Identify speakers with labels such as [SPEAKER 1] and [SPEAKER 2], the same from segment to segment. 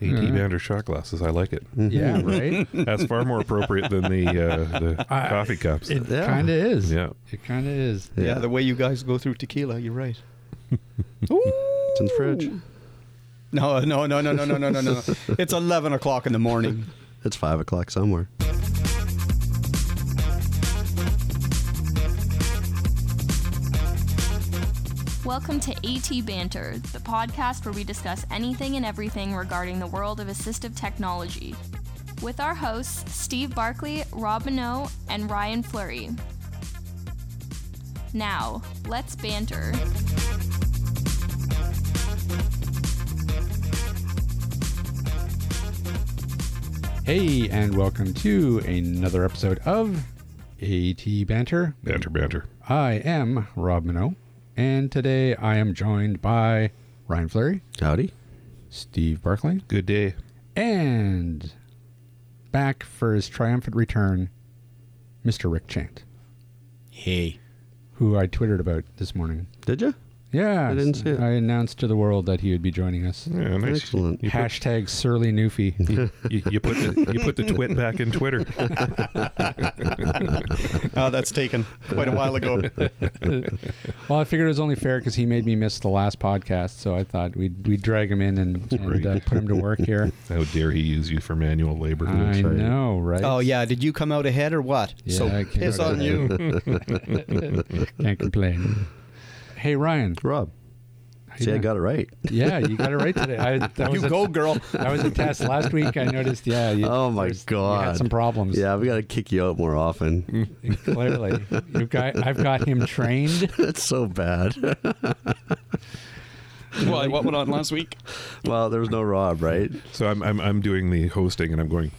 [SPEAKER 1] Mm-hmm.
[SPEAKER 2] AT Bounder shot glasses. I like it.
[SPEAKER 1] Yeah, right.
[SPEAKER 2] That's far more appropriate than the uh, the
[SPEAKER 1] I-
[SPEAKER 2] coffee cups.
[SPEAKER 1] It
[SPEAKER 3] Yeah.
[SPEAKER 1] kind of is.
[SPEAKER 2] Yeah.
[SPEAKER 1] It kind of is.
[SPEAKER 3] Yeah.
[SPEAKER 4] Yeah. the way you guys go through tequila, you're right.
[SPEAKER 3] It's in the fridge.
[SPEAKER 1] Hmm.
[SPEAKER 4] No, no, no, no, no, no, no, no, no. It's 11 o'clock in the morning.
[SPEAKER 3] It's five o'clock somewhere.
[SPEAKER 5] Welcome to AT Banter, the podcast where we discuss anything and everything regarding the world of assistive technology. With our hosts, Steve Barkley, Rob Minot, and Ryan Fleury. Now, let's banter.
[SPEAKER 1] Hey, and welcome to another episode of AT Banter.
[SPEAKER 2] Banter, banter.
[SPEAKER 1] I am Rob Minot, and today I am joined by Ryan Fleury,
[SPEAKER 3] Howdy.
[SPEAKER 1] Steve Barkley,
[SPEAKER 2] Good day.
[SPEAKER 1] and back for his triumphant return, Mr. Rick Chant,
[SPEAKER 4] Hey.
[SPEAKER 1] who I twittered about this morning.
[SPEAKER 3] Did you?
[SPEAKER 1] Yeah,
[SPEAKER 3] I didn't see it.
[SPEAKER 1] I announced to the world that he would be joining us.
[SPEAKER 2] Yeah, nice.
[SPEAKER 3] Excellent.
[SPEAKER 2] You put,
[SPEAKER 1] Hashtag surly newfie.
[SPEAKER 2] you, you put the you put the twit back in Twitter.
[SPEAKER 4] Oh, that's taken quite a while ago.
[SPEAKER 1] Well, I figured it was only fair because he made me miss the last podcast, so I thought we'd we'd drag him in and, and uh,
[SPEAKER 2] Right.
[SPEAKER 1] put him to work here.
[SPEAKER 2] How dare he use you for manual labor?
[SPEAKER 1] I
[SPEAKER 3] right.
[SPEAKER 1] know, right?
[SPEAKER 4] Oh, yeah. Did you come out ahead or what?
[SPEAKER 1] Yeah, I
[SPEAKER 4] so
[SPEAKER 1] came
[SPEAKER 4] piss
[SPEAKER 1] out
[SPEAKER 4] on you.
[SPEAKER 1] can't complain. Hey, Ryan.
[SPEAKER 3] Rob.
[SPEAKER 1] how you
[SPEAKER 3] See, I
[SPEAKER 1] doing?
[SPEAKER 3] got it right.
[SPEAKER 1] Yeah, you got it right today. I, that was
[SPEAKER 4] you
[SPEAKER 1] a,
[SPEAKER 4] go, girl.
[SPEAKER 1] That was a test last week. I noticed. Yeah. You,
[SPEAKER 3] Oh my
[SPEAKER 1] there's-
[SPEAKER 3] god.
[SPEAKER 1] You had some problems. Hmm.
[SPEAKER 3] Yeah, we got to kick you out more often.
[SPEAKER 1] Clearly, you got. I've got him trained.
[SPEAKER 3] That's so bad.
[SPEAKER 4] Why, what went on last week?
[SPEAKER 3] well, there was no Rob, right?
[SPEAKER 2] So I'm, I'm I'm doing the hosting and I'm going,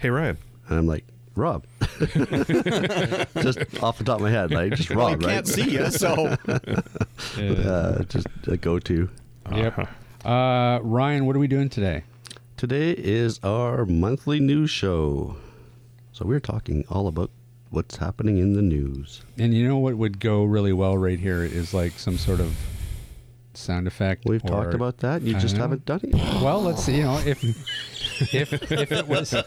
[SPEAKER 2] hey Ryan,
[SPEAKER 3] And I'm like, Rob. just off the top of my head, like just
[SPEAKER 4] Well, you
[SPEAKER 3] Rob, right?
[SPEAKER 4] can't see you, so.
[SPEAKER 3] Uh, just a go-to.
[SPEAKER 1] Yep. Uh, Ryan, what are we doing today?
[SPEAKER 3] Today is our monthly news show. So we're talking all about what's happening in the news.
[SPEAKER 1] And you know what would go really well right here is like some sort of sound effect.
[SPEAKER 3] We've
[SPEAKER 1] or-
[SPEAKER 3] talked about that. You
[SPEAKER 1] I
[SPEAKER 3] just
[SPEAKER 1] know.
[SPEAKER 3] haven't done it.
[SPEAKER 1] Well, let's see. You know, if if if it was
[SPEAKER 2] hey,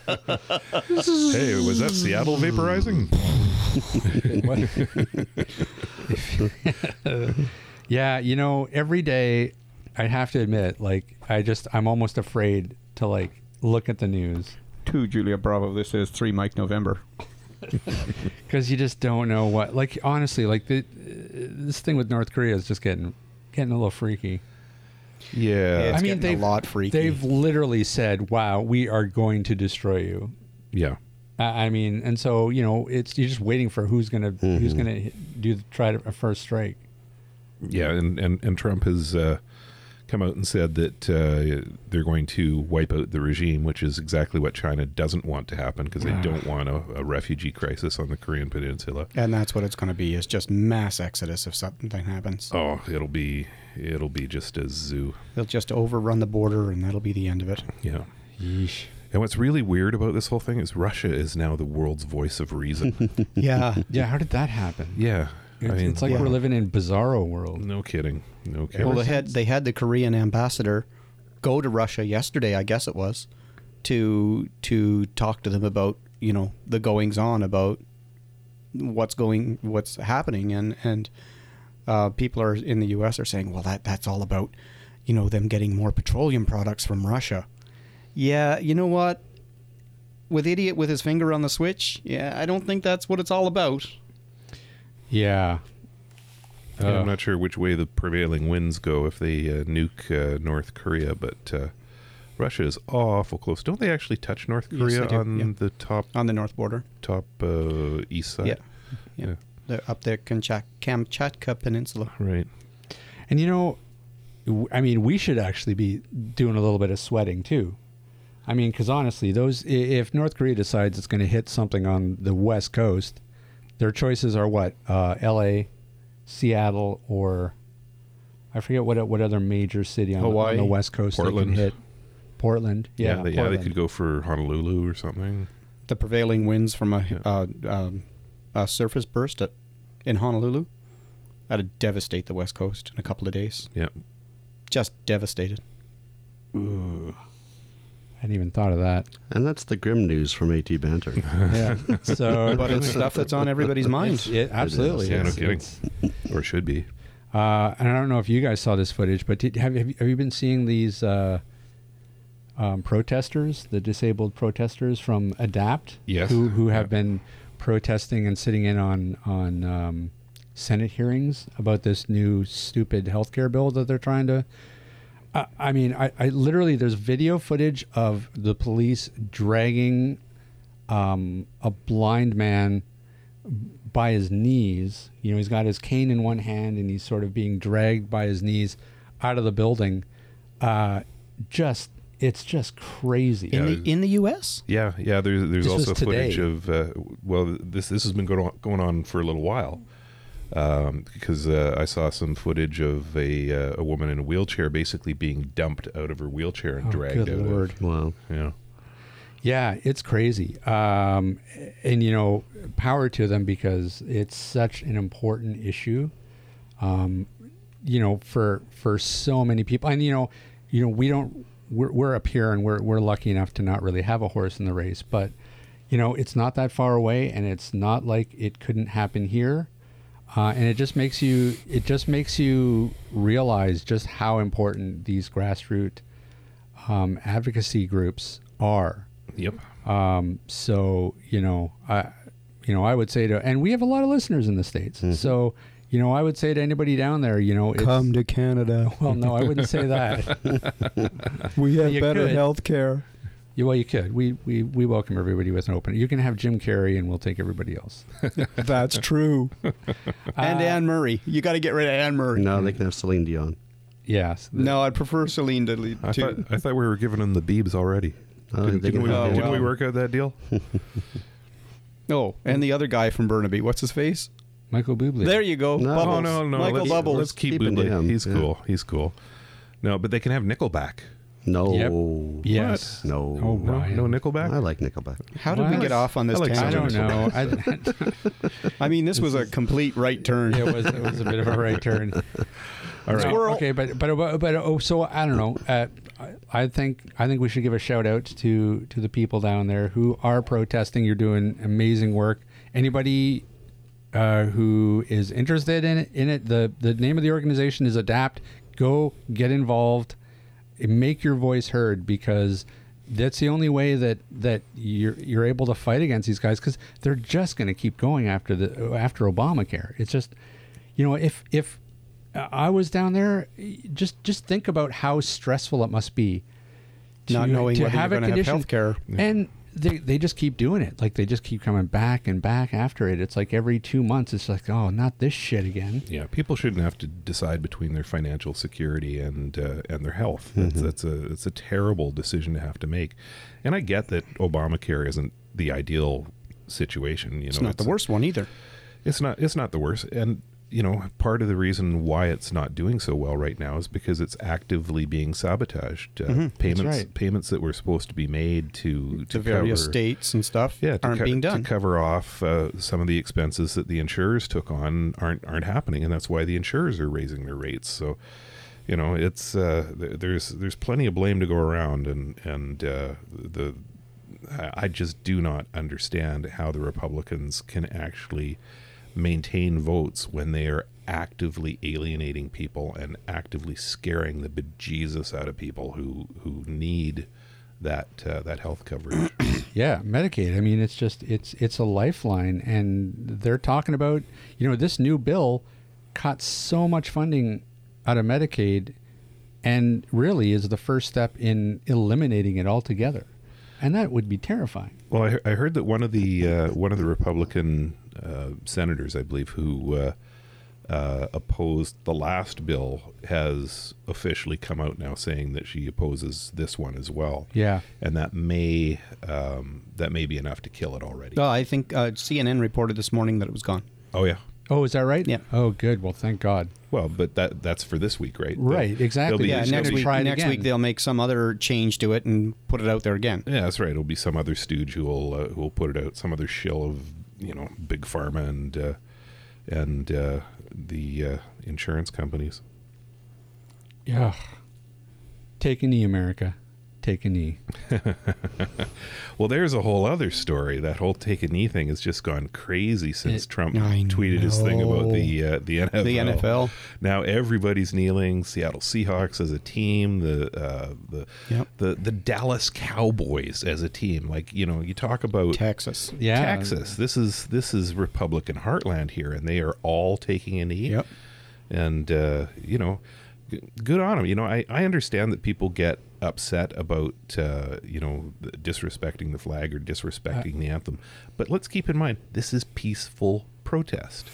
[SPEAKER 2] was that Seattle vaporizing?
[SPEAKER 1] yeah, you know, every day I have to admit, like, I just I'm almost afraid to like look at the news
[SPEAKER 4] Two Julia Bravo. This is three Mike November.
[SPEAKER 1] because you just don't know what. Like, honestly, like the, uh, this thing with North Korea is just getting getting a little freaky.
[SPEAKER 2] Yeah,
[SPEAKER 4] It's
[SPEAKER 1] I mean,
[SPEAKER 4] getting a
[SPEAKER 1] they've-
[SPEAKER 4] lot freaky.
[SPEAKER 1] They've literally said, "Wow, we are going to destroy you."
[SPEAKER 2] yeah.
[SPEAKER 1] I I mean, and so you know, it's you're just waiting for who's gonna
[SPEAKER 4] Mm-hmm.
[SPEAKER 1] who's gonna hit- do the, try to, a first strike.
[SPEAKER 2] Yeah, and, and, and Trump has uh, come out and said that uh, they're going to wipe out the regime, which is exactly what China doesn't want to happen because
[SPEAKER 1] Ah.
[SPEAKER 2] they don't want a, a refugee crisis on the Korean Peninsula.
[SPEAKER 4] And that's what it's going to be is just mass exodus if something happens.
[SPEAKER 2] Oh, it'll be it'll be just a zoo.
[SPEAKER 4] They'll just overrun the border and that'll be the end of it.
[SPEAKER 2] Yeah. And what's really weird about this whole thing is Russia is now the world's voice of reason.
[SPEAKER 4] Yeah.
[SPEAKER 1] Yeah, how did that happen?
[SPEAKER 2] yeah, I
[SPEAKER 1] It's,
[SPEAKER 2] mean,
[SPEAKER 1] it's like
[SPEAKER 4] wow.
[SPEAKER 1] we're living in bizarro world.
[SPEAKER 2] no kidding, no kidding.
[SPEAKER 4] Well, they had they had the Korean ambassador go to Russia yesterday, I guess it was, to to talk to them about you know the goings on about what's going what's happening and and uh, people are in the U.S. are saying, well, that that's all about you know them getting more petroleum products from Russia. Yeah, you know what? With idiot with his finger on the switch, yeah, I don't think that's what it's all about.
[SPEAKER 1] Yeah.
[SPEAKER 2] Yeah,
[SPEAKER 1] Uh,
[SPEAKER 2] I'm not sure which way the prevailing winds go if they uh, nuke uh, North Korea, but uh, Russia is awful close. Don't they actually touch North
[SPEAKER 4] Yes,
[SPEAKER 2] Korea
[SPEAKER 4] they do,
[SPEAKER 2] on
[SPEAKER 4] yeah.
[SPEAKER 2] the top
[SPEAKER 4] On the north border,
[SPEAKER 2] top uh, east side?
[SPEAKER 4] yeah, yeah,
[SPEAKER 2] Yeah.
[SPEAKER 4] They're up there Kamchatka, Kamchatka Peninsula.
[SPEAKER 2] Right.
[SPEAKER 1] And you know, w- I mean, we should actually be doing a little bit of sweating too. I mean, because honestly, those i- if North Korea decides it's going to hit something on the West Coast, their choices are what uh, L.A., Seattle, or I forget what what other major city on, the- on
[SPEAKER 4] Hawaii,
[SPEAKER 1] the West Coast they
[SPEAKER 2] Portland.
[SPEAKER 1] can hit. Portland, yeah,
[SPEAKER 2] they, yeah,
[SPEAKER 1] Portland.
[SPEAKER 2] they could go for Honolulu or something.
[SPEAKER 4] the prevailing winds from a, uh, um, a surface burst at, in Honolulu. That'd devastate the west coast in a couple of days.
[SPEAKER 2] Yeah.
[SPEAKER 4] Just devastated.
[SPEAKER 1] hadn't even thought of that.
[SPEAKER 3] And that's the grim news from AT Banter.
[SPEAKER 1] Yeah. So
[SPEAKER 4] But it's stuff that's on everybody's mind.
[SPEAKER 1] it, absolutely.
[SPEAKER 3] is,
[SPEAKER 2] yeah, no
[SPEAKER 1] it's-
[SPEAKER 2] kidding.
[SPEAKER 1] it's-
[SPEAKER 2] or should be.
[SPEAKER 1] Uh, and I don't know if you guys saw this footage, but did, have, have, you, have you been seeing these uh, um, protesters, the disabled protesters from ADAPT,
[SPEAKER 2] Yes.
[SPEAKER 1] who who have
[SPEAKER 2] Yeah.
[SPEAKER 1] been protesting and sitting in on on um, Senate hearings about this new stupid healthcare bill that they're trying to. I, I mean, I, I literally there's video footage of the police dragging um, a blind man by his knees. You know, he's got his cane in one hand and he's sort of being dragged by his knees out of the building. Uh, just, it's just crazy.
[SPEAKER 2] Yeah.
[SPEAKER 4] In the in the U.S.
[SPEAKER 2] Yeah, yeah. There's there's
[SPEAKER 1] This was
[SPEAKER 2] also footage
[SPEAKER 1] today.
[SPEAKER 2] of uh, well, this this has been going on, going on for a little while um, because uh, I saw some footage of a uh, a woman in a wheelchair basically being dumped out of her wheelchair and
[SPEAKER 1] Oh,
[SPEAKER 2] dragged
[SPEAKER 1] good
[SPEAKER 2] out.
[SPEAKER 1] lord.
[SPEAKER 2] Of,
[SPEAKER 3] wow.
[SPEAKER 2] yeah,
[SPEAKER 1] Yeah, it's crazy. Um, and, you know, power to them because it's such an important issue. Um, you know for for so many people and you know you know we don't we're, we're up here and we're, we're lucky enough to not really have a horse in the race but you know it's not that far away and it's not like it couldn't happen here uh, and it just makes you it just makes you realize just how important these grassroots um, advocacy groups are
[SPEAKER 2] yep.
[SPEAKER 1] um, so you know, I you know I would say to, and we have a lot of listeners in the states. So you know, I would say to anybody down there, you know, it's,
[SPEAKER 4] to Canada.
[SPEAKER 1] Well, no, I wouldn't say that.
[SPEAKER 4] We
[SPEAKER 1] You better could.
[SPEAKER 4] health care.
[SPEAKER 1] you, well, you could. We we we welcome everybody with an open. You can have Jim Carrey, and we'll take everybody else.
[SPEAKER 4] That's true. and
[SPEAKER 1] Uh,
[SPEAKER 4] Anne Murray. You got to get rid of Anne Murray.
[SPEAKER 3] Now they can have Celine Dion.
[SPEAKER 1] Yes.
[SPEAKER 4] No, I'd prefer Celine to lead
[SPEAKER 2] I thought
[SPEAKER 4] too.
[SPEAKER 2] I thought we were giving them the beebs already.
[SPEAKER 3] Oh,
[SPEAKER 2] didn't
[SPEAKER 3] they
[SPEAKER 2] didn't
[SPEAKER 3] can
[SPEAKER 2] we,
[SPEAKER 3] have
[SPEAKER 2] didn't
[SPEAKER 4] him.
[SPEAKER 2] we work out that deal?
[SPEAKER 4] Oh, and the other guy from Burnaby. What's his face?
[SPEAKER 1] Michael Bublé.
[SPEAKER 4] There you go.
[SPEAKER 3] No.
[SPEAKER 2] Oh
[SPEAKER 4] Bubbles.
[SPEAKER 2] no, no.
[SPEAKER 4] Michael
[SPEAKER 2] let's,
[SPEAKER 4] Bubbles.
[SPEAKER 2] Let's keep
[SPEAKER 3] Keep it
[SPEAKER 2] Bublé.
[SPEAKER 3] down,
[SPEAKER 2] He's
[SPEAKER 3] yeah.
[SPEAKER 2] cool. He's cool. No, but they can have Nickelback.
[SPEAKER 3] No.
[SPEAKER 1] Yep. Yes.
[SPEAKER 3] What? No.
[SPEAKER 1] Oh,
[SPEAKER 2] No,
[SPEAKER 1] Ryan.
[SPEAKER 2] no Nickelback.
[SPEAKER 3] I like Nickelback.
[SPEAKER 4] How did we
[SPEAKER 1] Well,
[SPEAKER 4] get off on this
[SPEAKER 2] I like
[SPEAKER 1] I
[SPEAKER 4] tangent?
[SPEAKER 1] don't know. I,
[SPEAKER 4] I mean, this was a complete right turn.
[SPEAKER 1] it was it was a bit of a right turn. All
[SPEAKER 4] right. Squirrel.
[SPEAKER 1] Okay, but but but, but oh, so I don't know. Uh, I, I think I think we should give a shout out to to the people down there who are protesting. You're doing amazing work. Anybody uh, who is interested in it, in it, the the name of the organization is Adapt. Go get involved. Make your voice heard because that's the only way that that you're you're able to fight against these guys because they're just going to keep going after the after Obamacare. It's just, you know, if if I was down there, just just think about how stressful it must be
[SPEAKER 4] Not knowing whether you're
[SPEAKER 1] a
[SPEAKER 4] gonna have
[SPEAKER 1] condition.
[SPEAKER 4] healthcare.
[SPEAKER 1] And they, they just keep doing it. Like they just keep coming back and back after it. It's like every two months, it's like, oh, not this shit again.
[SPEAKER 2] Yeah, people shouldn't have to decide between their financial security and uh, and their health. That's,
[SPEAKER 4] Mm-hmm.
[SPEAKER 2] that's a it's a terrible decision to have to make. And I get that Obamacare isn't the ideal situation. You know,
[SPEAKER 4] It's not the worst one either.
[SPEAKER 2] It's not it's not the worst. And you know, part of the reason why it's not doing so well right now is because it's actively being sabotaged.
[SPEAKER 4] Mm-hmm.
[SPEAKER 2] Uh, Payments
[SPEAKER 1] right.
[SPEAKER 2] payments that were supposed to be made to
[SPEAKER 4] The
[SPEAKER 2] to
[SPEAKER 4] various
[SPEAKER 2] cover,
[SPEAKER 4] states and stuff
[SPEAKER 2] yeah, to
[SPEAKER 4] aren't
[SPEAKER 2] co-
[SPEAKER 4] being done.
[SPEAKER 2] to cover off uh, some of the expenses that the insurers took on aren't aren't happening, and that's why the insurers are raising their rates. So, you know, it's uh, th- there's there's plenty of blame to go around, and and uh, the I I just do not understand how the Republicans can actually maintain votes when they are actively alienating people and actively scaring the bejesus out of people who who need that uh, that health coverage.
[SPEAKER 1] Yeah, Medicaid. I mean, it's just it's it's a lifeline, and they're talking about you know this new bill cut so much funding out of Medicaid, and really is the first step in eliminating it altogether, and that would be terrifying.
[SPEAKER 2] Well, I, he- I heard that one of the uh, one of the Republican uh, senators, I believe, who uh, uh, opposed the last bill, has officially come out now saying that she opposes this one as well.
[SPEAKER 1] Yeah.
[SPEAKER 2] and that may um, that may be enough to kill it already.
[SPEAKER 4] Oh, I think uh, CNN reported this morning that it was gone.
[SPEAKER 2] Oh yeah.
[SPEAKER 1] Oh, is that right?
[SPEAKER 4] Yeah.
[SPEAKER 1] Oh, good. Well, thank God.
[SPEAKER 2] Well, but that that's for this week, right?
[SPEAKER 1] Right,
[SPEAKER 2] They'll-
[SPEAKER 1] exactly.
[SPEAKER 2] they'll be-
[SPEAKER 4] Yeah,
[SPEAKER 1] It's
[SPEAKER 4] next
[SPEAKER 1] gonna
[SPEAKER 2] they'll be-
[SPEAKER 4] week.
[SPEAKER 1] tried
[SPEAKER 4] Next
[SPEAKER 1] again.
[SPEAKER 4] week they'll make some other change to it and put it out there again.
[SPEAKER 2] Yeah, that's right. It'll be some other stooge who will uh, who will put it out. Some other shill of you know big pharma and uh, and uh, the uh, insurance companies.
[SPEAKER 1] Yeah. Take a knee, America. take a knee.
[SPEAKER 2] Well, there's a whole other story. That whole take a knee thing has just gone crazy since
[SPEAKER 1] It-
[SPEAKER 2] Trump
[SPEAKER 4] I
[SPEAKER 2] tweeted his thing about
[SPEAKER 4] know.
[SPEAKER 2] the uh, the NFL.
[SPEAKER 4] The NFL.
[SPEAKER 2] Now everybody's kneeling. Seattle Seahawks as a team. The uh, the
[SPEAKER 4] Yep.
[SPEAKER 2] the the Dallas Cowboys as a team. Like you know, you talk about
[SPEAKER 4] Texas.
[SPEAKER 1] Yeah,
[SPEAKER 2] Texas. This is this is Republican heartland here, and they are all taking a knee.
[SPEAKER 4] Yep.
[SPEAKER 2] And uh, you know, g- good on them. You know, I, I understand that people get upset about uh, you know the- disrespecting the flag or disrespecting the anthem, but let's keep in mind this is peaceful protest.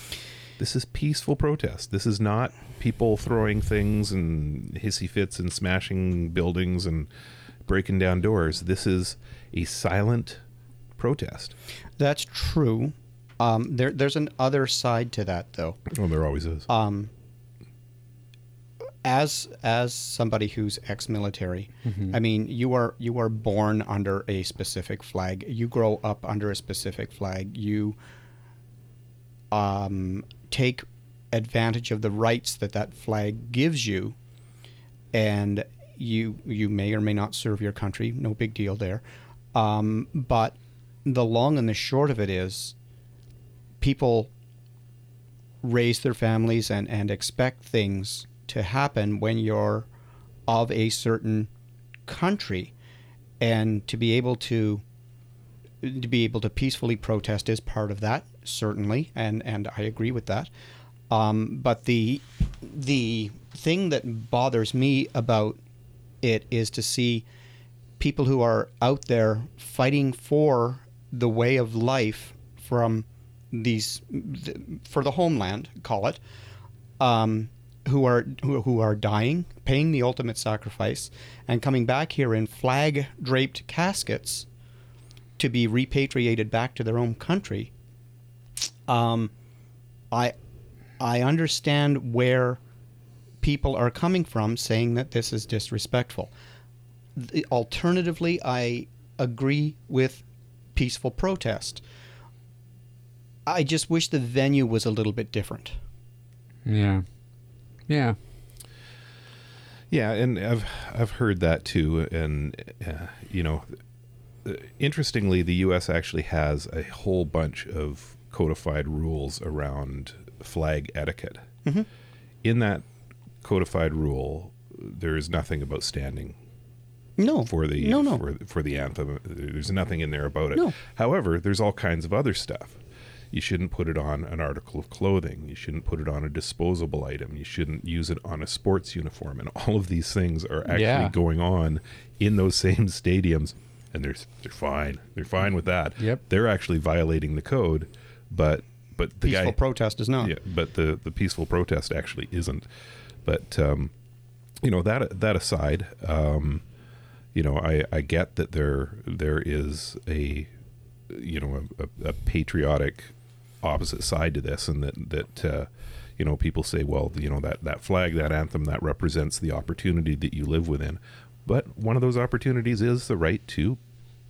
[SPEAKER 2] This is peaceful protest. This is not people throwing things and hissy fits and smashing buildings and breaking down doors. This is a silent protest.
[SPEAKER 4] That's true. Um, there, there's an other side to that, though.
[SPEAKER 2] Well, Oh, there always is.
[SPEAKER 4] Um, as as somebody who's ex-military, I mean, you are you are born under a specific flag. You grow up under a specific flag. You um, take advantage of the rights that that flag gives you, and you you may or may not serve your country. No big deal there. Um, but the long and the short of it is, people raise their families and, and expect things to happen when you're of a certain country and to be able to to be able to peacefully protest is part of that certainly and and I agree with that um, but the the thing that bothers me about it is to see people who are out there fighting for the way of life from these th- for the homeland call it um, who are who, who are dying paying the ultimate sacrifice and coming back here in flag draped caskets to be repatriated back to their own country um, I I understand where people are coming from saying that this is disrespectful. The- alternatively, I agree with peaceful protest. I just wish the venue was a little bit different.
[SPEAKER 1] Yeah, yeah.
[SPEAKER 2] Yeah, and I've I've heard that too, and uh, you know, uh, interestingly, the U.S. actually has a whole bunch of codified rules around flag etiquette. In that codified rule, there is nothing about standing
[SPEAKER 4] No,
[SPEAKER 2] for the
[SPEAKER 4] no, no.
[SPEAKER 2] For, for the anthem. There's nothing in there about it.
[SPEAKER 4] No.
[SPEAKER 2] However, there's all kinds of other stuff. You shouldn't put it on an article of clothing. You shouldn't put it on a disposable item. You shouldn't use it on a sports uniform. And all of these things are actually
[SPEAKER 1] Yeah.
[SPEAKER 2] going on in those same stadiums, and they're they're fine. They're fine with that.
[SPEAKER 1] Yep.
[SPEAKER 2] They're actually violating the code, but but the
[SPEAKER 4] peaceful
[SPEAKER 2] guy
[SPEAKER 4] protest is not.
[SPEAKER 2] yeah, but the the peaceful protest actually isn't. But um, you know that that aside, um, you know I, I get that there there is a you know a, a, a patriotic opposite side to this, and that that uh, you know people say, well, you know that that flag, that anthem, that represents the opportunity that you live within. But one of those opportunities is the right to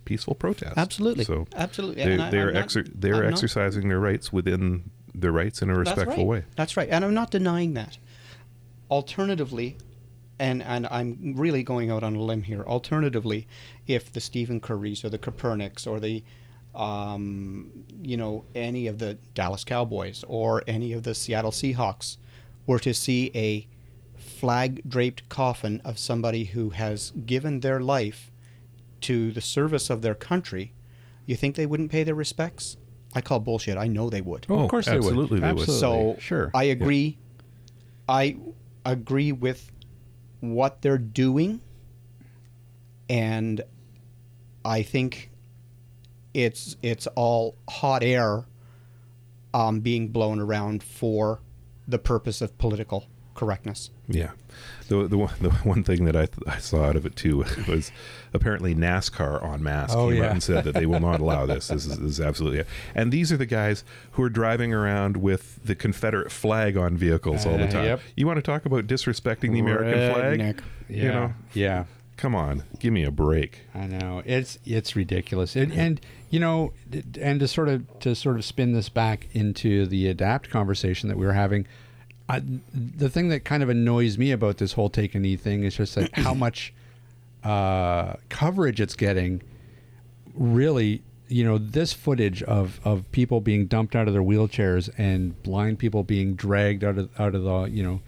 [SPEAKER 2] peaceful protest.
[SPEAKER 4] Absolutely.
[SPEAKER 2] So
[SPEAKER 4] Absolutely.
[SPEAKER 2] They,
[SPEAKER 4] And I-
[SPEAKER 2] they're
[SPEAKER 4] I'm not-
[SPEAKER 2] exer- they're
[SPEAKER 4] I'm not-
[SPEAKER 2] exercising their rights within their rights in a respectful
[SPEAKER 4] That's right.
[SPEAKER 2] way.
[SPEAKER 4] That's right, and I'm not denying that. Alternatively, and and I'm really going out on a limb here. Alternatively, if the Stephen Currys or the Copernics or the um, you know any of the Dallas Cowboys or any of the Seattle Seahawks were to see a flag draped coffin of somebody who has given their life to the service of their country, you think they wouldn't pay their respects? I call bullshit. I know they would.
[SPEAKER 1] of course they would.
[SPEAKER 2] Oh, absolutely they would.
[SPEAKER 4] So
[SPEAKER 2] sure,
[SPEAKER 4] I
[SPEAKER 2] Yeah.
[SPEAKER 4] agree. I agree with what they're doing, and I think it's it's all hot air um, being blown around for the purpose of political correctness.
[SPEAKER 2] Yeah, the the one, the one thing that I, th- I saw out of it too was apparently NASCAR on mask
[SPEAKER 1] Oh,
[SPEAKER 2] came out
[SPEAKER 1] yeah.
[SPEAKER 2] and said that they will not allow this. This is, this is absolutely, and these are the guys who are driving around with the Confederate flag on vehicles all the
[SPEAKER 1] Uh,
[SPEAKER 2] time.
[SPEAKER 1] yep.
[SPEAKER 2] You want to talk about disrespecting the American flag?
[SPEAKER 4] Redneck.
[SPEAKER 2] You know,
[SPEAKER 1] yeah.
[SPEAKER 2] come on, give me a break.
[SPEAKER 1] I know it's it's ridiculous, and and you know, d- and to sort of to sort of spin this back into the adapt conversation that we were having, I, the thing that kind of annoys me about this whole take a knee thing is just like how much uh, coverage it's getting, really, you know, this footage of, of people being dumped out of their wheelchairs and blind people being dragged out of out of the you know,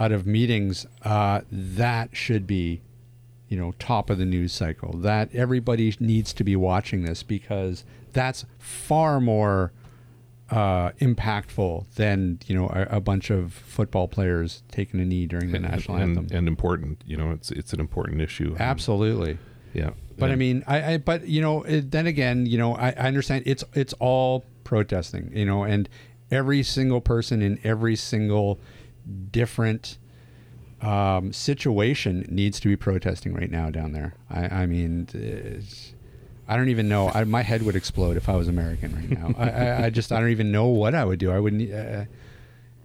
[SPEAKER 1] out of meetings, uh, that should be, you know, top of the news cycle. That everybody needs to be watching this because that's far more uh, impactful than you know a, a bunch of football players taking a knee during the national
[SPEAKER 2] and,
[SPEAKER 1] anthem.
[SPEAKER 2] and important. You know, it's it's an important issue.
[SPEAKER 1] Absolutely.
[SPEAKER 2] Yeah.
[SPEAKER 1] But I
[SPEAKER 2] And-
[SPEAKER 1] mean, I, I but you know, it, then again, you know, I, I understand it's it's all protesting, you know, and every single person in every single different um, situation needs to be protesting right now down there. I, I mean, it's- I don't even know. I, my head would explode if I was American right now. I, I, I just I don't even know what I would do. I wouldn't. Uh,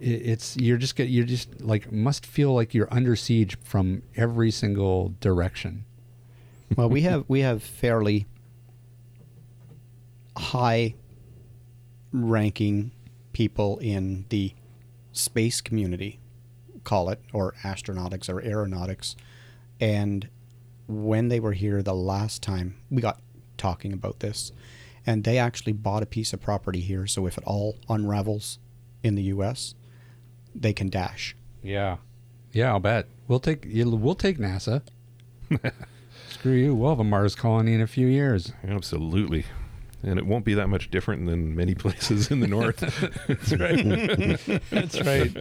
[SPEAKER 1] it- it's you're just get you're just like must feel like you're under siege from every single direction.
[SPEAKER 4] well, we have we have fairly high ranking people in the space community, call it, or astronautics or aeronautics. And when they were here the last time, we got talking about this, and they actually bought a piece of property here. So if it all unravels in the U.S., they can dash.
[SPEAKER 1] Yeah, yeah, I'll bet we'll take we'll take NASA. Screw you! We'll have a Mars colony in a few years.
[SPEAKER 2] Absolutely. And it won't be that much different than many places in the north. That's right.
[SPEAKER 1] That's right.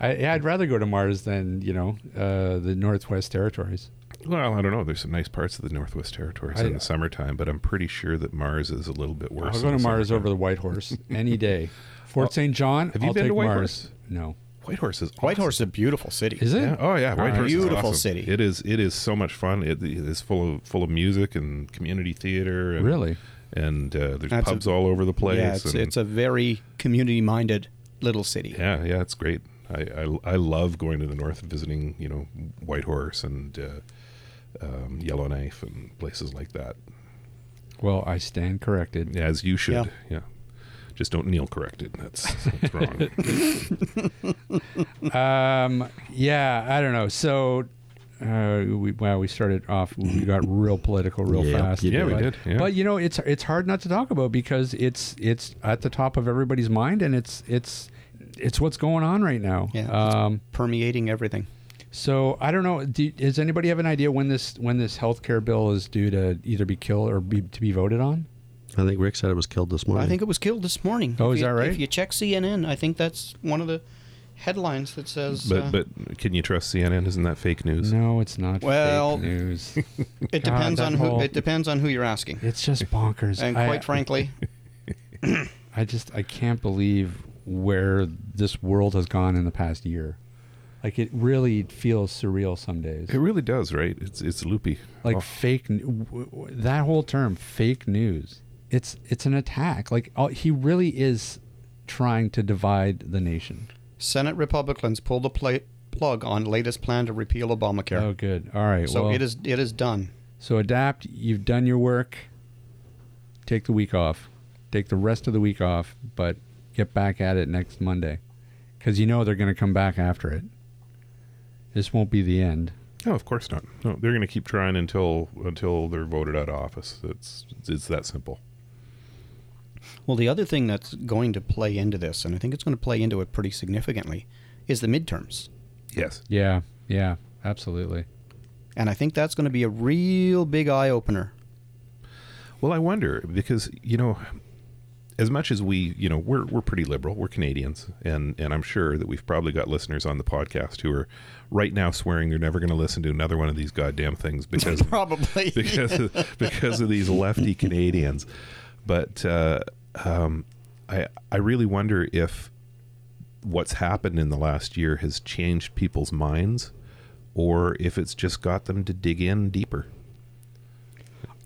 [SPEAKER 1] I, yeah, I'd rather go to Mars than you know uh, the Northwest Territories.
[SPEAKER 2] Well, I don't know. There's some nice parts of the Northwest Territories
[SPEAKER 1] I-
[SPEAKER 2] in the summertime, but I'm pretty sure that Mars is a little bit worse.
[SPEAKER 1] I'll go
[SPEAKER 2] in
[SPEAKER 1] to
[SPEAKER 2] the
[SPEAKER 1] Mars
[SPEAKER 2] summertime.
[SPEAKER 1] over the White Horse any day. Fort St. John.
[SPEAKER 2] have you
[SPEAKER 1] I'll
[SPEAKER 2] been to
[SPEAKER 1] take
[SPEAKER 2] White
[SPEAKER 1] Mars.
[SPEAKER 2] Horse?
[SPEAKER 1] No,
[SPEAKER 2] Whitehorse is
[SPEAKER 4] Whitehorse
[SPEAKER 2] awesome.
[SPEAKER 4] is a beautiful city.
[SPEAKER 1] is it?
[SPEAKER 2] Yeah. Oh yeah, Whitehorse is
[SPEAKER 4] Beautiful
[SPEAKER 2] awesome.
[SPEAKER 4] city.
[SPEAKER 2] It is. It is so much fun. It, it is full of full of music and community theater. And,
[SPEAKER 1] Really?
[SPEAKER 2] And uh, there's
[SPEAKER 4] That's a-
[SPEAKER 2] pubs all over the place.
[SPEAKER 4] yeah, it's,
[SPEAKER 2] and-
[SPEAKER 4] it's a very community-minded little city.
[SPEAKER 2] yeah, yeah, it's great. I, I I love going to the north and visiting. You know, Whitehorse and uh, um, Yellowknife and places like that.
[SPEAKER 1] Well, I stand corrected.
[SPEAKER 2] As you should.
[SPEAKER 4] Yeah.
[SPEAKER 2] Yeah. Just don't kneel correct it. That's, that's wrong.
[SPEAKER 1] Um, yeah, I don't know. So, uh, we, wow, we started off. We got real political real
[SPEAKER 3] Yeah,
[SPEAKER 1] fast.
[SPEAKER 3] you
[SPEAKER 2] Yeah, we
[SPEAKER 1] but,
[SPEAKER 2] did, yeah.
[SPEAKER 1] But you know, it's it's hard not to talk about because it's it's at the top of everybody's mind, and it's it's it's what's going on right now.
[SPEAKER 4] Yeah, it's-
[SPEAKER 1] Um,
[SPEAKER 4] Permeating everything.
[SPEAKER 1] so I don't know. Do, does anybody have an idea when this when this health care bill is due to either be killed or be to be voted on?
[SPEAKER 3] I think Rick said it was killed this morning.
[SPEAKER 4] I think it was killed this morning.
[SPEAKER 1] Oh,
[SPEAKER 4] If
[SPEAKER 1] is
[SPEAKER 4] you-
[SPEAKER 1] that right?
[SPEAKER 4] If you check CNN, I think that's one of the headlines that says. uh,
[SPEAKER 2] but but can you trust CNN? Isn't that fake news?
[SPEAKER 1] No, it's not.
[SPEAKER 4] Well-
[SPEAKER 1] fake news.
[SPEAKER 4] it depends
[SPEAKER 1] God,
[SPEAKER 4] on
[SPEAKER 1] that
[SPEAKER 4] who.
[SPEAKER 1] whole-
[SPEAKER 4] It depends on who you're asking.
[SPEAKER 1] it's just bonkers.
[SPEAKER 4] And
[SPEAKER 1] I-
[SPEAKER 4] quite frankly,
[SPEAKER 1] I just I can't believe where this world has gone in the past year. Like it really feels surreal some days.
[SPEAKER 2] It really does, right? It's it's loopy.
[SPEAKER 1] Like
[SPEAKER 2] Oh,
[SPEAKER 1] fake n- w- w- that whole term fake news. It's it's an attack. Like all, he really is trying to divide the nation.
[SPEAKER 4] Senate Republicans pulled the pla plug on latest plan to repeal Obamacare.
[SPEAKER 1] Oh good. All right.
[SPEAKER 4] so
[SPEAKER 1] well,
[SPEAKER 4] it is. It is done.
[SPEAKER 1] So adapt. You've done your work. Take the week off. Take the rest of the week off, but get back at it next Monday, because you know they're going to come back after it. This won't be the end.
[SPEAKER 2] Oh, no, of course not. No, they're going to keep trying until until they're voted out of office. It's it's that simple.
[SPEAKER 4] Well, the other thing that's going to play into this, and I think it's going to play into it pretty significantly, is the midterms.
[SPEAKER 2] Yes.
[SPEAKER 1] Yeah. Yeah. Absolutely.
[SPEAKER 4] And I think that's going to be a real big eye opener.
[SPEAKER 2] Well, I wonder because you know, as much as we, you know, we're we're pretty liberal. We're Canadians, and and I'm sure that we've probably got listeners on the podcast who are right now swearing they're never going to listen to another one of these goddamn things because
[SPEAKER 4] Probably.
[SPEAKER 2] because of, because of these lefty Canadians. But uh, um, I I really wonder if what's happened in the last year has changed people's minds, or if it's just got them to dig in deeper.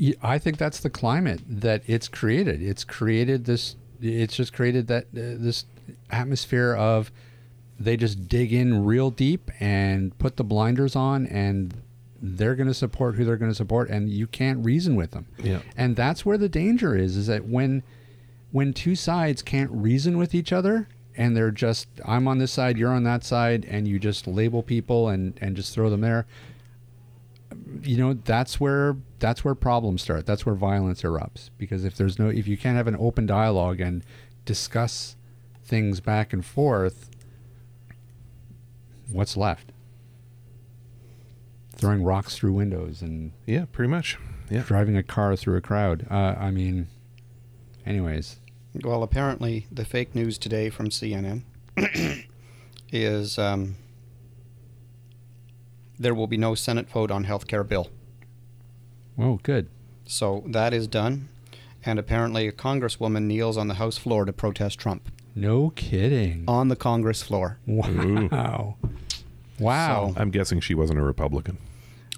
[SPEAKER 1] Y- I think that's the climate that it's created. It's created this. It's just created that uh, this atmosphere of they just dig in real deep and put the blinders on, and they're going to support who they're going to support, and you can't reason with them.
[SPEAKER 2] Yeah.
[SPEAKER 1] And that's where the danger is: is that when when two sides can't reason with each other, and they're just I'm on this side, you're on that side, and you just label people and and just throw them there you know that's where that's where problems start. That's where violence erupts because if there's no if you can't have an open dialogue and discuss things back and forth, what's left? Throwing rocks through windows and
[SPEAKER 2] Yeah, pretty much. Yeah.
[SPEAKER 1] driving a car through a crowd. Uh, I mean, anyways,
[SPEAKER 4] Well, apparently, the fake news today from CNN is um, there will be no Senate vote on health care bill.
[SPEAKER 1] oh good.
[SPEAKER 4] So that is done. And apparently, a congresswoman kneels on the House floor to protest Trump.
[SPEAKER 1] No kidding.
[SPEAKER 4] On the Congress floor.
[SPEAKER 1] Wow. Wow.
[SPEAKER 2] I'm guessing she wasn't a Republican.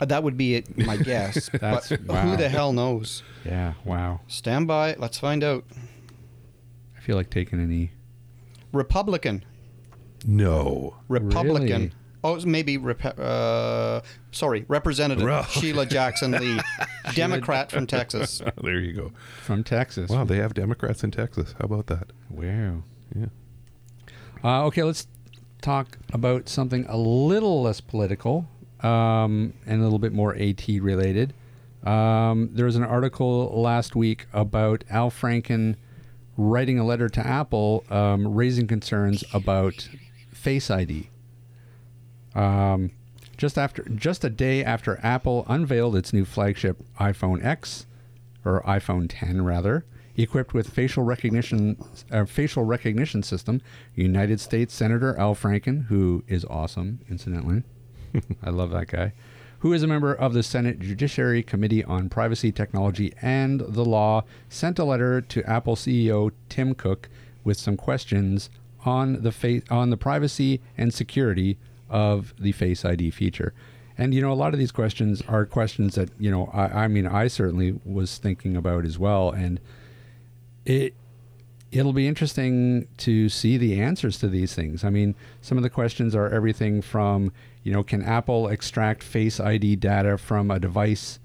[SPEAKER 4] Uh, That would be it, my guess.
[SPEAKER 1] That's-
[SPEAKER 4] but
[SPEAKER 1] wow.
[SPEAKER 4] who the hell knows?
[SPEAKER 1] yeah, wow.
[SPEAKER 4] Stand by. Let's find out.
[SPEAKER 1] I feel like taking a knee.
[SPEAKER 4] Republican.
[SPEAKER 2] No.
[SPEAKER 4] Republican.
[SPEAKER 1] Really?
[SPEAKER 4] Oh, it's maybe rep- uh, sorry, Representative
[SPEAKER 2] Ruh.
[SPEAKER 4] Sheila Jackson Lee, Democrat from Texas.
[SPEAKER 2] Ah, there you go.
[SPEAKER 1] From Texas.
[SPEAKER 2] Wow, they have Democrats in Texas. How about that?
[SPEAKER 1] Wow.
[SPEAKER 2] Yeah.
[SPEAKER 1] Uh, okay, let's talk about something a little less political um, and a little bit more AT related. Um, there was an article last week about Al Franken writing a letter to Apple um, raising concerns about Face ID. Um, just after, just a day after Apple unveiled its new flagship iPhone X, or iPhone 10 rather, equipped with facial recognition uh, facial recognition system, United States Senator Al Franken, who is awesome, incidentally, I love that guy, who is a member of the Senate Judiciary Committee on Privacy, Technology, and the Law, sent a letter to Apple CEO Tim Cook with some questions on the fa- on the privacy and security of the Face ID feature. And you know, a lot of these questions are questions that you know, I, I mean, I certainly was thinking about as well, and it it'll be interesting to see the answers to these things. I mean, some of the questions are everything from, you know, can Apple extract Face ID data from a device?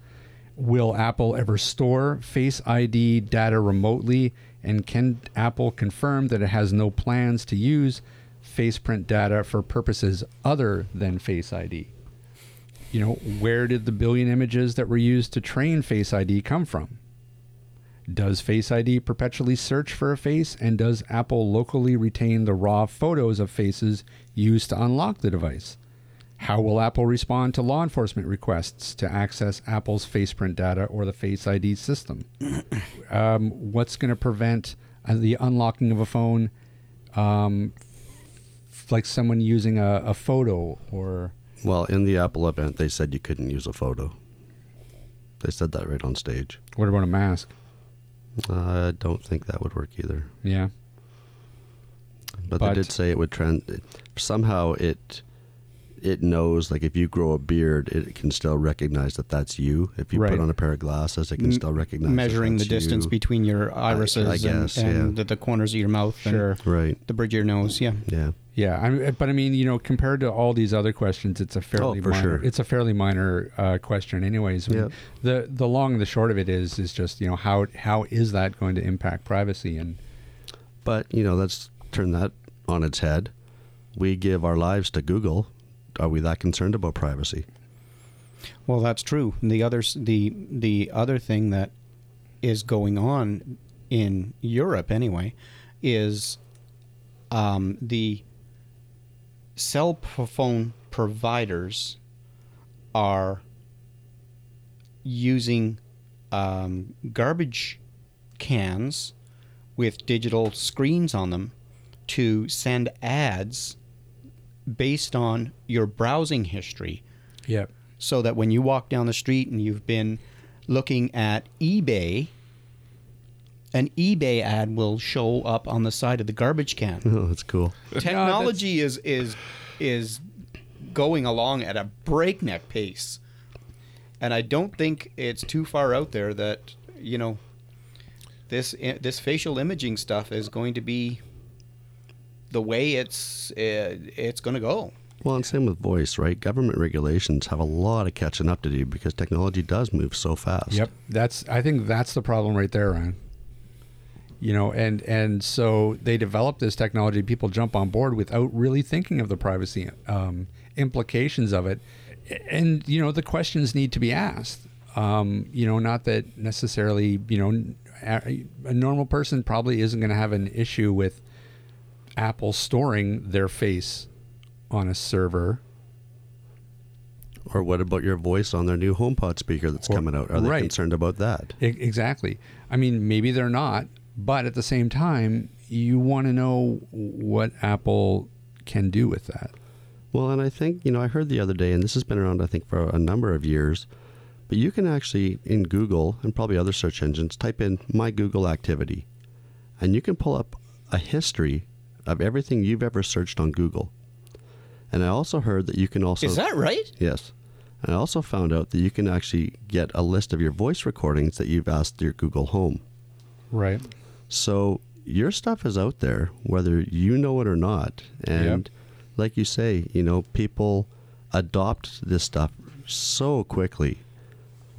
[SPEAKER 1] Will Apple ever store Face ID data remotely? And can Apple confirm that it has no plans to use faceprint data for purposes other than Face ID? You know, where did the billion images that were used to train Face ID come from? Does Face ID perpetually search for a face, and does Apple locally retain the raw photos of faces used to unlock the device? How will Apple respond to law enforcement requests to access Apple's faceprint data or the Face ID system? um, what's going to prevent uh, the unlocking of a phone, um, f- like someone using a, a photo or?
[SPEAKER 3] Well, in the Apple event, they said you couldn't use a photo. They said that right on stage.
[SPEAKER 1] What about a mask?
[SPEAKER 3] I don't think that would work either.
[SPEAKER 1] Yeah.
[SPEAKER 3] But,
[SPEAKER 1] But-
[SPEAKER 3] they did say it would trend. it- Somehow it it knows like if you grow a beard, it can still recognize that that's you. If you
[SPEAKER 1] Right.
[SPEAKER 3] put on a pair of glasses, it can still recognize that
[SPEAKER 4] Measuring the
[SPEAKER 3] that's
[SPEAKER 4] distance
[SPEAKER 3] you.
[SPEAKER 4] between your irises
[SPEAKER 3] guess,
[SPEAKER 4] and, and
[SPEAKER 3] yeah.
[SPEAKER 4] the, the corners of your mouth
[SPEAKER 1] Sure.
[SPEAKER 4] and
[SPEAKER 3] Right.
[SPEAKER 4] the bridge of your nose. Yeah.
[SPEAKER 3] Yeah.
[SPEAKER 1] Yeah, I mean, but I mean, you know, compared to all these other questions, it's a fairly
[SPEAKER 3] Oh, for
[SPEAKER 1] minor,
[SPEAKER 3] sure.
[SPEAKER 1] it's a fairly minor uh, question, anyways. I mean,
[SPEAKER 3] Yeah.
[SPEAKER 1] The the long and the short of it is is just you know how how is that going to impact privacy and
[SPEAKER 3] But you know, let's turn that on its head. We give our lives to Google. Are we that concerned about privacy?
[SPEAKER 4] Well, that's true. And the others, the the other thing that is going on in Europe anyway is um, the cell p- phone providers are using um, garbage cans with digital screens on them to send ads based on your browsing history
[SPEAKER 1] yeah
[SPEAKER 4] so that when you walk down the street and you've been looking at eBay, an eBay ad will show up on the side of the garbage can.
[SPEAKER 3] Oh, that's cool.
[SPEAKER 4] Technology is is is going along at a breakneck pace, and I don't think it's too far out there that you know this eh, this facial imaging stuff is going to be the way it's uh, it's going to go.
[SPEAKER 3] Well, and same with voice, right? Government regulations have a lot of catching up to do because technology does move so fast.
[SPEAKER 1] Yep, that's. I think that's the problem right there, Ryan. You know, and and so they develop this technology. People jump on board without really thinking of the privacy um, implications of it. and you know the questions need to be asked um, you know not that necessarily you know a, a normal person probably isn't going to have an issue with apple storing their face on a server
[SPEAKER 3] Or what about your voice on their new HomePod speaker that's coming out? Are they
[SPEAKER 1] right.
[SPEAKER 3] concerned about that?
[SPEAKER 1] E- exactly i mean maybe they're not but at the same time you want to know what apple can do with that
[SPEAKER 3] Well, and I think, you know, I heard the other day, and this has been around, I think, for a number of years, but you can actually, in Google and probably other search engines, type in my Google activity, and you can pull up a history of everything you've ever searched on Google. And I also heard that you can also.
[SPEAKER 4] Is that right?
[SPEAKER 3] Yes. And I also found out that you can actually get a list of your voice recordings that you've asked your Google Home.
[SPEAKER 1] right
[SPEAKER 3] So your stuff is out there, whether you know it or not. And like you say, you know, people adopt this stuff so quickly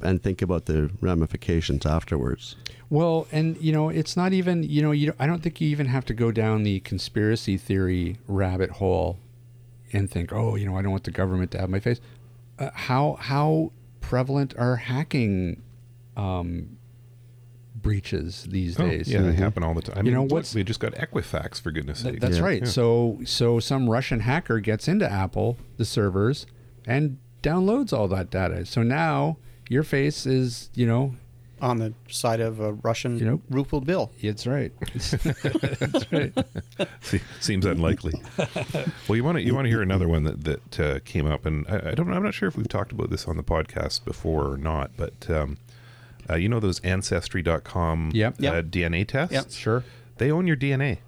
[SPEAKER 3] and think about the ramifications afterwards.
[SPEAKER 1] Well, and you know, it's not even you know, you don't- I don't think you even have to go down the conspiracy theory rabbit hole and think, oh, you know, I don't want the government to have my face. Uh, how how prevalent are hacking um, breaches these
[SPEAKER 2] Oh,
[SPEAKER 1] days?
[SPEAKER 2] yeah, they happen all the time. I mean,
[SPEAKER 1] know,
[SPEAKER 2] look,
[SPEAKER 1] what's-
[SPEAKER 2] we just got Equifax for goodness'
[SPEAKER 1] Th-
[SPEAKER 2] sake.
[SPEAKER 1] that's
[SPEAKER 3] Yeah.
[SPEAKER 1] right. So so some Russian hacker gets into Apple the servers and downloads all that data. So now your face is you know
[SPEAKER 4] On the side of a Russian
[SPEAKER 1] You know-
[SPEAKER 4] ruble bill.
[SPEAKER 1] it's right.
[SPEAKER 2] Se- Seems unlikely. well, you want to you want to hear another one that that uh, came up, and I, I don't I'm not sure if we've talked about this on the podcast before or not, but um, uh, you know those ancestry.com
[SPEAKER 1] Yep.
[SPEAKER 2] Uh,
[SPEAKER 4] Yep.
[SPEAKER 2] DNA tests.
[SPEAKER 4] Yep.
[SPEAKER 1] sure.
[SPEAKER 2] They own your DNA.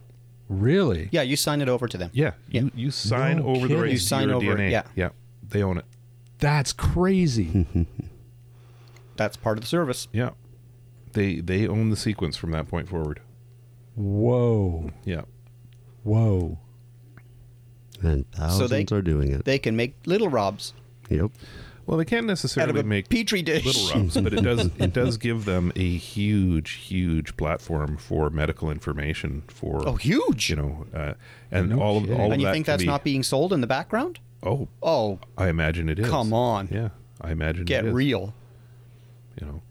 [SPEAKER 1] Really?
[SPEAKER 4] Yeah, you sign it over to them.
[SPEAKER 2] Yeah,
[SPEAKER 4] Yeah.
[SPEAKER 2] you you sign
[SPEAKER 1] No
[SPEAKER 2] over
[SPEAKER 1] kidding.
[SPEAKER 2] the rights
[SPEAKER 1] You
[SPEAKER 2] to
[SPEAKER 4] sign
[SPEAKER 2] your
[SPEAKER 4] over it,
[SPEAKER 2] DNA.
[SPEAKER 4] yeah.
[SPEAKER 2] yeah, they own it.
[SPEAKER 1] That's crazy.
[SPEAKER 4] Mm-hmm. That's part of the service.
[SPEAKER 2] Yeah, they they own the sequence from that point forward.
[SPEAKER 1] Whoa.
[SPEAKER 2] Yeah,
[SPEAKER 1] Whoa.
[SPEAKER 3] And thousands
[SPEAKER 4] they-
[SPEAKER 3] are doing it.
[SPEAKER 4] They can make little Robs
[SPEAKER 3] yep.
[SPEAKER 2] well, they can't
[SPEAKER 4] out of
[SPEAKER 2] necessarily
[SPEAKER 4] a
[SPEAKER 2] make
[SPEAKER 4] petri dish.
[SPEAKER 2] little rubs, but it does it does give them a huge, huge platform for medical information for
[SPEAKER 4] Oh, huge!
[SPEAKER 2] you know, uh, and all of all of
[SPEAKER 4] and you
[SPEAKER 2] that
[SPEAKER 4] think
[SPEAKER 2] can
[SPEAKER 4] that's
[SPEAKER 2] be,
[SPEAKER 4] not being sold in the background?
[SPEAKER 2] oh,
[SPEAKER 4] Oh,
[SPEAKER 2] I imagine it is.
[SPEAKER 4] Come on.
[SPEAKER 2] yeah, I imagine
[SPEAKER 4] get
[SPEAKER 2] it is,
[SPEAKER 4] real.
[SPEAKER 2] You know,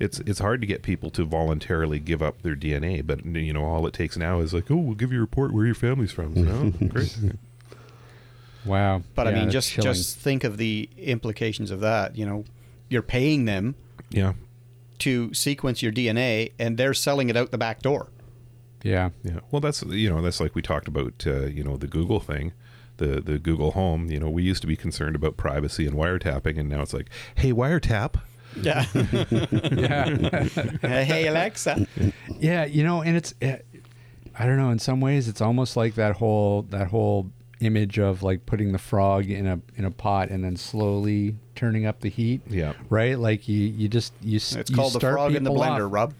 [SPEAKER 2] it's it's hard to get people to voluntarily give up their DNA, but you know, all it takes now is like, oh, we'll give you a report where your family's from. So, oh, great.
[SPEAKER 1] Wow.
[SPEAKER 4] But I
[SPEAKER 1] Yeah,
[SPEAKER 4] mean,
[SPEAKER 1] that's
[SPEAKER 4] just
[SPEAKER 1] chilling.
[SPEAKER 4] just think of the implications of that. You know, you're paying them
[SPEAKER 2] Yeah,
[SPEAKER 4] to sequence your DNA, and they're selling it out the back door.
[SPEAKER 1] yeah.
[SPEAKER 2] Yeah. Well, that's you know that's like we talked about uh, you know the Google thing, the the Google Home. You know, we used to be concerned about privacy and wiretapping, and now it's like, hey, wiretap.
[SPEAKER 4] Yeah.
[SPEAKER 1] Yeah.
[SPEAKER 4] hey Alexa.
[SPEAKER 1] yeah, you know, and it's eh, I don't know, in some ways it's almost like that whole that whole image of like putting the frog in a in a pot and then slowly turning up the heat.
[SPEAKER 2] Yeah.
[SPEAKER 1] Right? Like you you just you s-
[SPEAKER 4] It's
[SPEAKER 1] you
[SPEAKER 4] called the
[SPEAKER 1] start
[SPEAKER 4] frog in the
[SPEAKER 1] people
[SPEAKER 4] blender,
[SPEAKER 1] off.
[SPEAKER 4] Rob.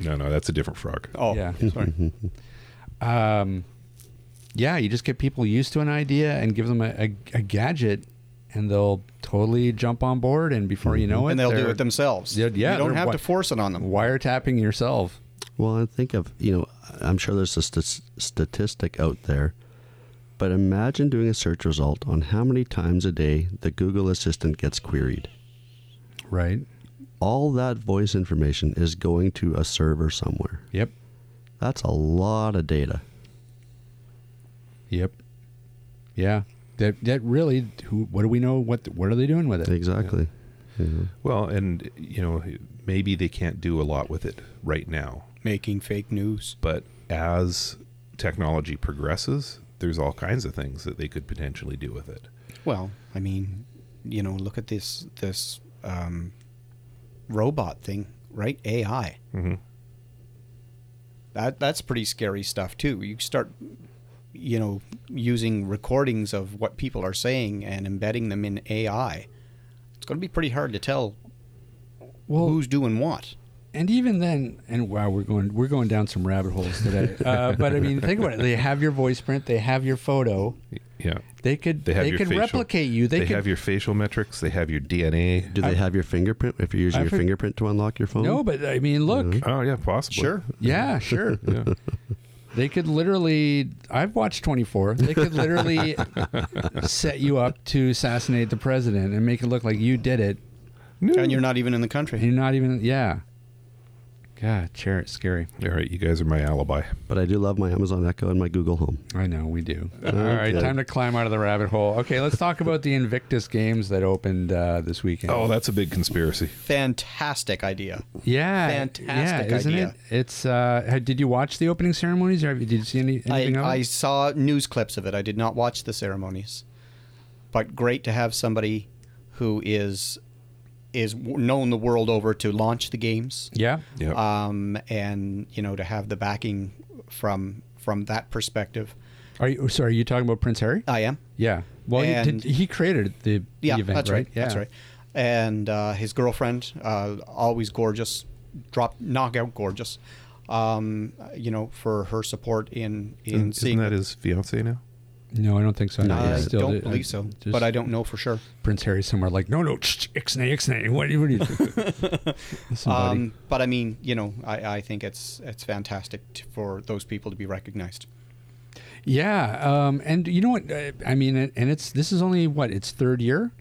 [SPEAKER 2] No, no, that's a different frog.
[SPEAKER 4] Oh,
[SPEAKER 1] Yeah.
[SPEAKER 4] sorry.
[SPEAKER 1] um, yeah, you just get people used to an idea and give them a, a, a gadget, and they'll totally jump on board. And before you know it,
[SPEAKER 4] And they'll do
[SPEAKER 1] they're-
[SPEAKER 4] it themselves.
[SPEAKER 1] Yeah, yeah,
[SPEAKER 4] you don't
[SPEAKER 1] they're
[SPEAKER 4] have
[SPEAKER 1] wi-
[SPEAKER 4] to force it on them.
[SPEAKER 1] Wiretapping yourself.
[SPEAKER 3] Well, I think of, you know, I'm sure there's a st- statistic out there, but imagine doing a search result on how many times a day the Google Assistant gets queried.
[SPEAKER 1] Right.
[SPEAKER 3] All that voice information is going to a server somewhere.
[SPEAKER 1] Yep.
[SPEAKER 3] That's a lot of data.
[SPEAKER 1] Yep. Yeah. That that really. Who? What do we know? What th- What are they doing with it?
[SPEAKER 3] Exactly.
[SPEAKER 2] Well, and you know maybe they can't do a lot with it right now,
[SPEAKER 4] Making fake news.
[SPEAKER 2] but as technology progresses, there's all kinds of things that they could potentially do with it.
[SPEAKER 4] Well, I mean, you know, look at this this um, robot thing, right? AI. Mm-hmm. That that's pretty scary stuff too. You start, you know, using recordings of what people are saying and embedding them in AI. It's going to be pretty hard to tell
[SPEAKER 1] Well,
[SPEAKER 4] who's doing what.
[SPEAKER 1] and even then, and wow, we're going we're going down some rabbit holes today. uh, but I mean, think about it. They have your voice print. They have your photo.
[SPEAKER 2] Yeah.
[SPEAKER 1] They could
[SPEAKER 2] They
[SPEAKER 1] they,
[SPEAKER 2] have your
[SPEAKER 1] could
[SPEAKER 2] facial-
[SPEAKER 1] replicate you. They,
[SPEAKER 2] They,
[SPEAKER 1] could
[SPEAKER 2] have your facial metrics. They have your DNA.
[SPEAKER 3] Do they have your fingerprint if you're using
[SPEAKER 1] I
[SPEAKER 3] your
[SPEAKER 1] fig-
[SPEAKER 3] fingerprint to unlock your phone?
[SPEAKER 2] Mm-hmm.
[SPEAKER 1] no, but I mean, look.
[SPEAKER 2] Oh yeah, possibly.
[SPEAKER 4] Sure.
[SPEAKER 1] Yeah, sure.
[SPEAKER 2] Yeah.
[SPEAKER 1] They could literally. I've watched 24. They could literally set you up to assassinate the president and make it look like you did it.
[SPEAKER 4] and you're not even in the
[SPEAKER 1] And
[SPEAKER 4] country.
[SPEAKER 1] you're not even. Yeah. God, chair, it's scary.
[SPEAKER 2] All right, you guys are my alibi.
[SPEAKER 3] But I do love my Amazon Echo and my Google Home.
[SPEAKER 1] I know we do. All right, time to climb out of the rabbit hole. Okay, let's talk about the Invictus games that opened uh, this weekend.
[SPEAKER 2] Oh, that's a big conspiracy.
[SPEAKER 4] Fantastic idea.
[SPEAKER 1] yeah,
[SPEAKER 4] fantastic
[SPEAKER 1] yeah, isn't
[SPEAKER 4] idea.
[SPEAKER 1] it? It's. Uh, had- did you watch the opening ceremonies? Or have you- did you see any,
[SPEAKER 4] I,
[SPEAKER 1] anything of
[SPEAKER 4] I
[SPEAKER 1] it?
[SPEAKER 4] saw news clips of it. I did not watch the ceremonies, but great to have somebody who is is w- known the world over to launch the games.
[SPEAKER 1] Yeah.
[SPEAKER 2] Yeah.
[SPEAKER 4] Um, and you know to have the backing from from that perspective.
[SPEAKER 1] Are you? oh, Sorry, are you talking about Prince Harry?
[SPEAKER 4] I am.
[SPEAKER 1] yeah. Well, he,
[SPEAKER 4] and-
[SPEAKER 1] did, he created the, the
[SPEAKER 4] Yeah,
[SPEAKER 1] event,
[SPEAKER 4] that's right.
[SPEAKER 1] Yeah.
[SPEAKER 4] That's right. And uh, his girlfriend, uh, always gorgeous, drop knockout gorgeous. Um, you know, for her support in in
[SPEAKER 2] Isn't,
[SPEAKER 4] seeing.
[SPEAKER 2] isn't that his fiance now?
[SPEAKER 1] No, I don't think so. No,
[SPEAKER 4] I
[SPEAKER 1] he's still-
[SPEAKER 4] don't believe so,
[SPEAKER 1] just
[SPEAKER 4] but I don't know for sure.
[SPEAKER 1] Prince Harry somewhere like no, no, ixnay, ixnay. What, do you- what do you? think? Somebody.
[SPEAKER 4] Um, but I mean, you know, I, I think it's it's fantastic t- for those people to be recognized.
[SPEAKER 1] Yeah, um, and you know what? uh, I mean, and- and it's this is only what its third year,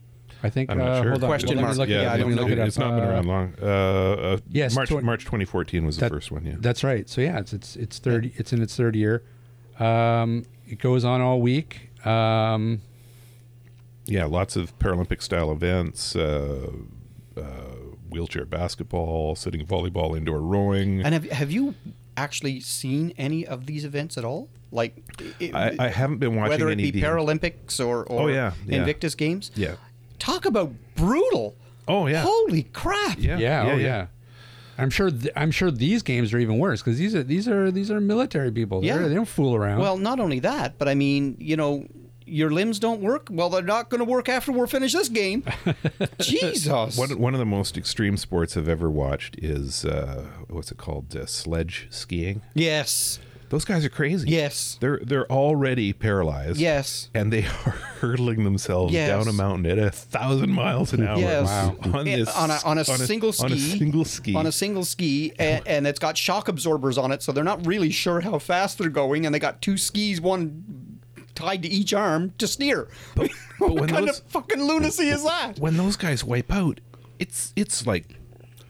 [SPEAKER 1] I think.
[SPEAKER 2] I'm not
[SPEAKER 1] uh,
[SPEAKER 2] sure.
[SPEAKER 1] Hold on,
[SPEAKER 4] Question
[SPEAKER 1] let me
[SPEAKER 4] mark.
[SPEAKER 1] look it
[SPEAKER 4] Yeah,
[SPEAKER 1] up, let
[SPEAKER 4] I
[SPEAKER 1] me
[SPEAKER 4] don't
[SPEAKER 1] look
[SPEAKER 4] know.
[SPEAKER 1] it up.
[SPEAKER 2] It's not been
[SPEAKER 1] Uh,
[SPEAKER 2] around long. Uh, uh,
[SPEAKER 1] yes,
[SPEAKER 2] March
[SPEAKER 1] twen-
[SPEAKER 2] March 2014 was
[SPEAKER 1] that-
[SPEAKER 2] the first one. Yeah.
[SPEAKER 1] Uh, That's right. So yeah, it's it's it's third. It's in its third year. Um, it goes on all week. Um,
[SPEAKER 2] Yeah, lots of Paralympic style events. Uh, uh, wheelchair basketball, sitting volleyball, indoor rowing.
[SPEAKER 4] And have have you actually seen any of these events at all? Like, it,
[SPEAKER 2] I, I haven't been watching
[SPEAKER 4] whether it
[SPEAKER 2] any
[SPEAKER 4] be
[SPEAKER 2] of the-
[SPEAKER 4] Paralympics or, or
[SPEAKER 2] Oh, yeah, yeah.
[SPEAKER 4] Invictus Games.
[SPEAKER 2] Yeah.
[SPEAKER 4] Talk about brutal.
[SPEAKER 2] Oh, yeah.
[SPEAKER 4] Holy crap.
[SPEAKER 2] Yeah.
[SPEAKER 1] yeah, oh, yeah. I'm sure. Th- I'm sure these games are even worse because these are these are these are military people.
[SPEAKER 4] Yeah.
[SPEAKER 1] They're- they don't fool around.
[SPEAKER 4] Well, not only that, but I mean, you know, your limbs don't work. Well, they're not going to work after we're finished this game. Jesus.
[SPEAKER 2] One, one of the most extreme sports I've ever watched is uh, what's it called? Uh, sledge skiing.
[SPEAKER 4] yes.
[SPEAKER 2] Those guys are crazy.
[SPEAKER 4] Yes.
[SPEAKER 2] They're they're already paralyzed.
[SPEAKER 4] Yes.
[SPEAKER 2] And they are hurtling themselves
[SPEAKER 4] Yes.
[SPEAKER 2] down a mountain at a thousand miles an hour.
[SPEAKER 4] Yes. Wow.
[SPEAKER 2] Oh, On,
[SPEAKER 4] Yeah,
[SPEAKER 2] this,
[SPEAKER 4] on a- on a single
[SPEAKER 2] on a
[SPEAKER 4] ski.
[SPEAKER 2] single ski.
[SPEAKER 4] on a single ski and, and it's got shock absorbers on it so they're not really sure how fast they're going and they got two skis one tied to each arm to steer what
[SPEAKER 2] when
[SPEAKER 4] kind
[SPEAKER 2] those-
[SPEAKER 4] of fucking lunacy is that
[SPEAKER 2] when those guys wipe out, it's it's like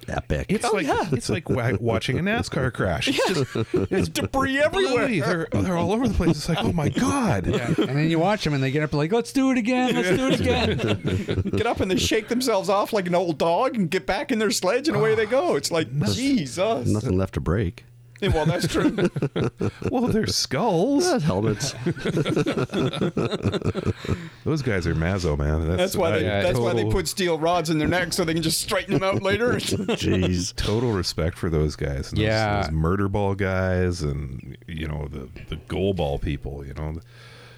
[SPEAKER 3] Epic.
[SPEAKER 4] Oh,
[SPEAKER 2] it's like it's like wa- watching a NASCAR crash. It's just it's
[SPEAKER 4] debris
[SPEAKER 2] bloody. They're they're all over the place. It's like oh my god.
[SPEAKER 1] Yeah. and then you watch them and they get up like, let's do it again. Let's do it again.
[SPEAKER 4] get up and they shake themselves off like an old dog and get back in their sledge and away they go it's like jesus
[SPEAKER 3] Nothing left to break.
[SPEAKER 4] Yeah, well that's true
[SPEAKER 2] Well, their skulls.
[SPEAKER 3] Not helmets.
[SPEAKER 2] Those guys are mazo, man. That's,
[SPEAKER 4] that's why they,
[SPEAKER 2] I-
[SPEAKER 4] that's why they
[SPEAKER 2] total-
[SPEAKER 4] put steel rods in their neck so they can just straighten them out later
[SPEAKER 3] Jeez.
[SPEAKER 2] total respect for those guys. And those,
[SPEAKER 1] Yeah.
[SPEAKER 2] those murder ball guys, and you know the the goal ball people. You know,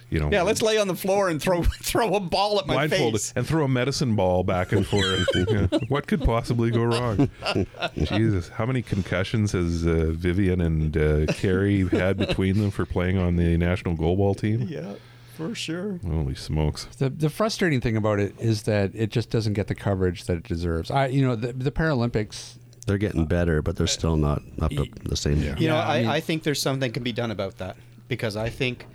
[SPEAKER 2] you know.
[SPEAKER 4] yeah let's lay on the floor and throw throw a ball at my
[SPEAKER 2] blindfolded
[SPEAKER 4] face
[SPEAKER 2] and throw a medicine ball back and forth. Yeah. What could possibly go wrong? Jesus, how many concussions has uh, Vivian and uh, Carrie had between them for playing on the national goalball team?
[SPEAKER 4] yeah for sure
[SPEAKER 2] Holy smokes!
[SPEAKER 1] The, the frustrating thing about it is that it just doesn't get the coverage that it deserves. I, you know, the, the Paralympics.
[SPEAKER 3] They're getting better, but they're still not up to the same.
[SPEAKER 4] You know,
[SPEAKER 1] Yeah, I
[SPEAKER 4] I, I,
[SPEAKER 1] mean-
[SPEAKER 4] think there's something can be done about that because I think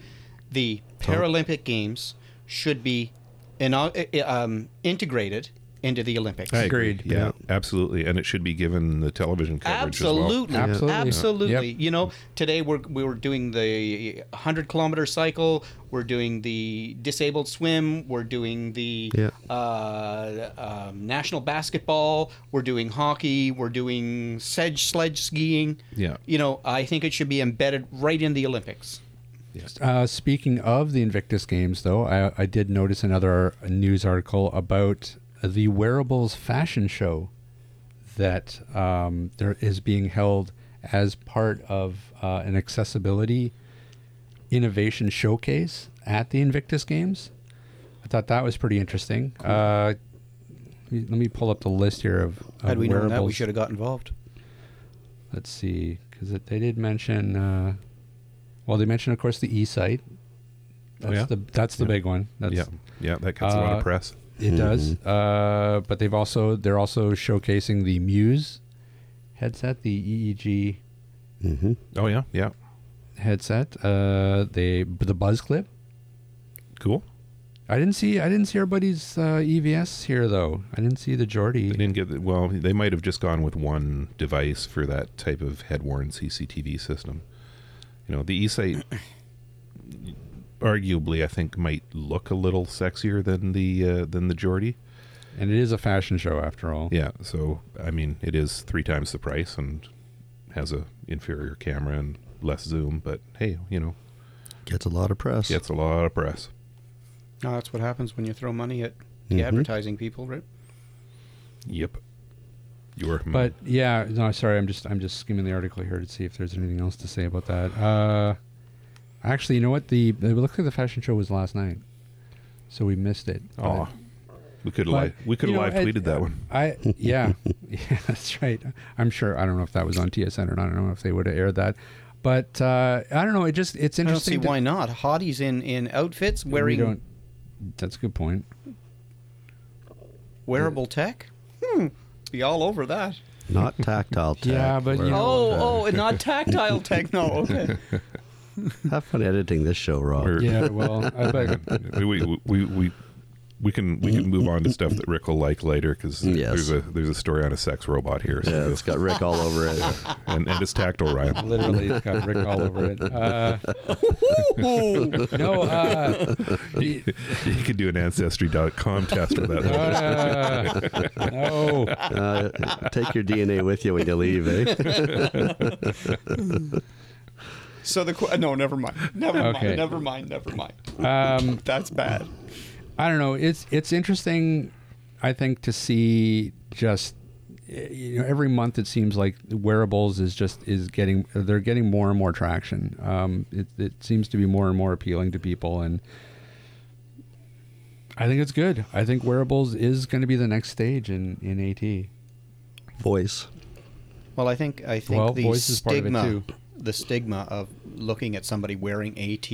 [SPEAKER 4] the Paralympic Games should be in, uh, um, integrated into the Olympics.
[SPEAKER 2] I agree.
[SPEAKER 1] Agreed.
[SPEAKER 2] Yeah, absolutely. And it should be given the television coverage. as well.
[SPEAKER 4] Absolutely,
[SPEAKER 1] Absolutely.
[SPEAKER 4] absolutely,
[SPEAKER 1] Yep.
[SPEAKER 4] You know, today we're we were doing the hundred kilometer cycle. We're doing the disabled swim. We're doing the
[SPEAKER 3] Yeah.
[SPEAKER 4] uh, um, national basketball. We're doing hockey. We're doing sedge sledge skiing.
[SPEAKER 2] Yeah.
[SPEAKER 4] You know, I think it should be embedded right in the Olympics.
[SPEAKER 1] Uh, speaking of the Invictus Games, though, I, I did notice another news article about the wearables fashion show that um, there is being held as part of uh, an accessibility innovation showcase at the Invictus Games. I thought that was pretty interesting. Uh, let me pull up the list here of, of
[SPEAKER 4] Had we known
[SPEAKER 1] wearables.
[SPEAKER 4] that, we should have got involved.
[SPEAKER 1] Let's see, because they did mention. Uh, well, they mentioned, of course, the e site.
[SPEAKER 2] Oh,
[SPEAKER 1] That's
[SPEAKER 2] yeah?
[SPEAKER 1] the that's the big one. That's,
[SPEAKER 2] Yeah, yeah, that gets a lot
[SPEAKER 1] Uh,
[SPEAKER 2] of press.
[SPEAKER 1] it does. Uh, but they've also they're also showcasing E the Muse headset, the EEG.
[SPEAKER 3] Mm-hmm.
[SPEAKER 2] Oh yeah, yeah.
[SPEAKER 1] headset, uh, they the Buzz Clip.
[SPEAKER 2] Cool.
[SPEAKER 1] I didn't see I didn't see everybody's uh, EVS here though. I didn't see the
[SPEAKER 2] They
[SPEAKER 1] Jordy.
[SPEAKER 2] didn't get the, well. They might have just gone with one device for that type of head-worn CCTV system. You know, the eSight, arguably, I think might look a little sexier than the uh, than the Geordie.
[SPEAKER 1] And it is a fashion show after all.
[SPEAKER 2] Yeah. So I mean, it is three times the price and has a inferior camera and less zoom. But hey, you know,
[SPEAKER 3] Gets a lot of press.
[SPEAKER 2] gets a lot of press.
[SPEAKER 4] No, that's what happens when you throw money at the
[SPEAKER 1] Mm-hmm.
[SPEAKER 3] Mhm.
[SPEAKER 4] advertising people, right?
[SPEAKER 2] Yep. You're
[SPEAKER 1] But yeah, no, sorry, I'm just I'm just skimming the article here to see if there's anything else to say about that. Uh, actually, you know what? The it looked like the fashion show was last night, so we missed it. But-
[SPEAKER 2] Aw. we could have
[SPEAKER 1] but,
[SPEAKER 2] live we could
[SPEAKER 1] you
[SPEAKER 2] have
[SPEAKER 1] know,
[SPEAKER 2] live
[SPEAKER 1] it-
[SPEAKER 2] tweeted that one.
[SPEAKER 1] I uh, yeah, yeah, that's right. I'm sure. I don't know if that was on TSN or not. I don't know if they would have aired that, but uh, I don't know. It just it's
[SPEAKER 4] I don't see
[SPEAKER 1] interesting. to-
[SPEAKER 4] why not. Hotties in, in outfits
[SPEAKER 1] we
[SPEAKER 4] wearing
[SPEAKER 1] don't- That's a good point.
[SPEAKER 4] wearable tech. Hmm. Be all over that.
[SPEAKER 3] Not tactile tech.
[SPEAKER 1] Yeah, but you
[SPEAKER 3] or-
[SPEAKER 1] know-
[SPEAKER 4] Oh, oh, and not tactile tech. No, okay.
[SPEAKER 3] Have fun editing this show, Rob.
[SPEAKER 2] Or-
[SPEAKER 1] Yeah, well, I bet
[SPEAKER 2] we, we, we, we, we can we can move on to stuff that Rick will like later because
[SPEAKER 3] Yes.
[SPEAKER 2] there's a there's a story on a sex robot here,
[SPEAKER 3] Yeah,
[SPEAKER 2] so
[SPEAKER 3] it's got Rick all over it.
[SPEAKER 2] and, and it's tactile, Ryan.
[SPEAKER 1] literally it's got Rick all over it. Uh, no, uh,
[SPEAKER 2] you could do an ancestry.com test with that. one.
[SPEAKER 1] Uh, no.
[SPEAKER 3] Uh, take your DNA with you when you leave, eh?
[SPEAKER 4] So the qu- no, never mind. Never
[SPEAKER 1] Okay.
[SPEAKER 4] mind. Never mind. Never mind.
[SPEAKER 1] Um,
[SPEAKER 4] That's bad.
[SPEAKER 1] I don't know. It's it's interesting. I think to see just eh, you know every month it seems like wearables is just is getting they're getting more and more traction. Um, it it seems to be more and more appealing to people and. I think it's good. I think wearables is going to be the next stage in, in AT.
[SPEAKER 3] Voice.
[SPEAKER 4] Well, I think I think
[SPEAKER 1] Well,
[SPEAKER 4] the
[SPEAKER 1] voice is part of it,
[SPEAKER 4] stigma,
[SPEAKER 1] too.
[SPEAKER 4] the stigma of looking at somebody wearing AT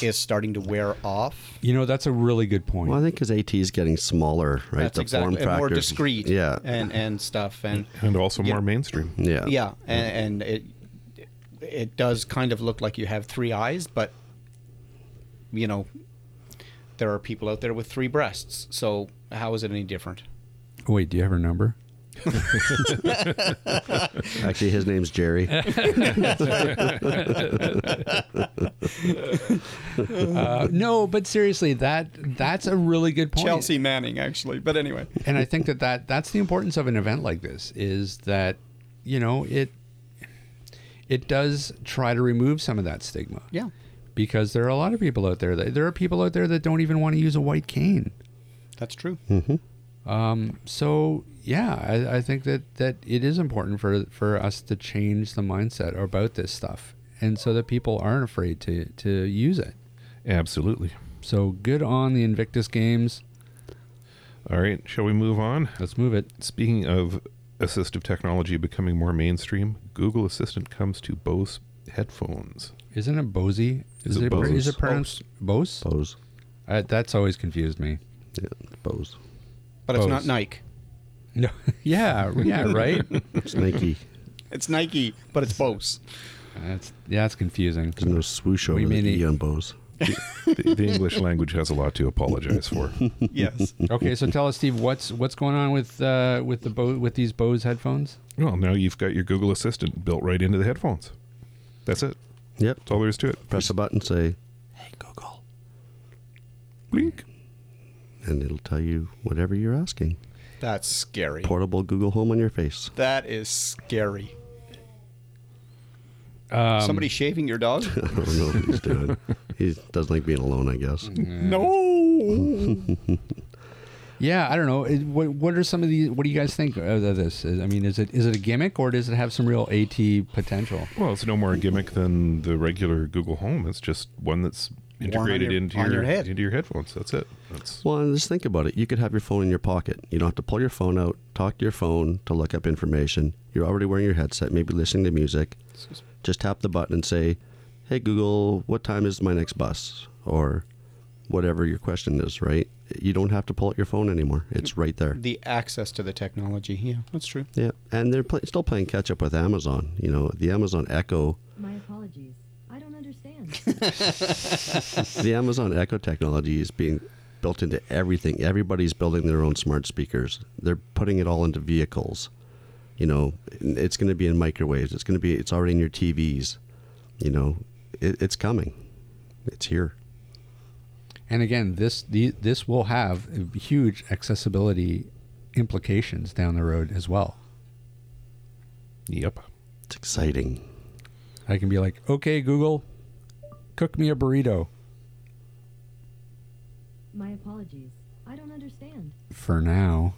[SPEAKER 4] is starting to wear off.
[SPEAKER 1] You know, that's a really good point.
[SPEAKER 3] Well, I think because AT is getting smaller, right?
[SPEAKER 4] That's exactly and more discreet.
[SPEAKER 3] Yeah.
[SPEAKER 4] and and stuff and
[SPEAKER 2] And also
[SPEAKER 4] Yeah.
[SPEAKER 2] more mainstream.
[SPEAKER 3] yeah.
[SPEAKER 4] yeah and, and it it does kind of look like you have three eyes, but you know there are people out there with three breasts. So how is it any different?
[SPEAKER 1] Wait, do you have her number?
[SPEAKER 3] Actually, his name's Jerry.
[SPEAKER 1] Uh, no, but seriously, that that's a really good point.
[SPEAKER 4] Manning, actually. But anyway,
[SPEAKER 1] and I think that, that that's the importance of an event like this is that you know it it does try to remove some of that stigma.
[SPEAKER 4] yeah.
[SPEAKER 1] Because there are a lot of people out there that there are people out there that don't even want to use a white cane.
[SPEAKER 4] That's true.
[SPEAKER 1] Um, so yeah, I, I think that, that it is important for for us to change the mindset about this stuff, and so that people aren't afraid to to use it.
[SPEAKER 2] Absolutely.
[SPEAKER 1] So good on the Invictus Games.
[SPEAKER 2] All right, shall we move on?
[SPEAKER 1] Let's move it.
[SPEAKER 2] Speaking of assistive technology becoming more mainstream, Google Assistant comes to Bose headphones.
[SPEAKER 1] Isn't it Bosey?
[SPEAKER 2] Is it
[SPEAKER 1] pr- Is
[SPEAKER 2] Bose?
[SPEAKER 1] it pronounced Bose?
[SPEAKER 3] Bose.
[SPEAKER 1] Uh, that's always confused me.
[SPEAKER 3] Yeah, Bose.
[SPEAKER 4] But it's not
[SPEAKER 2] Pose.
[SPEAKER 4] Nike.
[SPEAKER 1] No. yeah. Yeah. Right.
[SPEAKER 3] Snaky.
[SPEAKER 4] It's Nike, but it's Bose.
[SPEAKER 1] that's yeah. That's confusing.
[SPEAKER 3] There's no swoosh over
[SPEAKER 1] We may
[SPEAKER 3] the
[SPEAKER 1] need-
[SPEAKER 3] E on Bose.
[SPEAKER 2] The, the English language has a lot to apologize for.
[SPEAKER 4] yes.
[SPEAKER 1] Okay. So tell us, Steve, what's what's going on with uh, with the Bo- with these Bose headphones?
[SPEAKER 2] Well, now you've got your Google Assistant built right into the headphones. That's it.
[SPEAKER 3] Yep.
[SPEAKER 2] That's all there is to it.
[SPEAKER 3] Press a button, say,
[SPEAKER 1] Hey Google.
[SPEAKER 2] Blink.
[SPEAKER 3] and it'll tell you whatever you're asking.
[SPEAKER 4] That's scary.
[SPEAKER 3] Portable Google Home on your face.
[SPEAKER 4] That is scary. Somebody shaving your dog?
[SPEAKER 3] I don't know what he's doing. He doesn't like being alone, I guess.
[SPEAKER 4] no.
[SPEAKER 1] Yeah. I don't know. It- What what are some of these? What do you guys think of this? I mean, is it is it a gimmick or does it have some real AT potential?
[SPEAKER 2] Well, it's no more a gimmick than the regular Google Home. It's just one that's
[SPEAKER 4] on
[SPEAKER 2] integrated
[SPEAKER 4] your-
[SPEAKER 2] into
[SPEAKER 4] on
[SPEAKER 2] your,
[SPEAKER 4] your head.
[SPEAKER 2] into your headphones. That's it. That's
[SPEAKER 3] Well, and just think about it. You could have your phone in your pocket. You don't have to pull your phone out, talk to your phone to look up information. You're already wearing your headset, maybe listening to music. Just tap the button and say, "Hey Google, what time is my next bus?" or whatever your question is, right? You don't have to pull out your phone anymore. It's right there.
[SPEAKER 4] The access to the technology. Yeah, that's true.
[SPEAKER 3] Yeah, and they're play- still playing catch up with Amazon. You know, the Amazon Echo
[SPEAKER 6] My apologies.
[SPEAKER 3] the Amazon Echo technology is being built into everything. Everybody's building their own smart speakers. They're putting it all into vehicles. You know, and it's going to be in microwaves. It's going to be. It's already in your TVs. You know, it, it's coming. It's here.
[SPEAKER 1] And again, this the, this will have huge accessibility implications down the road as well.
[SPEAKER 2] Yep.
[SPEAKER 3] It's exciting.
[SPEAKER 1] I can be like, "Okay, Google, cook me a burrito
[SPEAKER 6] My apologies. I don't understand.
[SPEAKER 1] for now,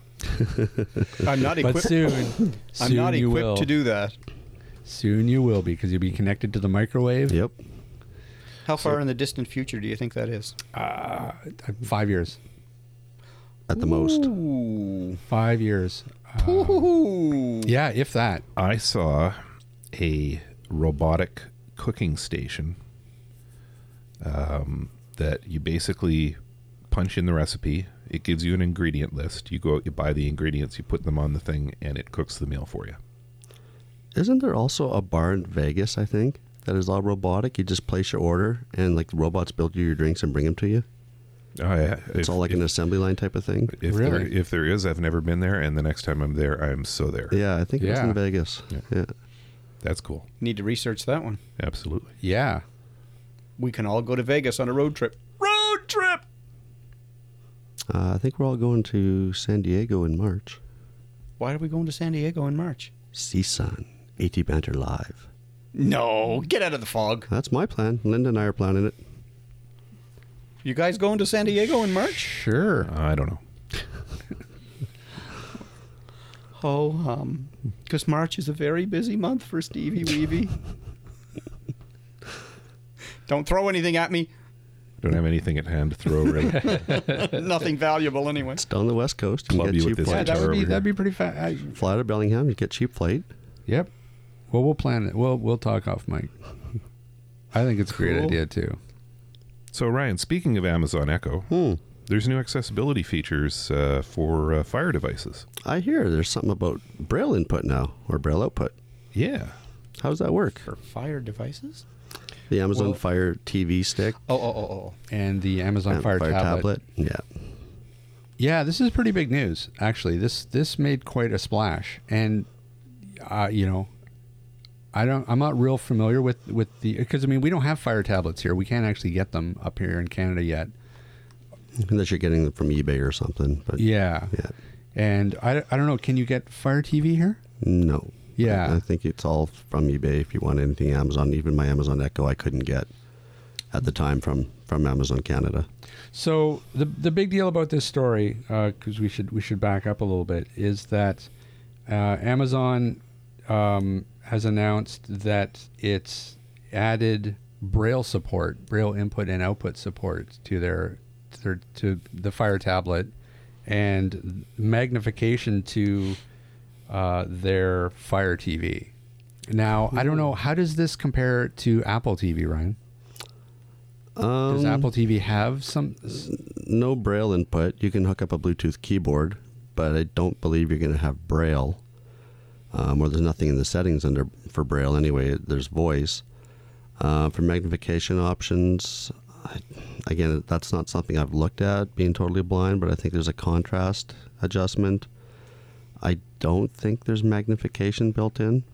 [SPEAKER 4] I'm not
[SPEAKER 1] but
[SPEAKER 4] equipped.
[SPEAKER 1] soon,
[SPEAKER 4] I'm
[SPEAKER 1] soon
[SPEAKER 4] not
[SPEAKER 1] you
[SPEAKER 4] equipped
[SPEAKER 1] will.
[SPEAKER 4] to do that.
[SPEAKER 1] Soon you will be because you'll be connected to the microwave.
[SPEAKER 3] Yep.
[SPEAKER 4] How far in the distant future do you think that is?
[SPEAKER 1] Uh, Five years.
[SPEAKER 3] At the most.
[SPEAKER 4] Ooh.
[SPEAKER 1] Five years. Uh,
[SPEAKER 4] Ooh.
[SPEAKER 1] yeah, if that.
[SPEAKER 2] I saw a robotic cooking station um, that you basically punch in the recipe. It gives you an ingredient list. You go out, you buy the ingredients, you put them on the thing, and it cooks the meal for you.
[SPEAKER 3] Isn't there also a bar in Vegas? I think that is all robotic. You just place your order, and like the robots build you your drinks and bring them to you.
[SPEAKER 2] Oh, yeah.
[SPEAKER 3] It's all like an assembly line type of thing.
[SPEAKER 2] if there,
[SPEAKER 1] Really?
[SPEAKER 2] if there is, I've never been there, and the next time I'm there, I'm so there.
[SPEAKER 3] Yeah, I think it was
[SPEAKER 1] Yeah.
[SPEAKER 3] in Vegas.
[SPEAKER 2] Yeah.
[SPEAKER 3] Yeah.
[SPEAKER 2] That's cool.
[SPEAKER 4] Need to research that one.
[SPEAKER 2] Absolutely.
[SPEAKER 1] Yeah.
[SPEAKER 4] We can all go to Vegas on a road trip. Road trip.
[SPEAKER 3] Uh, I think we're all going to San Diego in March.
[SPEAKER 4] Why are we going to San Diego in March?
[SPEAKER 3] CSUN, AT Banter Live.
[SPEAKER 4] No, get out of the fog.
[SPEAKER 3] That's my plan. Linda and I are planning it.
[SPEAKER 4] You guys going to San Diego in March?
[SPEAKER 1] Sure.
[SPEAKER 2] I don't know.
[SPEAKER 4] Oh, um, because March is a very busy month for Stevie Weeby. Don't throw anything at me.
[SPEAKER 2] Don't have anything at hand to throw really.
[SPEAKER 4] Nothing valuable, anyway.
[SPEAKER 3] It's down the West Coast. You
[SPEAKER 2] Club
[SPEAKER 3] can
[SPEAKER 2] you
[SPEAKER 3] get
[SPEAKER 2] with
[SPEAKER 3] cheap
[SPEAKER 2] this
[SPEAKER 1] Yeah,
[SPEAKER 3] flight.
[SPEAKER 1] that
[SPEAKER 2] guitar
[SPEAKER 1] would be
[SPEAKER 2] over
[SPEAKER 1] that'd
[SPEAKER 2] here.
[SPEAKER 1] be pretty fast.
[SPEAKER 3] Fly to Bellingham, you get cheap flight.
[SPEAKER 1] Yep. Well, we'll plan it. We'll we'll talk off mic. I think it's a great
[SPEAKER 4] Cool.
[SPEAKER 1] idea too.
[SPEAKER 2] So, Ryan, speaking of Amazon Echo,
[SPEAKER 3] Hmm.
[SPEAKER 2] there's new accessibility features uh, for uh, fire devices.
[SPEAKER 3] I hear there's something about Braille input now or Braille output.
[SPEAKER 2] Yeah.
[SPEAKER 3] How does that work?
[SPEAKER 4] Fire devices?
[SPEAKER 3] The Amazon Fire TV stick,
[SPEAKER 4] Oh, oh, oh, oh.
[SPEAKER 1] And the Amazon
[SPEAKER 3] and
[SPEAKER 1] Fire, tablet.
[SPEAKER 3] Yeah.
[SPEAKER 1] Yeah, this is pretty big news. Actually, this this made quite a splash. And uh, you know, I don't. I'm not real familiar with with the because I mean we don't have Fire tablets here. We can't actually get them up here in Canada yet.
[SPEAKER 3] Unless you're getting them from eBay or something. But
[SPEAKER 1] Yeah.
[SPEAKER 3] Yeah.
[SPEAKER 1] And I, I don't know. Can you get Fire TV here?
[SPEAKER 3] No.
[SPEAKER 1] Yeah.
[SPEAKER 3] I, I think it's all from eBay if you want anything Amazon. Even my Amazon Echo I couldn't get at the time from, from Amazon Canada.
[SPEAKER 1] So the the big deal about this story, because we should we should back up a little bit, is that uh, Amazon um, has announced that it's added Braille support, Braille input and output support to their, to their to the Fire tablet, and magnification to uh, their Fire TV. Now I don't know how does this compare to Apple TV, Ryan? Does
[SPEAKER 3] Um,
[SPEAKER 1] Apple TV have some?
[SPEAKER 3] no braille input. You can hook up a Bluetooth keyboard, but I don't believe you're going to have braille. Um, or there's nothing in the settings under for braille anyway. There's voice. Uh, for magnification options, I, again, that's not something I've looked at. Being totally blind, but I think there's a contrast adjustment. I don't think there's magnification built in.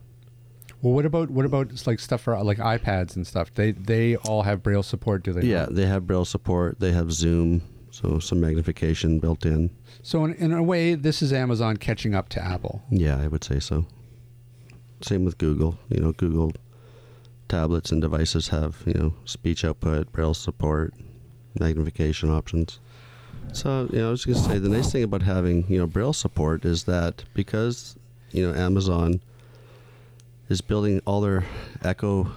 [SPEAKER 1] Well, what about what about it's like stuff for like iPads and stuff? They they all have Braille support, do they? not?
[SPEAKER 3] Yeah, they have braille support. They have Zoom, so some magnification built in.
[SPEAKER 1] So in, in a way, this is Amazon catching up to Apple.
[SPEAKER 3] Yeah, I would say so. Same with Google. You know, Google tablets and devices have, you know, speech output, braille support, magnification options. So, you know, I was going to say the nice thing about having, you know, braille support is that because, you know, Amazon is building all their Echo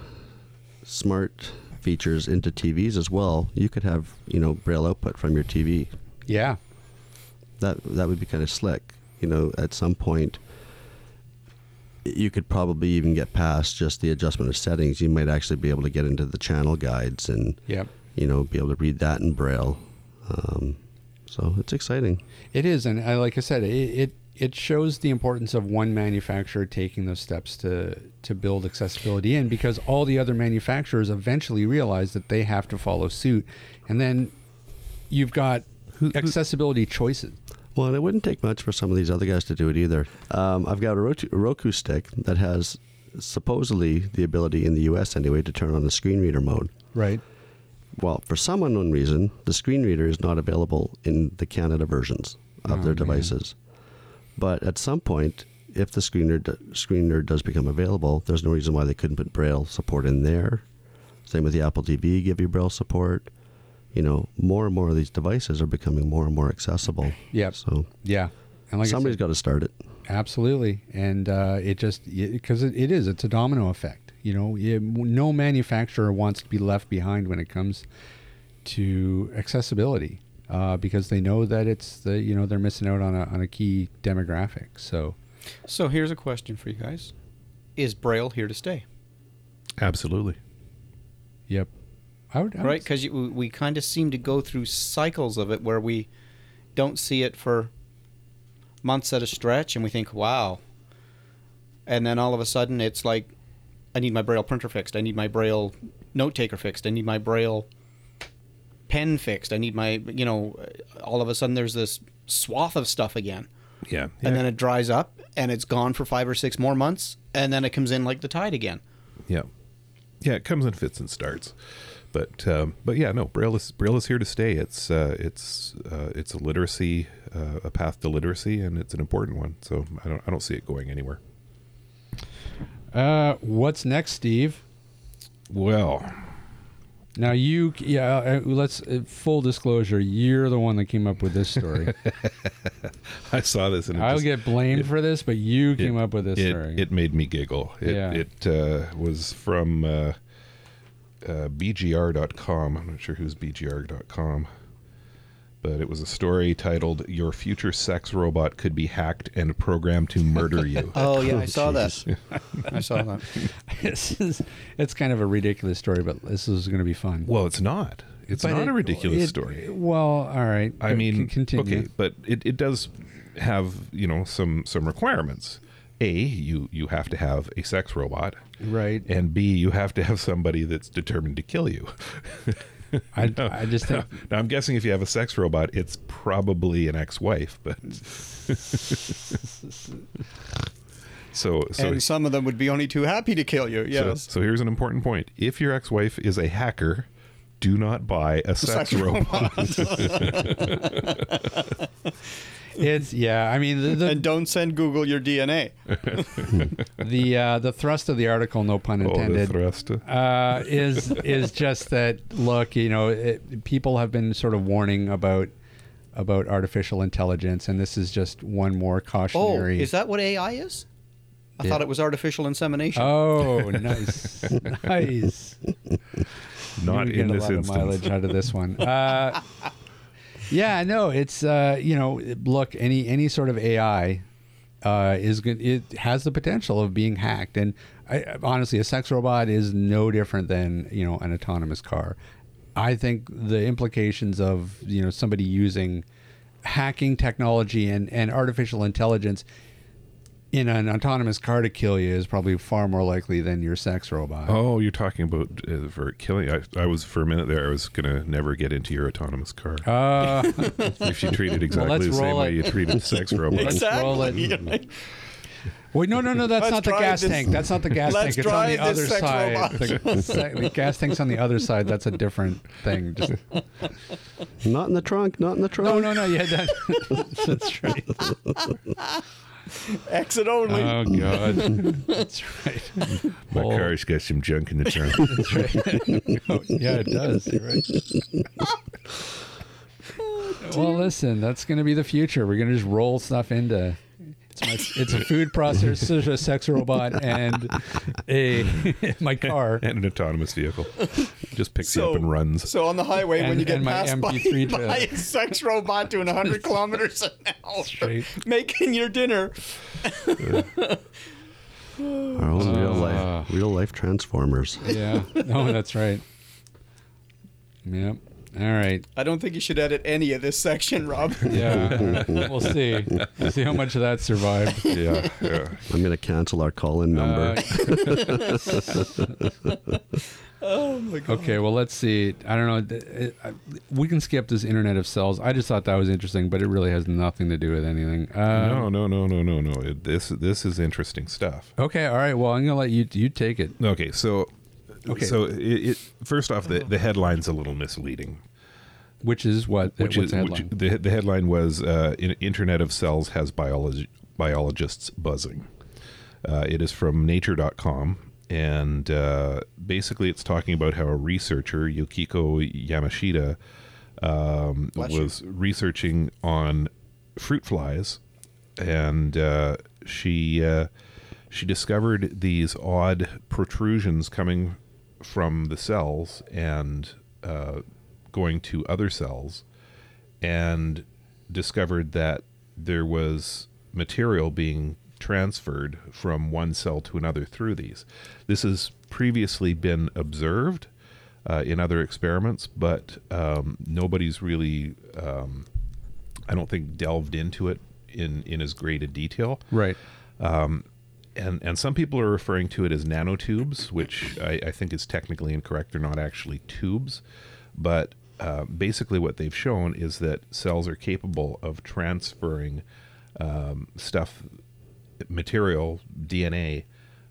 [SPEAKER 3] smart features into TVs as well, you could have, you know, braille output from your TV
[SPEAKER 1] Yeah.
[SPEAKER 3] that that would be kind of slick. You know, at some point, you could probably even get past just the adjustment of settings. You might actually be able to get into the channel guides and
[SPEAKER 1] Yep.
[SPEAKER 3] you know be able to read that in braille. Um, so it's exciting.
[SPEAKER 1] It is, and I, uh, like I said, it, it it shows the importance of one manufacturer taking those steps to to build accessibility in because all the other manufacturers eventually realize that they have to follow suit and then you've got accessibility choices
[SPEAKER 3] Well, and it wouldn't take much for some of these other guys to do it either. Um, I've got a Roku, Roku stick that has supposedly the ability in the US anyway to turn on the screen reader mode.
[SPEAKER 1] right
[SPEAKER 3] Well, for some unknown reason, the screen reader is not available in the Canada versions of
[SPEAKER 1] Oh,
[SPEAKER 3] their
[SPEAKER 1] man.
[SPEAKER 3] devices. But at some point, if the screen reader, screen reader does become available, there's no reason why they couldn't put Braille support in there. Same with the Apple TV, give you Braille support. You know, more and more of these devices are becoming more and more accessible.
[SPEAKER 1] Yep.
[SPEAKER 3] So
[SPEAKER 1] yeah and like I
[SPEAKER 3] somebody's
[SPEAKER 1] said-
[SPEAKER 3] got to start it.
[SPEAKER 1] Absolutely, and uh, it just because it, it is it's a domino effect. You know, it, no manufacturer wants to be left behind when it comes to accessibility uh, because they know that it's the you know they're missing out on a on a key demographic. So
[SPEAKER 4] So here's a question for you guys: Is Braille here to stay?
[SPEAKER 2] Absolutely.
[SPEAKER 1] yep, I would, I would
[SPEAKER 4] right?
[SPEAKER 1] s-
[SPEAKER 4] Because we kind of seem to go through cycles of it where we don't see it for months at a stretch, and we think, "Wow," and then all of a sudden it's like, "I need my braille printer fixed. I need my braille note taker fixed. I need my braille pen fixed. I need my you know." All of a sudden there's this swath of stuff again,
[SPEAKER 2] Yeah.
[SPEAKER 4] and then it dries up, and it's gone for five or six more months, and then it comes in like the tide again.
[SPEAKER 2] Yeah, yeah, it comes in fits and starts, but um, but yeah, no, Braille is Braille is here to stay. It's uh, it's uh, it's a literacy, uh, a path to literacy, and it's an important one. So I don't I don't see it going anywhere.
[SPEAKER 1] uh, what's next, Steve?
[SPEAKER 2] Well,
[SPEAKER 1] Now you, c- yeah. Uh, let's uh, full disclosure. You're the one that came up with this story.
[SPEAKER 2] I saw this, and it
[SPEAKER 1] I'll
[SPEAKER 2] just-
[SPEAKER 1] get blamed for this, but you
[SPEAKER 2] it-
[SPEAKER 1] came up with this
[SPEAKER 2] it,
[SPEAKER 1] story.
[SPEAKER 2] It made me giggle. It,
[SPEAKER 1] Yeah.
[SPEAKER 2] it uh, was from uh, uh, BGR.com. I'm not sure who's BGR.com, but it was a story titled "Your Future Sex Robot Could Be Hacked and Programmed to Murder You."
[SPEAKER 4] Oh yeah, I saw that.
[SPEAKER 3] Jeez.
[SPEAKER 4] I saw that.
[SPEAKER 1] this is it's kind of a ridiculous story, but this is going to be fun.
[SPEAKER 2] Well, it's not. It's
[SPEAKER 1] But
[SPEAKER 2] not
[SPEAKER 1] it-
[SPEAKER 2] a ridiculous
[SPEAKER 1] it-
[SPEAKER 2] story.
[SPEAKER 1] Well, all right.
[SPEAKER 2] I
[SPEAKER 1] but
[SPEAKER 2] mean,
[SPEAKER 1] c- continue.
[SPEAKER 2] okay, but it, it does have you know some some requirements. A, you you have to have a sex robot,
[SPEAKER 1] Right.
[SPEAKER 2] and B, you have to have somebody that's determined to kill you.
[SPEAKER 1] I, I just think
[SPEAKER 2] now, I'm guessing if you have a sex robot, it's probably an ex-wife, but so so
[SPEAKER 4] and some of them would be only too happy to kill you.
[SPEAKER 2] So-
[SPEAKER 4] Yes.
[SPEAKER 2] So, here's an important point. If your ex wife is a hacker, do not buy a sex,
[SPEAKER 4] sex
[SPEAKER 2] robot.
[SPEAKER 1] it's yeah. I mean, the
[SPEAKER 4] and
[SPEAKER 1] the
[SPEAKER 4] don't send Google your DNA.
[SPEAKER 1] the, uh, the thrust of the article, no pun
[SPEAKER 2] oh, the
[SPEAKER 1] intended,
[SPEAKER 2] thrust.
[SPEAKER 1] uh, is is just that. Look, you know, it, people have been sort of warning about about artificial intelligence, and this is just one more
[SPEAKER 4] Oh,
[SPEAKER 1] cautionary.
[SPEAKER 4] is that what AI is? I thought it was artificial insemination.
[SPEAKER 1] Oh, nice, nice.
[SPEAKER 2] Not
[SPEAKER 1] We get
[SPEAKER 2] in this
[SPEAKER 1] a lot of
[SPEAKER 2] instance.
[SPEAKER 1] mileage out of this one. Uh, yeah, no, it's uh, you know, look, any any sort of AI uh, is good. It has the potential of being hacked, and I, honestly, a sex robot is no different than you know an autonomous car. I think the implications of you know somebody using hacking technology and, and artificial intelligence in an autonomous car to kill you is probably far more likely than your sex robot.
[SPEAKER 2] Oh, you're talking about uh, for killing. I, I was for a minute there. I was gonna never get into your autonomous car
[SPEAKER 1] Uh,
[SPEAKER 2] if you treat it exactly
[SPEAKER 1] let's
[SPEAKER 2] the same
[SPEAKER 1] roll
[SPEAKER 2] way
[SPEAKER 1] it.
[SPEAKER 2] you treat a sex robot.
[SPEAKER 1] Let's roll it. Wait, no, no, no. That's
[SPEAKER 4] Let's
[SPEAKER 1] not the
[SPEAKER 4] drive
[SPEAKER 1] gas
[SPEAKER 4] this-
[SPEAKER 1] tank. That's not the gas
[SPEAKER 4] Let's
[SPEAKER 1] tank. It's on the
[SPEAKER 4] drive
[SPEAKER 1] other
[SPEAKER 4] this sex
[SPEAKER 1] side.
[SPEAKER 4] robot.
[SPEAKER 1] The, se- the gas tank's on the other side. That's a different thing. Just, oh,
[SPEAKER 3] Not in the trunk, not in the trunk.
[SPEAKER 1] no, no, no. Yeah, that, that's right.
[SPEAKER 4] Exit only.
[SPEAKER 1] Oh God, that's right.
[SPEAKER 2] My
[SPEAKER 1] Oh,
[SPEAKER 2] car's got some junk in the trunk.
[SPEAKER 1] that's right. Oh, yeah, it does. You're right. well, listen. That's going to be the future. We're going to just roll stuff into. It's, my, it's a food processor, a sex robot, and a my car.
[SPEAKER 2] and an autonomous vehicle just picks you
[SPEAKER 4] So-
[SPEAKER 2] up and runs.
[SPEAKER 4] so on the highway, when
[SPEAKER 1] And-
[SPEAKER 4] you get
[SPEAKER 1] and my
[SPEAKER 4] passed by,
[SPEAKER 1] MP3 trailer.
[SPEAKER 4] by a sex robot doing 100 kilometers an hour,
[SPEAKER 1] Straight.
[SPEAKER 4] making your dinner.
[SPEAKER 3] Our own real
[SPEAKER 1] Ah.
[SPEAKER 3] life, real life transformers.
[SPEAKER 1] Yeah. No, that's right. Oh, Yep. All right.
[SPEAKER 4] I don't think you should edit any of this section, Rob.
[SPEAKER 1] Yeah. we'll see. We'll see how much of that survived.
[SPEAKER 2] Yeah, yeah.
[SPEAKER 3] I'm going to cancel our call in number.
[SPEAKER 1] Uh,
[SPEAKER 4] oh my god.
[SPEAKER 1] Okay, well, let's see. I don't know. Th- it- I- We can skip this Internet of Cells. I just thought that was interesting, but it really has nothing to do with anything.
[SPEAKER 2] No,
[SPEAKER 1] Uh,
[SPEAKER 2] no, no, no, no, no. It, this this is interesting stuff.
[SPEAKER 1] Okay, all right. Well, I'm gonna let you you take it.
[SPEAKER 2] Okay, so
[SPEAKER 1] Okay.
[SPEAKER 2] so it, it first off the the headline's a little misleading.
[SPEAKER 1] Which is what? uh,
[SPEAKER 2] Which
[SPEAKER 1] what's
[SPEAKER 2] is
[SPEAKER 1] the
[SPEAKER 2] which-
[SPEAKER 1] headline?
[SPEAKER 2] the, the headline was uh, "In- Internet of Cells has biology, biologists buzzing. Uh, it is from nature.com. And uh, basically, it's talking about how a researcher, Yukiko Yamashita, um,
[SPEAKER 4] Bless you.
[SPEAKER 2] was researching on fruit flies. And uh, she, uh, she discovered these odd protrusions coming from the cells and uh, going to other cells and discovered that there was material being transferred from one cell to another through these. This has previously been observed uh, in other experiments, but um, nobody's really, um, I don't think, delved into it in, in as great a detail Um,
[SPEAKER 1] Right.
[SPEAKER 2] and and some people are referring to it as nanotubes, which I, I think is technically incorrect. They're not actually tubes, but uh, basically what they've shown is that cells are capable of transferring um, stuff, material, DNA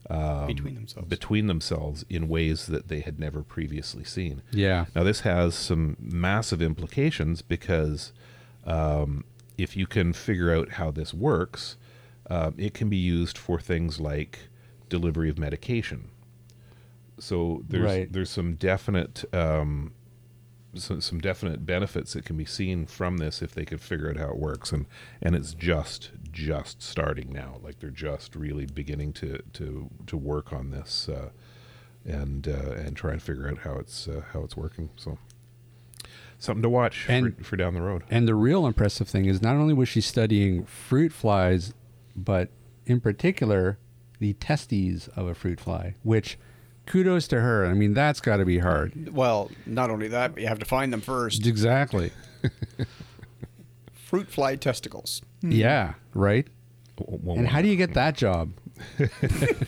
[SPEAKER 4] Between themselves.
[SPEAKER 2] between themselves in ways that they had never previously seen.
[SPEAKER 1] Yeah.
[SPEAKER 2] Now, this has some massive implications because um, if you can figure out how this works, um, it can be used for things like delivery of medication. So there's
[SPEAKER 1] Right.
[SPEAKER 2] there's some definite um, some, some definite benefits that can be seen from this if they could figure out how it works and and it's just just starting now like they're just really beginning to to to work on this uh, and uh, and try and figure out how it's uh, how it's working so something to watch for,
[SPEAKER 1] And-
[SPEAKER 2] for down the road
[SPEAKER 1] And the real impressive thing is not only was she studying fruit flies, but in particular the testes of a fruit fly, which kudos to her. I mean, that's got to be hard.
[SPEAKER 4] Well, not only that, but you have to find them first.
[SPEAKER 1] Exactly.
[SPEAKER 4] Fruit fly testicles.
[SPEAKER 1] Yeah, right?
[SPEAKER 2] Well,
[SPEAKER 1] And how do you get that job?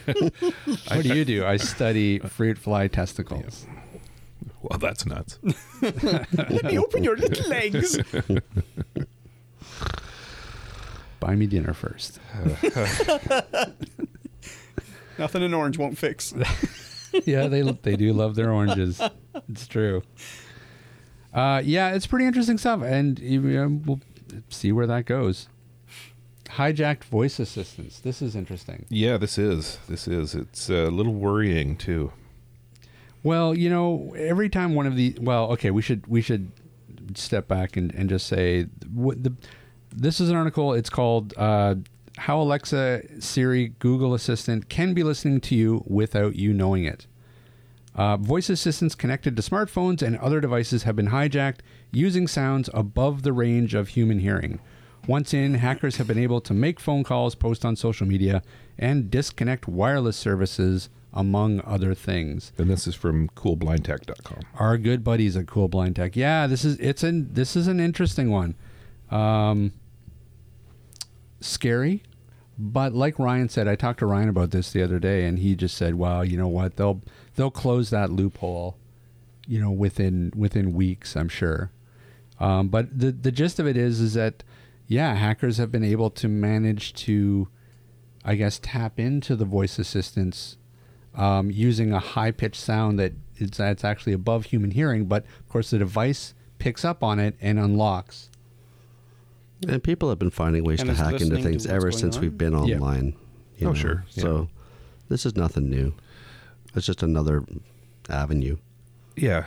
[SPEAKER 1] what do you do? I study fruit fly testicles.
[SPEAKER 2] well that's nuts
[SPEAKER 4] Let me open your little legs.
[SPEAKER 1] Buy me dinner first.
[SPEAKER 4] Nothing an orange won't fix.
[SPEAKER 1] yeah, they they do love their oranges. It's true. Uh, yeah, it's pretty interesting stuff, and you know, we'll see where that goes. Hijacked voice assistants. This is interesting.
[SPEAKER 2] yeah this is this is it's uh, a little worrying too
[SPEAKER 1] Well, you know, every time one of the well, okay, we should we should step back and, and just say what the this is an article. It's called uh, "How Alexa, Siri, Google Assistant Can Be Listening to You Without You Knowing It." Uh, voice assistants connected to smartphones and other devices have been hijacked using sounds above the range of human hearing. Once in, hackers have been able to make phone calls, post on social media, and disconnect wireless services, among other things
[SPEAKER 2] and this is from coolblindtech.com
[SPEAKER 1] our good buddies at Cool Blind Tech. Yeah, this is it's an this is an interesting one. Um, scary, but like Ryan said, I talked to Ryan about this the other day, and he just said, "Wow, you know what? They'll they'll close that loophole, you know, within within weeks, I'm sure." Um, but the the gist of it is is that yeah, hackers have been able to manage to, I guess, tap into the voice assistants um, using a high pitched sound that it's that's actually above human hearing, but of course the device picks up on it and unlocks.
[SPEAKER 3] And people have been finding ways
[SPEAKER 4] And
[SPEAKER 3] to
[SPEAKER 4] it's
[SPEAKER 3] hack into
[SPEAKER 4] listening to
[SPEAKER 3] things
[SPEAKER 4] what's
[SPEAKER 3] ever
[SPEAKER 4] going
[SPEAKER 3] since
[SPEAKER 4] on?
[SPEAKER 3] we've been
[SPEAKER 1] Yeah.
[SPEAKER 3] online. you
[SPEAKER 2] Oh, sure, yeah.
[SPEAKER 3] So this is nothing new. It's just another avenue.
[SPEAKER 2] Yeah,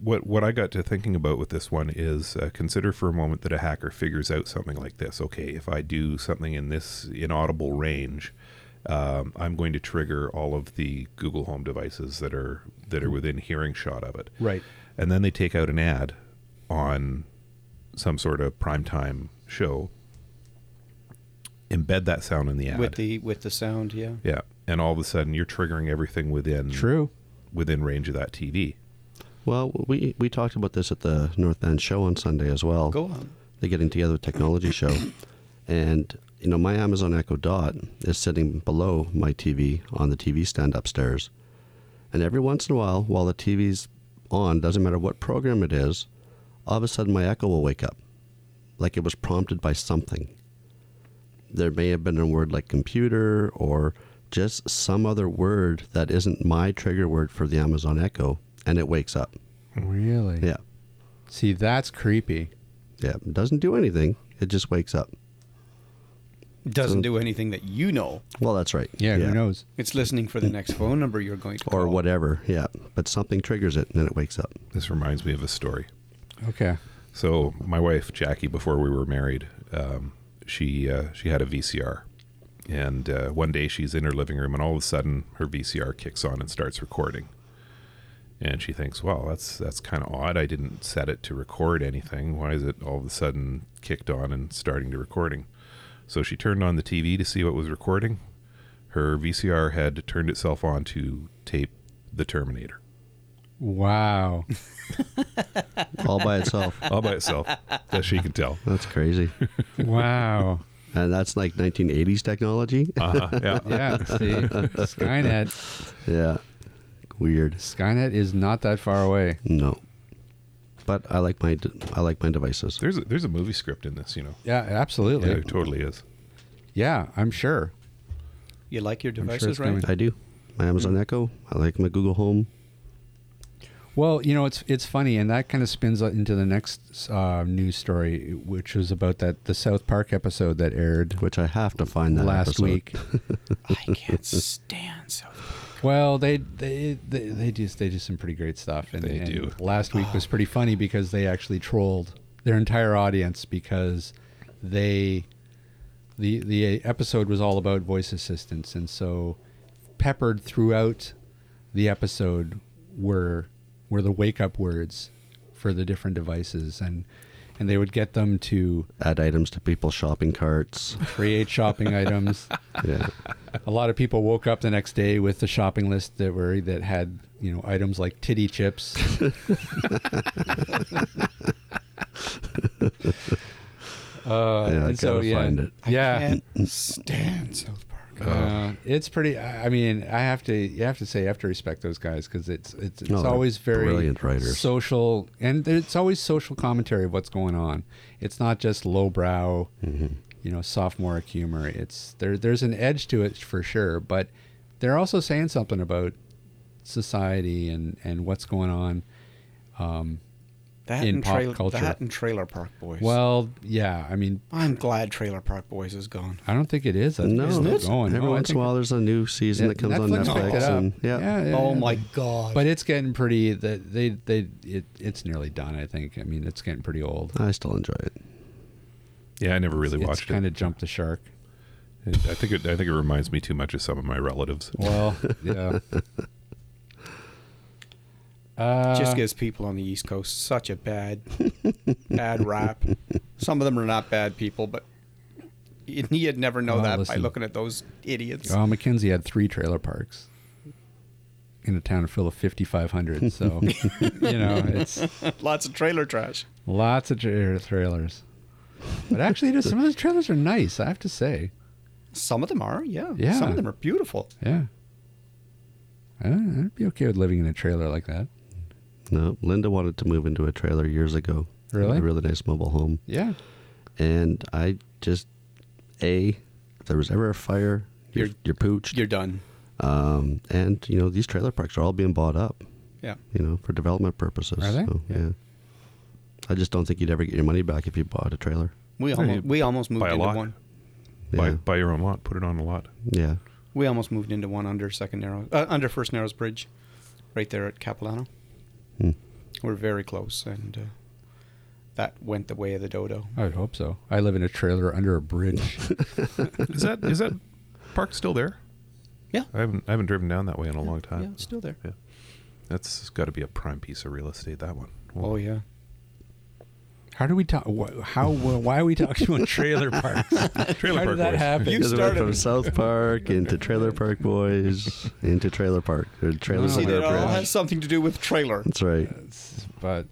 [SPEAKER 2] what what I got to thinking about with this one is uh, consider for a moment that a hacker figures out something like this. Okay, if I do something in this inaudible range, um, I'm going to trigger all of the Google Home devices that are that are within hearing shot of it.
[SPEAKER 1] Right.
[SPEAKER 2] And then they take out an ad on some sort of primetime show, embed that sound in the ad.
[SPEAKER 4] With the with the sound, yeah.
[SPEAKER 2] yeah, and all of a sudden you're triggering everything within
[SPEAKER 1] True.
[SPEAKER 2] within range of that TV.
[SPEAKER 3] Well, we we talked about this at the North End show on Sunday as well.
[SPEAKER 4] Go on.
[SPEAKER 3] They're getting together a technology show, and you know my Amazon Echo Dot is sitting below my TV on the TV stand upstairs, and every once in a while, while the TV's on, doesn't matter what program it is, all of a sudden my Echo will wake up, like it was prompted by something. There may have been a word like computer or just some other word that isn't my trigger word for the Amazon Echo, and it wakes up.
[SPEAKER 1] Really?
[SPEAKER 3] Yeah.
[SPEAKER 1] See, that's creepy.
[SPEAKER 3] Yeah, it doesn't do anything. It just wakes up.
[SPEAKER 4] Doesn't
[SPEAKER 3] So-
[SPEAKER 4] do anything that you know.
[SPEAKER 3] Well, that's right.
[SPEAKER 1] Yeah, Who knows?
[SPEAKER 4] It's listening for the next phone number you're going to
[SPEAKER 3] Or
[SPEAKER 4] call.
[SPEAKER 3] whatever. Yeah, but something triggers it and then it wakes up.
[SPEAKER 2] This reminds me of a story.
[SPEAKER 1] Okay.
[SPEAKER 2] So my wife Jackie, before we were married, um, she uh, she had a VCR, and uh, one day she's in her living room, and all of a sudden her VCR kicks on and starts recording. And she thinks, "Well, that's that's kind of odd. I didn't set it to record anything. Why is it all of a sudden kicked on and starting to recording?" So she turned on the TV to see what was recording. Her VCR had turned itself on to tape The Terminator
[SPEAKER 1] Wow.
[SPEAKER 3] All by itself.
[SPEAKER 2] all by itself, as she could tell.
[SPEAKER 3] That's crazy.
[SPEAKER 1] wow.
[SPEAKER 3] And that's like 1980s technology.
[SPEAKER 1] Uh.
[SPEAKER 2] Uh-huh, yeah.
[SPEAKER 1] Yeah. See, Skynet.
[SPEAKER 3] Yeah. Weird.
[SPEAKER 1] Skynet is not that far away.
[SPEAKER 3] No. But I like my d- I like my devices.
[SPEAKER 2] There's a, there's a movie script in this, you know.
[SPEAKER 1] Yeah, absolutely.
[SPEAKER 2] Yeah,
[SPEAKER 1] Yeah,
[SPEAKER 2] it totally is.
[SPEAKER 1] I'm sure.
[SPEAKER 4] You like your
[SPEAKER 1] sure
[SPEAKER 4] devices,
[SPEAKER 1] it's
[SPEAKER 4] right?
[SPEAKER 1] coming.
[SPEAKER 3] I do. My
[SPEAKER 1] Mm.
[SPEAKER 3] Amazon Echo. I like my Google Home.
[SPEAKER 1] Well, you know, it's it's funny, and that kind of spins into the next uh, news story, which was about that the South Park episode that aired
[SPEAKER 3] Which I have to find that
[SPEAKER 1] last
[SPEAKER 3] episode.
[SPEAKER 1] week.
[SPEAKER 4] I can't stand South Park.
[SPEAKER 1] Well, they they, they they just they do some pretty great stuff, and
[SPEAKER 2] They
[SPEAKER 1] and
[SPEAKER 2] do.
[SPEAKER 1] Last week was pretty funny because they actually trolled their entire audience because they the the episode was all about voice assistants, and so peppered throughout the episode were were the wake up words for the different devices, and and they would get them to
[SPEAKER 3] Add items to people's shopping carts.
[SPEAKER 1] create shopping items
[SPEAKER 3] Yeah.
[SPEAKER 1] a lot of people woke up the next day with the shopping list that were that had you know items like titty chips Uh,
[SPEAKER 3] Yeah, I
[SPEAKER 1] and so,
[SPEAKER 3] gotta
[SPEAKER 1] yeah,
[SPEAKER 3] find it.
[SPEAKER 1] yeah,
[SPEAKER 4] Can't stand South Park.
[SPEAKER 1] uh, it's pretty. I I mean, I have to, you have to say, you have to respect those guys because it's it's, it's
[SPEAKER 3] No, Oh, they're
[SPEAKER 1] always very
[SPEAKER 3] brilliant writers.
[SPEAKER 1] social, and it's always social commentary of what's going on. It's not just lowbrow,
[SPEAKER 3] Mm-hmm.
[SPEAKER 1] you know, sophomoric humor. It's there. There's an edge to it for sure, but they're also saying something about society and and what's going on.
[SPEAKER 4] That
[SPEAKER 1] in
[SPEAKER 4] and
[SPEAKER 1] pop
[SPEAKER 4] trail-
[SPEAKER 1] culture.
[SPEAKER 4] That and Trailer Park Boys.
[SPEAKER 1] Well, yeah, I mean,
[SPEAKER 4] I'm glad Trailer Park Boys is gone.
[SPEAKER 1] I don't think it is. I think
[SPEAKER 3] No,
[SPEAKER 1] it's still going.
[SPEAKER 3] every
[SPEAKER 1] No, I
[SPEAKER 3] once in
[SPEAKER 1] think-
[SPEAKER 3] a while there's a new season that comes on
[SPEAKER 1] Netflix picked it
[SPEAKER 3] Netflix.
[SPEAKER 1] up.
[SPEAKER 3] And, yeah,
[SPEAKER 1] yeah,
[SPEAKER 4] oh
[SPEAKER 1] yeah.
[SPEAKER 4] my god.
[SPEAKER 1] But it's getting pretty. They they, they it, it's nearly done. I think. I mean, it's getting pretty old.
[SPEAKER 3] I still enjoy it.
[SPEAKER 2] Yeah, I never really
[SPEAKER 1] it's
[SPEAKER 2] watched
[SPEAKER 1] kind
[SPEAKER 2] it.
[SPEAKER 1] of jumped the shark.
[SPEAKER 2] It- I think it, I think it reminds me too much of some of my relatives.
[SPEAKER 1] Well, yeah. Uh,
[SPEAKER 4] just gives people on the East Coast such a bad, bad rap. Some of them are not bad people, but you- you'd never know
[SPEAKER 1] Well,
[SPEAKER 4] that by
[SPEAKER 1] listen.
[SPEAKER 4] looking at those idiots.
[SPEAKER 1] well, Mackenzie had three trailer parks in a town full of fifty five hundred. So you know, it's
[SPEAKER 4] Lots of trailer trash.
[SPEAKER 1] lots of tra- er, trailers. But actually, you know, some of those trailers are nice. I have to say.
[SPEAKER 4] Some of them are, yeah.
[SPEAKER 1] Yeah.
[SPEAKER 4] Some of them are beautiful.
[SPEAKER 1] Yeah. I don't- I'd be okay with living in a trailer like that.
[SPEAKER 3] No, Linda wanted to move into a trailer years ago.
[SPEAKER 1] Really?
[SPEAKER 3] A really nice mobile home.
[SPEAKER 1] Yeah.
[SPEAKER 3] And I just, A, if there was ever a fire, you're,
[SPEAKER 4] You're-
[SPEAKER 3] you're, pooched.
[SPEAKER 4] You're done.
[SPEAKER 3] um, and, you know, these trailer parks are all being bought up,
[SPEAKER 4] Yeah.
[SPEAKER 3] you know, for development purposes.
[SPEAKER 1] Are they?
[SPEAKER 3] So,
[SPEAKER 1] Yeah.
[SPEAKER 3] yeah. I just don't think you'd ever get your money back if you bought a trailer.
[SPEAKER 4] We
[SPEAKER 2] you
[SPEAKER 4] almost we almost moved
[SPEAKER 2] buy a
[SPEAKER 4] into
[SPEAKER 2] lot.
[SPEAKER 4] one.
[SPEAKER 2] Buy,
[SPEAKER 3] Yeah.
[SPEAKER 2] buy your own lot, put it on a lot.
[SPEAKER 3] Yeah.
[SPEAKER 4] We almost moved into one under Second Narrows, uh, under First Narrows Bridge, right there at Capilano.
[SPEAKER 3] Hmm.
[SPEAKER 4] We're very close, and uh, that went the way of the dodo.
[SPEAKER 1] I would hope so. I live in a trailer under a bridge.
[SPEAKER 2] Is that is that park still there?
[SPEAKER 4] Yeah.
[SPEAKER 2] I haven't I haven't driven down that way in a long time.
[SPEAKER 4] Yeah, it's still there.
[SPEAKER 2] Yeah. That's got to be a prime piece of real estate. That one.
[SPEAKER 4] Oh yeah.
[SPEAKER 1] How do we talk? Wh- how? Why are we talking about trailer parks?
[SPEAKER 2] Trailer
[SPEAKER 1] how
[SPEAKER 2] park
[SPEAKER 1] did that
[SPEAKER 2] boys.
[SPEAKER 1] happen?
[SPEAKER 3] You started from South Park into Trailer Park Boys into Trailer Park. Or Trailer
[SPEAKER 1] No,
[SPEAKER 3] Park
[SPEAKER 1] See,
[SPEAKER 4] It all
[SPEAKER 3] Bridge.
[SPEAKER 4] has something to do with trailer.
[SPEAKER 3] That's right.
[SPEAKER 1] but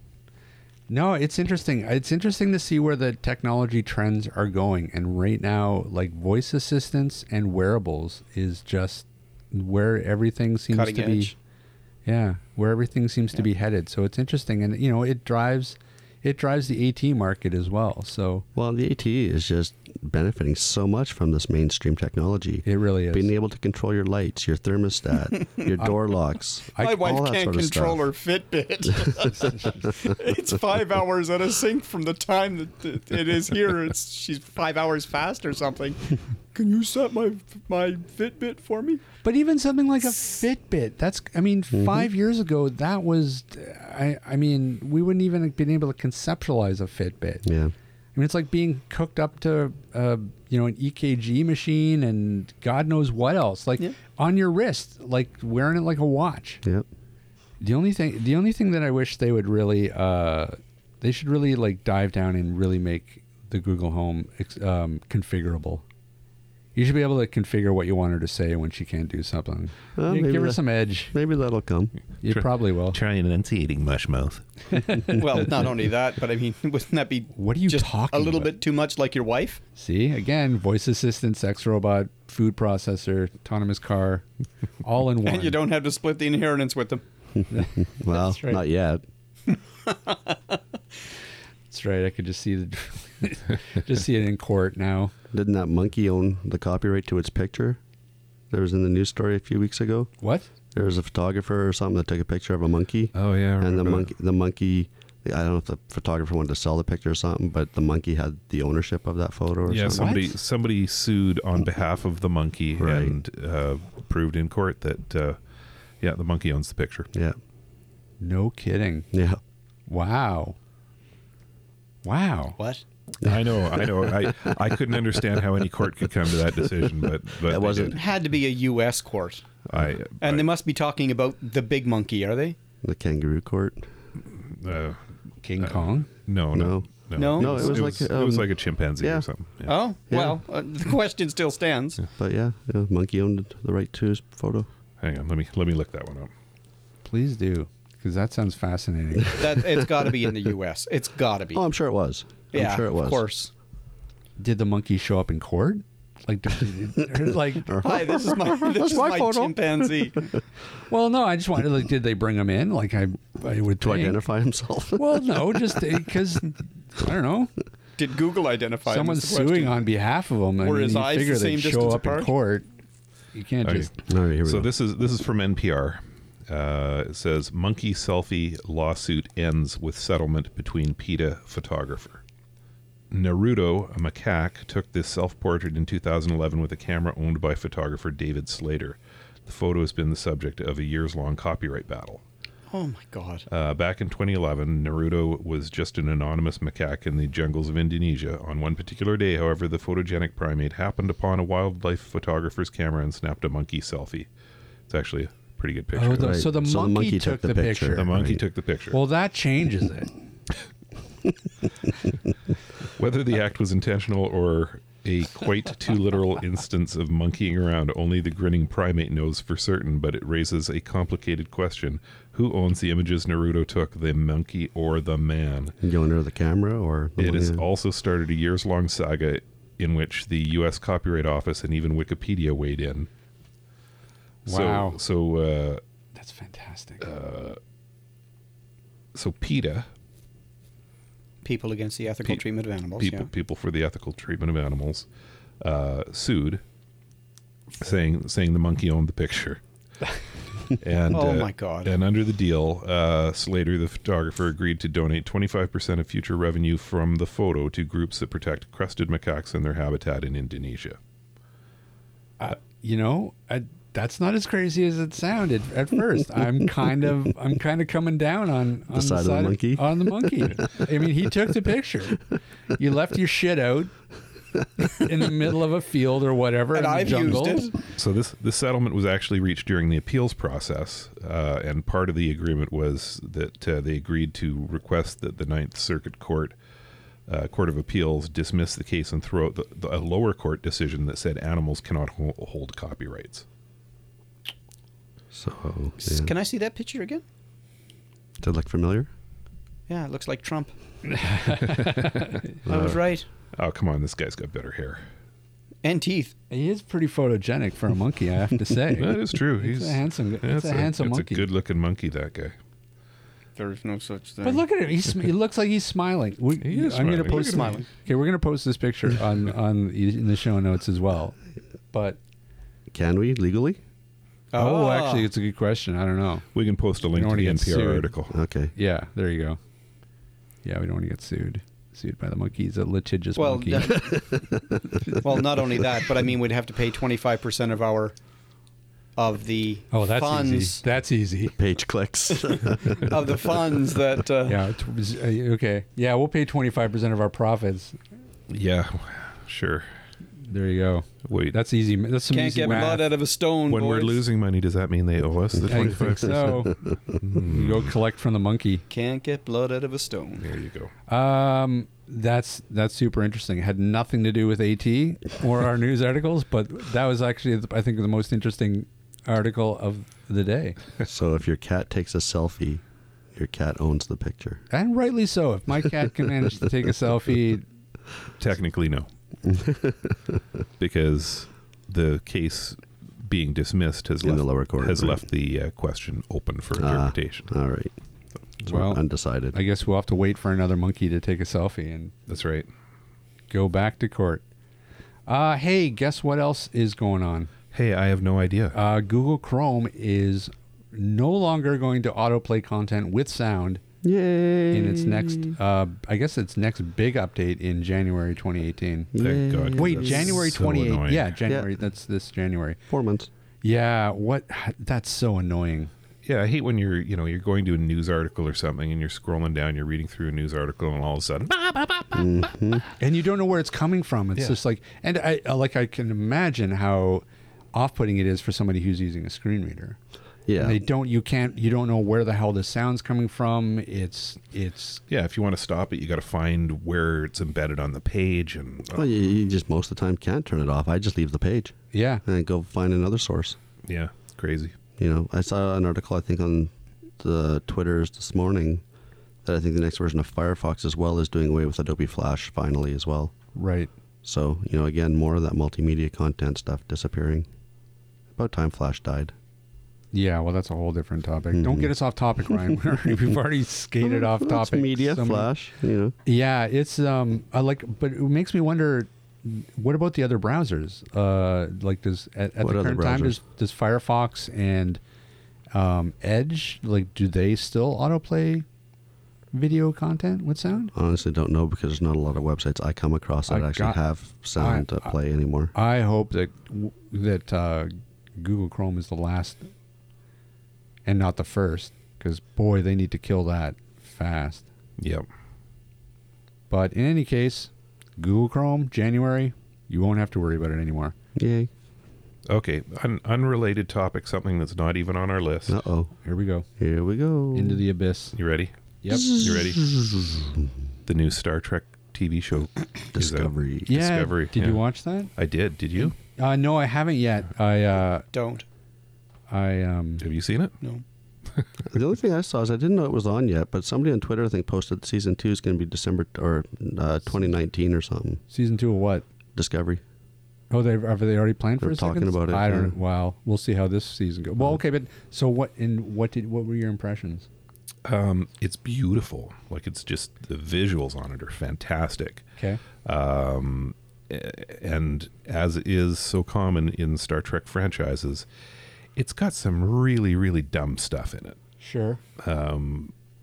[SPEAKER 1] no, it's interesting. It's interesting to see where the technology trends are going. And right now, like voice assistants and wearables is just where everything seems
[SPEAKER 4] Cutting
[SPEAKER 1] to
[SPEAKER 4] edge.
[SPEAKER 1] be. Yeah, where everything seems to
[SPEAKER 4] Yeah.
[SPEAKER 1] be headed. So it's interesting, and you know, it drives, it drives the AT market as well. So
[SPEAKER 3] Well, the AT is just benefiting so much from this mainstream technology.
[SPEAKER 1] it really is.
[SPEAKER 3] Being able to control your lights, your thermostat, your door locks.
[SPEAKER 4] My
[SPEAKER 1] I-
[SPEAKER 4] wife
[SPEAKER 3] all that
[SPEAKER 4] can't
[SPEAKER 3] sort of
[SPEAKER 4] control her
[SPEAKER 3] stuff.
[SPEAKER 4] Fitbit. it's five hours out of sync from the time that it- it is here. It's she's five hours fast or something. Can you set my my Fitbit for me?
[SPEAKER 1] But even something like a Fitbit, that's I mean, five years ago, that was, I I mean, we wouldn't even have been able to conceptualize a Fitbit.
[SPEAKER 3] Yeah.
[SPEAKER 1] I mean, it's like being cooked up to, uh, you know, an EKG machine and God knows what else, like
[SPEAKER 4] Yeah.
[SPEAKER 1] on your wrist, like wearing it like a watch.
[SPEAKER 3] Yep.
[SPEAKER 1] The only thing, the only thing that I wish they would really, uh, they should really like dive down and really make the Google Home ex- um, configurable. You should be able to configure what you want her to say when she can't do something.
[SPEAKER 3] Well,
[SPEAKER 1] You
[SPEAKER 3] maybe
[SPEAKER 1] give her
[SPEAKER 3] that-
[SPEAKER 1] some edge.
[SPEAKER 3] Maybe that'll come.
[SPEAKER 1] You
[SPEAKER 2] Sure.
[SPEAKER 1] probably will.
[SPEAKER 2] Try enunciating mushmouth.
[SPEAKER 4] Well, not only that, but I mean, wouldn't that be
[SPEAKER 1] What are you
[SPEAKER 4] just
[SPEAKER 1] talking
[SPEAKER 4] a little
[SPEAKER 1] about?
[SPEAKER 4] bit too much like your wife?
[SPEAKER 1] See again, voice assistant, sex robot, food processor, autonomous car, all in one.
[SPEAKER 4] And you don't have to split the inheritance with them.
[SPEAKER 3] Well,
[SPEAKER 1] That's right.
[SPEAKER 3] not yet.
[SPEAKER 1] That's right. I could just see the, just see it in court now.
[SPEAKER 3] Didn't that monkey own the copyright to its picture? There was in the news story a few weeks ago.
[SPEAKER 1] What?
[SPEAKER 3] There was a photographer or something that took a picture of a monkey.
[SPEAKER 2] Oh yeah, I
[SPEAKER 3] and the
[SPEAKER 2] remember
[SPEAKER 3] monkey, the monkey, I don't know if the photographer wanted to sell the picture or something, but the monkey had the ownership of that photo or
[SPEAKER 2] Yeah,
[SPEAKER 3] something.
[SPEAKER 2] somebody
[SPEAKER 1] What?
[SPEAKER 2] somebody sued on behalf of the monkey
[SPEAKER 3] Right.
[SPEAKER 2] and uh, proved in court that uh, yeah, the monkey owns the picture.
[SPEAKER 3] Yeah.
[SPEAKER 1] No kidding.
[SPEAKER 3] Yeah.
[SPEAKER 1] Wow. Wow.
[SPEAKER 4] What?
[SPEAKER 2] I know, I know. I, I couldn't understand how any court could come to that decision, but but
[SPEAKER 3] That
[SPEAKER 2] they
[SPEAKER 3] wasn't-
[SPEAKER 4] It
[SPEAKER 2] did.
[SPEAKER 4] had to be a U.S. court,
[SPEAKER 2] I
[SPEAKER 4] and they
[SPEAKER 2] I,
[SPEAKER 4] must be talking about the big monkey, are they?
[SPEAKER 3] The kangaroo court.
[SPEAKER 2] uh,
[SPEAKER 1] King Kong.
[SPEAKER 2] no, no,
[SPEAKER 3] No.
[SPEAKER 4] No?
[SPEAKER 3] No, it was like,
[SPEAKER 2] it was
[SPEAKER 3] um,
[SPEAKER 2] like a chimpanzee
[SPEAKER 3] yeah.
[SPEAKER 2] or something. Yeah.
[SPEAKER 4] Oh,
[SPEAKER 3] Yeah.
[SPEAKER 4] well, uh, the question still stands.
[SPEAKER 3] But yeah, yeah, monkey owned the right to his photo.
[SPEAKER 2] Hang on, let me let me look that one up.
[SPEAKER 1] Please do, because that sounds fascinating.
[SPEAKER 4] That it's got to be in the U.S. It's got to be.
[SPEAKER 3] Oh, I'm sure it was.
[SPEAKER 4] yeah,
[SPEAKER 3] I'm sure it was.
[SPEAKER 4] of course.
[SPEAKER 1] Did the monkey show up in court? Like, did- like.
[SPEAKER 4] Hi, this is my this is
[SPEAKER 1] my
[SPEAKER 4] my,
[SPEAKER 1] photo.
[SPEAKER 4] chimpanzee.
[SPEAKER 1] Well, no. I just wanted. Like, did they bring him in? Like, I, I would
[SPEAKER 3] To
[SPEAKER 1] think.
[SPEAKER 3] identify himself.
[SPEAKER 1] Well, no, just because I don't know.
[SPEAKER 4] Did Google identify? him
[SPEAKER 1] Someone's
[SPEAKER 4] is the question.
[SPEAKER 1] suing on behalf of him. I
[SPEAKER 4] Were
[SPEAKER 1] mean,
[SPEAKER 4] his
[SPEAKER 1] you
[SPEAKER 4] eyes the
[SPEAKER 1] figure
[SPEAKER 4] same
[SPEAKER 1] they'd show
[SPEAKER 4] distance
[SPEAKER 1] up in
[SPEAKER 4] apart?
[SPEAKER 1] court. You can't
[SPEAKER 2] Okay.
[SPEAKER 1] just.
[SPEAKER 3] All right, here we
[SPEAKER 2] So
[SPEAKER 3] go.
[SPEAKER 2] this is this is from NPR. Uh, it says monkey selfie lawsuit ends with settlement between PETA photographer. Naruto, a macaque, took this self-portrait in 2011 with a camera owned by photographer David Slater. The photo has been the subject of a years-long copyright battle.
[SPEAKER 4] Oh my god!
[SPEAKER 2] Uh, back in 2011, Naruto was just an anonymous macaque in the jungles of Indonesia. On one particular day, however, the photogenic primate happened upon a wildlife photographer's camera and snapped a monkey selfie. It's actually a pretty good picture.
[SPEAKER 1] Oh, the- so the monkey took the picture.
[SPEAKER 2] The monkey took the picture.
[SPEAKER 1] Well, that changes it.
[SPEAKER 2] Whether the act was intentional or a quite too literal instance of monkeying around, only the grinning primate knows for certain, but it raises a complicated question. Who owns the images Naruto took, the monkey or the man?
[SPEAKER 3] You under the camera or the
[SPEAKER 2] It has
[SPEAKER 3] monkey?
[SPEAKER 2] also started a years long saga in which the U.S. Copyright Office and even Wikipedia weighed in. So-
[SPEAKER 1] Wow.
[SPEAKER 2] So, uh,
[SPEAKER 1] That's fantastic.
[SPEAKER 2] so PETA,
[SPEAKER 4] People against the ethical
[SPEAKER 2] Pe-
[SPEAKER 4] treatment of animals.
[SPEAKER 2] people,
[SPEAKER 4] yeah.
[SPEAKER 2] people for the ethical treatment of animals, uh, sued, saying saying the monkey owned the picture. and
[SPEAKER 4] Oh
[SPEAKER 2] uh,
[SPEAKER 4] my God.
[SPEAKER 2] And under the deal, uh, Slater, the photographer, agreed to donate 25% of future revenue from the photo to groups that protect crested macaques and their habitat in Indonesia.
[SPEAKER 1] you know, I, that's not as crazy as it sounded at first. I'm kind of, I'm kind of coming down on, on the,
[SPEAKER 3] side of the monkey?
[SPEAKER 1] on the monkey. I mean, he took the picture. You left your shit out in the middle of a field or whatever
[SPEAKER 4] And
[SPEAKER 1] in the
[SPEAKER 4] I've
[SPEAKER 1] jungle.
[SPEAKER 4] used it.
[SPEAKER 2] So this this settlement was actually reached during the appeals process, uh, and part of the agreement was that uh, they agreed to request that the Ninth Circuit Court uh, Court of Appeals dismissed the case and threw out the, the, a lower court decision that said animals cannot ho- hold copyrights.
[SPEAKER 3] So,
[SPEAKER 4] S-
[SPEAKER 3] yeah.
[SPEAKER 4] Can I see that picture again?
[SPEAKER 3] did it look familiar?
[SPEAKER 4] Yeah, it looks like Trump. I was right.
[SPEAKER 2] Oh, come on, this guy's got better hair.
[SPEAKER 4] And teeth.
[SPEAKER 1] He is pretty photogenic for a monkey, I have to say.
[SPEAKER 2] That is true. He's
[SPEAKER 1] He's a handsome. It's
[SPEAKER 2] that's
[SPEAKER 1] a, handsome
[SPEAKER 2] it's
[SPEAKER 1] monkey.
[SPEAKER 2] a good-looking monkey. That guy.
[SPEAKER 4] There's no such thing.
[SPEAKER 1] but look at him. He's, sm- he looks like he's smiling. We,
[SPEAKER 2] He is
[SPEAKER 1] I'm
[SPEAKER 2] smiling.
[SPEAKER 1] gonna post.
[SPEAKER 2] Look at him.
[SPEAKER 1] Okay, we're gonna post this picture on on in the show notes as well. But
[SPEAKER 3] Can we legally?
[SPEAKER 4] Ah.
[SPEAKER 1] oh, actually, it's a good question. I don't know.
[SPEAKER 2] We can post a link
[SPEAKER 1] don't
[SPEAKER 2] to
[SPEAKER 1] wanna
[SPEAKER 2] the NPR
[SPEAKER 1] get sued.
[SPEAKER 2] article.
[SPEAKER 3] Okay.
[SPEAKER 1] Yeah, there you go. Yeah, we don't want to get sued. Sued by the monkey. He's a litigious
[SPEAKER 4] well,
[SPEAKER 1] monkey.
[SPEAKER 4] that- well, not only that, but I mean, we'd have to pay 25% of our of the
[SPEAKER 1] oh, that's
[SPEAKER 4] funds
[SPEAKER 1] easy. That's easy.
[SPEAKER 3] Page clicks.
[SPEAKER 4] of the funds that uh,
[SPEAKER 1] Yeah. it was- uh, Okay. Yeah, we'll pay 25% of our profits.
[SPEAKER 2] Yeah, sure.
[SPEAKER 1] There you go.
[SPEAKER 2] Wait,
[SPEAKER 1] That's easy. That's some
[SPEAKER 4] can't
[SPEAKER 1] easy
[SPEAKER 4] get
[SPEAKER 1] math.
[SPEAKER 4] blood out of a stone.
[SPEAKER 2] when we're
[SPEAKER 4] boys.
[SPEAKER 2] losing money, does that mean they owe us the
[SPEAKER 1] I
[SPEAKER 2] twenty five?
[SPEAKER 1] think so. Go collect from the monkey.
[SPEAKER 4] can't get blood out of a stone.
[SPEAKER 2] There you go.
[SPEAKER 1] Um, that's that's super interesting. It had nothing to do with AT or our news articles, but that was actually the- I think the most interesting article of the day,
[SPEAKER 3] so if your cat takes a selfie, your cat owns the picture.
[SPEAKER 1] and rightly so. If my cat can manage to take a selfie,
[SPEAKER 2] Technically, no, because the case being dismissed has
[SPEAKER 3] In
[SPEAKER 2] left
[SPEAKER 3] the lower court,
[SPEAKER 2] has
[SPEAKER 3] right.
[SPEAKER 2] left the uh, question open for
[SPEAKER 3] Ah,
[SPEAKER 2] interpretation.
[SPEAKER 3] all right. So
[SPEAKER 1] Well,
[SPEAKER 3] we're undecided.
[SPEAKER 1] I guess we'll have to wait for another monkey to take a selfie and
[SPEAKER 2] That's right.
[SPEAKER 1] go back to court. Uh, hey, guess what else is going on?
[SPEAKER 2] Hey, I have no idea.
[SPEAKER 1] Uh, Google Chrome is no longer going to autoplay content with sound
[SPEAKER 3] Yay.
[SPEAKER 1] in its next, uh, I guess its next big update in January 2018.
[SPEAKER 2] Thank God, 'cause
[SPEAKER 1] Wait,
[SPEAKER 2] that's
[SPEAKER 1] January
[SPEAKER 2] so
[SPEAKER 1] 28th.
[SPEAKER 2] annoying.
[SPEAKER 1] yeah, January. That's this January.
[SPEAKER 3] Four months.
[SPEAKER 1] Yeah, what? That's so annoying.
[SPEAKER 2] Yeah, I hate when you're you know you're going to a news article or something and you're scrolling down, you're reading through a news article, and all of a sudden, "Ah!" bah, bah, bah, bah.
[SPEAKER 1] and you don't know where it's coming from. It's
[SPEAKER 2] Yeah.
[SPEAKER 1] just like, and I I- like I can imagine how off-putting it is for somebody who's using a screen reader.
[SPEAKER 3] Yeah.
[SPEAKER 1] they don't. You can't. You don't know where the hell the sound's coming from. It's it's
[SPEAKER 2] yeah, if you want to stop it, you got to find where it's embedded on the page, and uh,
[SPEAKER 3] Well, you, you just most of the time can't turn it off. I just leave the page
[SPEAKER 1] yeah.
[SPEAKER 3] and go find another source.
[SPEAKER 2] yeah, it's crazy.
[SPEAKER 3] You know, I saw an article I think on the Twitters this morning that I think the next version of Firefox as well is doing away with Adobe Flash finally as well.
[SPEAKER 1] Right.
[SPEAKER 3] So you know, again, more of that multimedia content stuff disappearing. About time Flash died.
[SPEAKER 1] Yeah. Well, that's a whole different topic. Don't get us off topic, Ryan. We're already, we've already skated off
[SPEAKER 3] Well, it's
[SPEAKER 1] topic.
[SPEAKER 3] media
[SPEAKER 1] So many-
[SPEAKER 3] Flash. You know,
[SPEAKER 1] Yeah, it's um, I like, but it makes me wonder. What about the other browsers? Uh, like, does at, at
[SPEAKER 3] What
[SPEAKER 1] the
[SPEAKER 3] other
[SPEAKER 1] current time
[SPEAKER 3] browsers?
[SPEAKER 1] does does Firefox and um, Edge like do they still autoplay video content with sound?
[SPEAKER 3] honestly, don't know because there's not a lot of websites I come across that
[SPEAKER 1] I
[SPEAKER 3] actually
[SPEAKER 1] got-
[SPEAKER 3] have sound
[SPEAKER 1] I-
[SPEAKER 3] to play anymore.
[SPEAKER 1] I hope that w- that uh, Google Chrome is the last and not the first, because boy, they need to kill that fast.
[SPEAKER 2] Yep.
[SPEAKER 1] But in any case, Google Chrome January, you won't have to worry about it anymore.
[SPEAKER 3] Yay.
[SPEAKER 2] Okay, an unrelated topic, something that's not even on our list.
[SPEAKER 3] Uh oh.
[SPEAKER 1] Here we go.
[SPEAKER 3] Here we go.
[SPEAKER 1] Into the abyss.
[SPEAKER 2] You ready?
[SPEAKER 1] Yep.
[SPEAKER 2] You ready? The new Star Trek TV show, is out.
[SPEAKER 3] Discovery.
[SPEAKER 1] Yeah.
[SPEAKER 2] Discovery,
[SPEAKER 1] Did
[SPEAKER 2] yeah.
[SPEAKER 1] you watch that?
[SPEAKER 2] I did. Did you?
[SPEAKER 1] Uh, no, I haven't yet. I uh,
[SPEAKER 4] Don't.
[SPEAKER 1] I um.
[SPEAKER 2] Have you seen it?
[SPEAKER 4] No.
[SPEAKER 3] The only thing I saw is I didn't know it was on yet, but somebody on Twitter I think posted season two is going to be December or uh, 2019 or something.
[SPEAKER 1] Season two of what?
[SPEAKER 3] Discovery.
[SPEAKER 1] Oh, they have they already planned for
[SPEAKER 3] They're
[SPEAKER 1] a
[SPEAKER 3] talking
[SPEAKER 1] second?
[SPEAKER 3] about it,
[SPEAKER 1] I don't.
[SPEAKER 3] yeah.
[SPEAKER 1] know. Well, we'll see how this season goes. Well, okay, but so what? And what did? What were your impressions?
[SPEAKER 2] Um, it's beautiful. Like it's just the visuals on it are fantastic.
[SPEAKER 1] Okay.
[SPEAKER 2] um, a- and as is so common in Star Trek franchises, it's got some really, really dumb stuff in it.
[SPEAKER 1] Sure.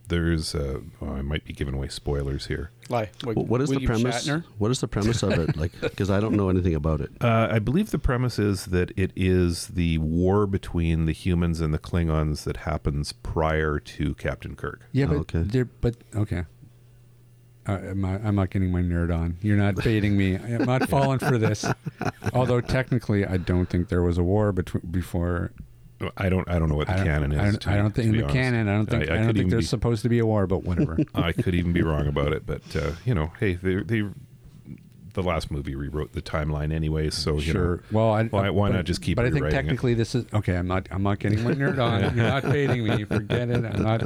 [SPEAKER 2] There's, uh, oh, I might be giving away spoilers here.
[SPEAKER 4] Lie. Wait,
[SPEAKER 3] Wh- what is
[SPEAKER 4] William
[SPEAKER 3] the premise?
[SPEAKER 4] Shatner?
[SPEAKER 3] What is the premise of it? Like, because I don't know anything about it.
[SPEAKER 2] Uh, I believe the premise is that it is the war between the humans and the Klingons that happens prior to Captain Kirk.
[SPEAKER 1] Yeah,
[SPEAKER 3] Oh,
[SPEAKER 1] but
[SPEAKER 3] okay.
[SPEAKER 1] they're but okay. Uh, am I, I'm not getting my nerd on. You're not baiting me. I'm not falling for this. Although technically, I don't think there was a war between before
[SPEAKER 2] I don't. I don't know what the
[SPEAKER 1] I don't,
[SPEAKER 2] canon is.
[SPEAKER 1] I don't,
[SPEAKER 2] to
[SPEAKER 1] I
[SPEAKER 2] be-
[SPEAKER 1] don't
[SPEAKER 2] to
[SPEAKER 1] think
[SPEAKER 2] be
[SPEAKER 1] the
[SPEAKER 2] honest.
[SPEAKER 1] canon. I don't think. I,
[SPEAKER 2] could
[SPEAKER 1] don't
[SPEAKER 2] even
[SPEAKER 1] think there's
[SPEAKER 2] be-
[SPEAKER 1] supposed to be a war, but whatever.
[SPEAKER 2] I could even be wrong about it, but uh, you know, hey, they, they the last movie rewrote the timeline anyway, so you
[SPEAKER 1] sure.
[SPEAKER 2] know,
[SPEAKER 1] Well, I,
[SPEAKER 2] why- why
[SPEAKER 1] but-
[SPEAKER 2] not just keep
[SPEAKER 1] But I think
[SPEAKER 2] rewriting it?
[SPEAKER 1] technically this is okay. I'm not. I'm not getting my nerd on. You're not baiting me. Forget it. I'm not.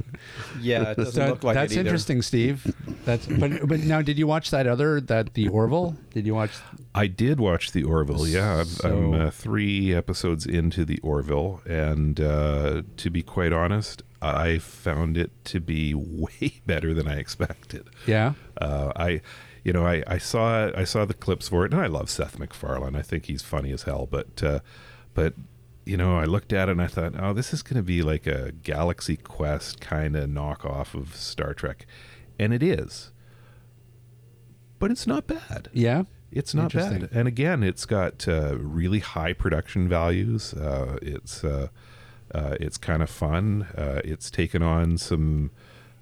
[SPEAKER 4] Yeah, it doesn't
[SPEAKER 1] That-
[SPEAKER 4] look like
[SPEAKER 1] that's
[SPEAKER 4] it either.
[SPEAKER 1] interesting, Steve. That's but but now did you watch that other that the Orville? Did you watch?
[SPEAKER 2] I did watch the Orville. Yeah, I'm,
[SPEAKER 1] So-
[SPEAKER 2] I'm uh, three episodes into the Orville, and uh, to be quite honest, I found it to be way better than I expected.
[SPEAKER 1] Yeah.
[SPEAKER 2] Uh, I, you know, I, I saw I saw the clips for it, and I love Seth MacFarlane. I think he's funny as hell. But uh, but you know, I looked at it and I thought, oh, this is going to be like a Galaxy Quest kind of knockoff of Star Trek, and it is. But it's not bad.
[SPEAKER 1] Yeah.
[SPEAKER 2] It's not bad.
[SPEAKER 1] Interesting.
[SPEAKER 2] And again, it's got uh, really high production values. Uh, it's uh, uh, it's kind of fun. Uh, it's taken on some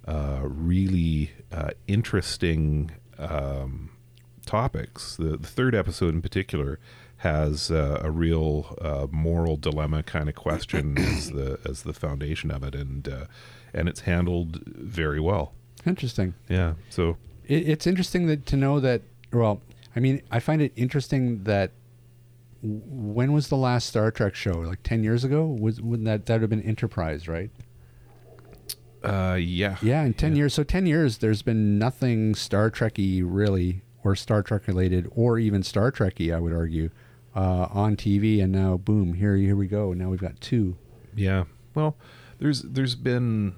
[SPEAKER 2] uh, really uh, interesting um, topics. The, the third episode in particular has uh, a real uh, moral dilemma kind of question as the as the foundation of it, and uh, and it's handled very well.
[SPEAKER 1] Interesting.
[SPEAKER 2] Yeah. So
[SPEAKER 1] It, it's interesting that to know that. Well, I mean, I find it interesting that. w- When was the last Star Trek show? Like ten years ago? Was would that that would have been Enterprise, right?
[SPEAKER 2] uh, yeah.
[SPEAKER 1] Yeah, in 10 years. So 10 years, there's been nothing Star Trekky really, or Star Trek related, or even Star Trekky, I would argue, uh, on TV. And now, boom, here, here we go. Now we've got two.
[SPEAKER 2] Yeah. Well, there's there's been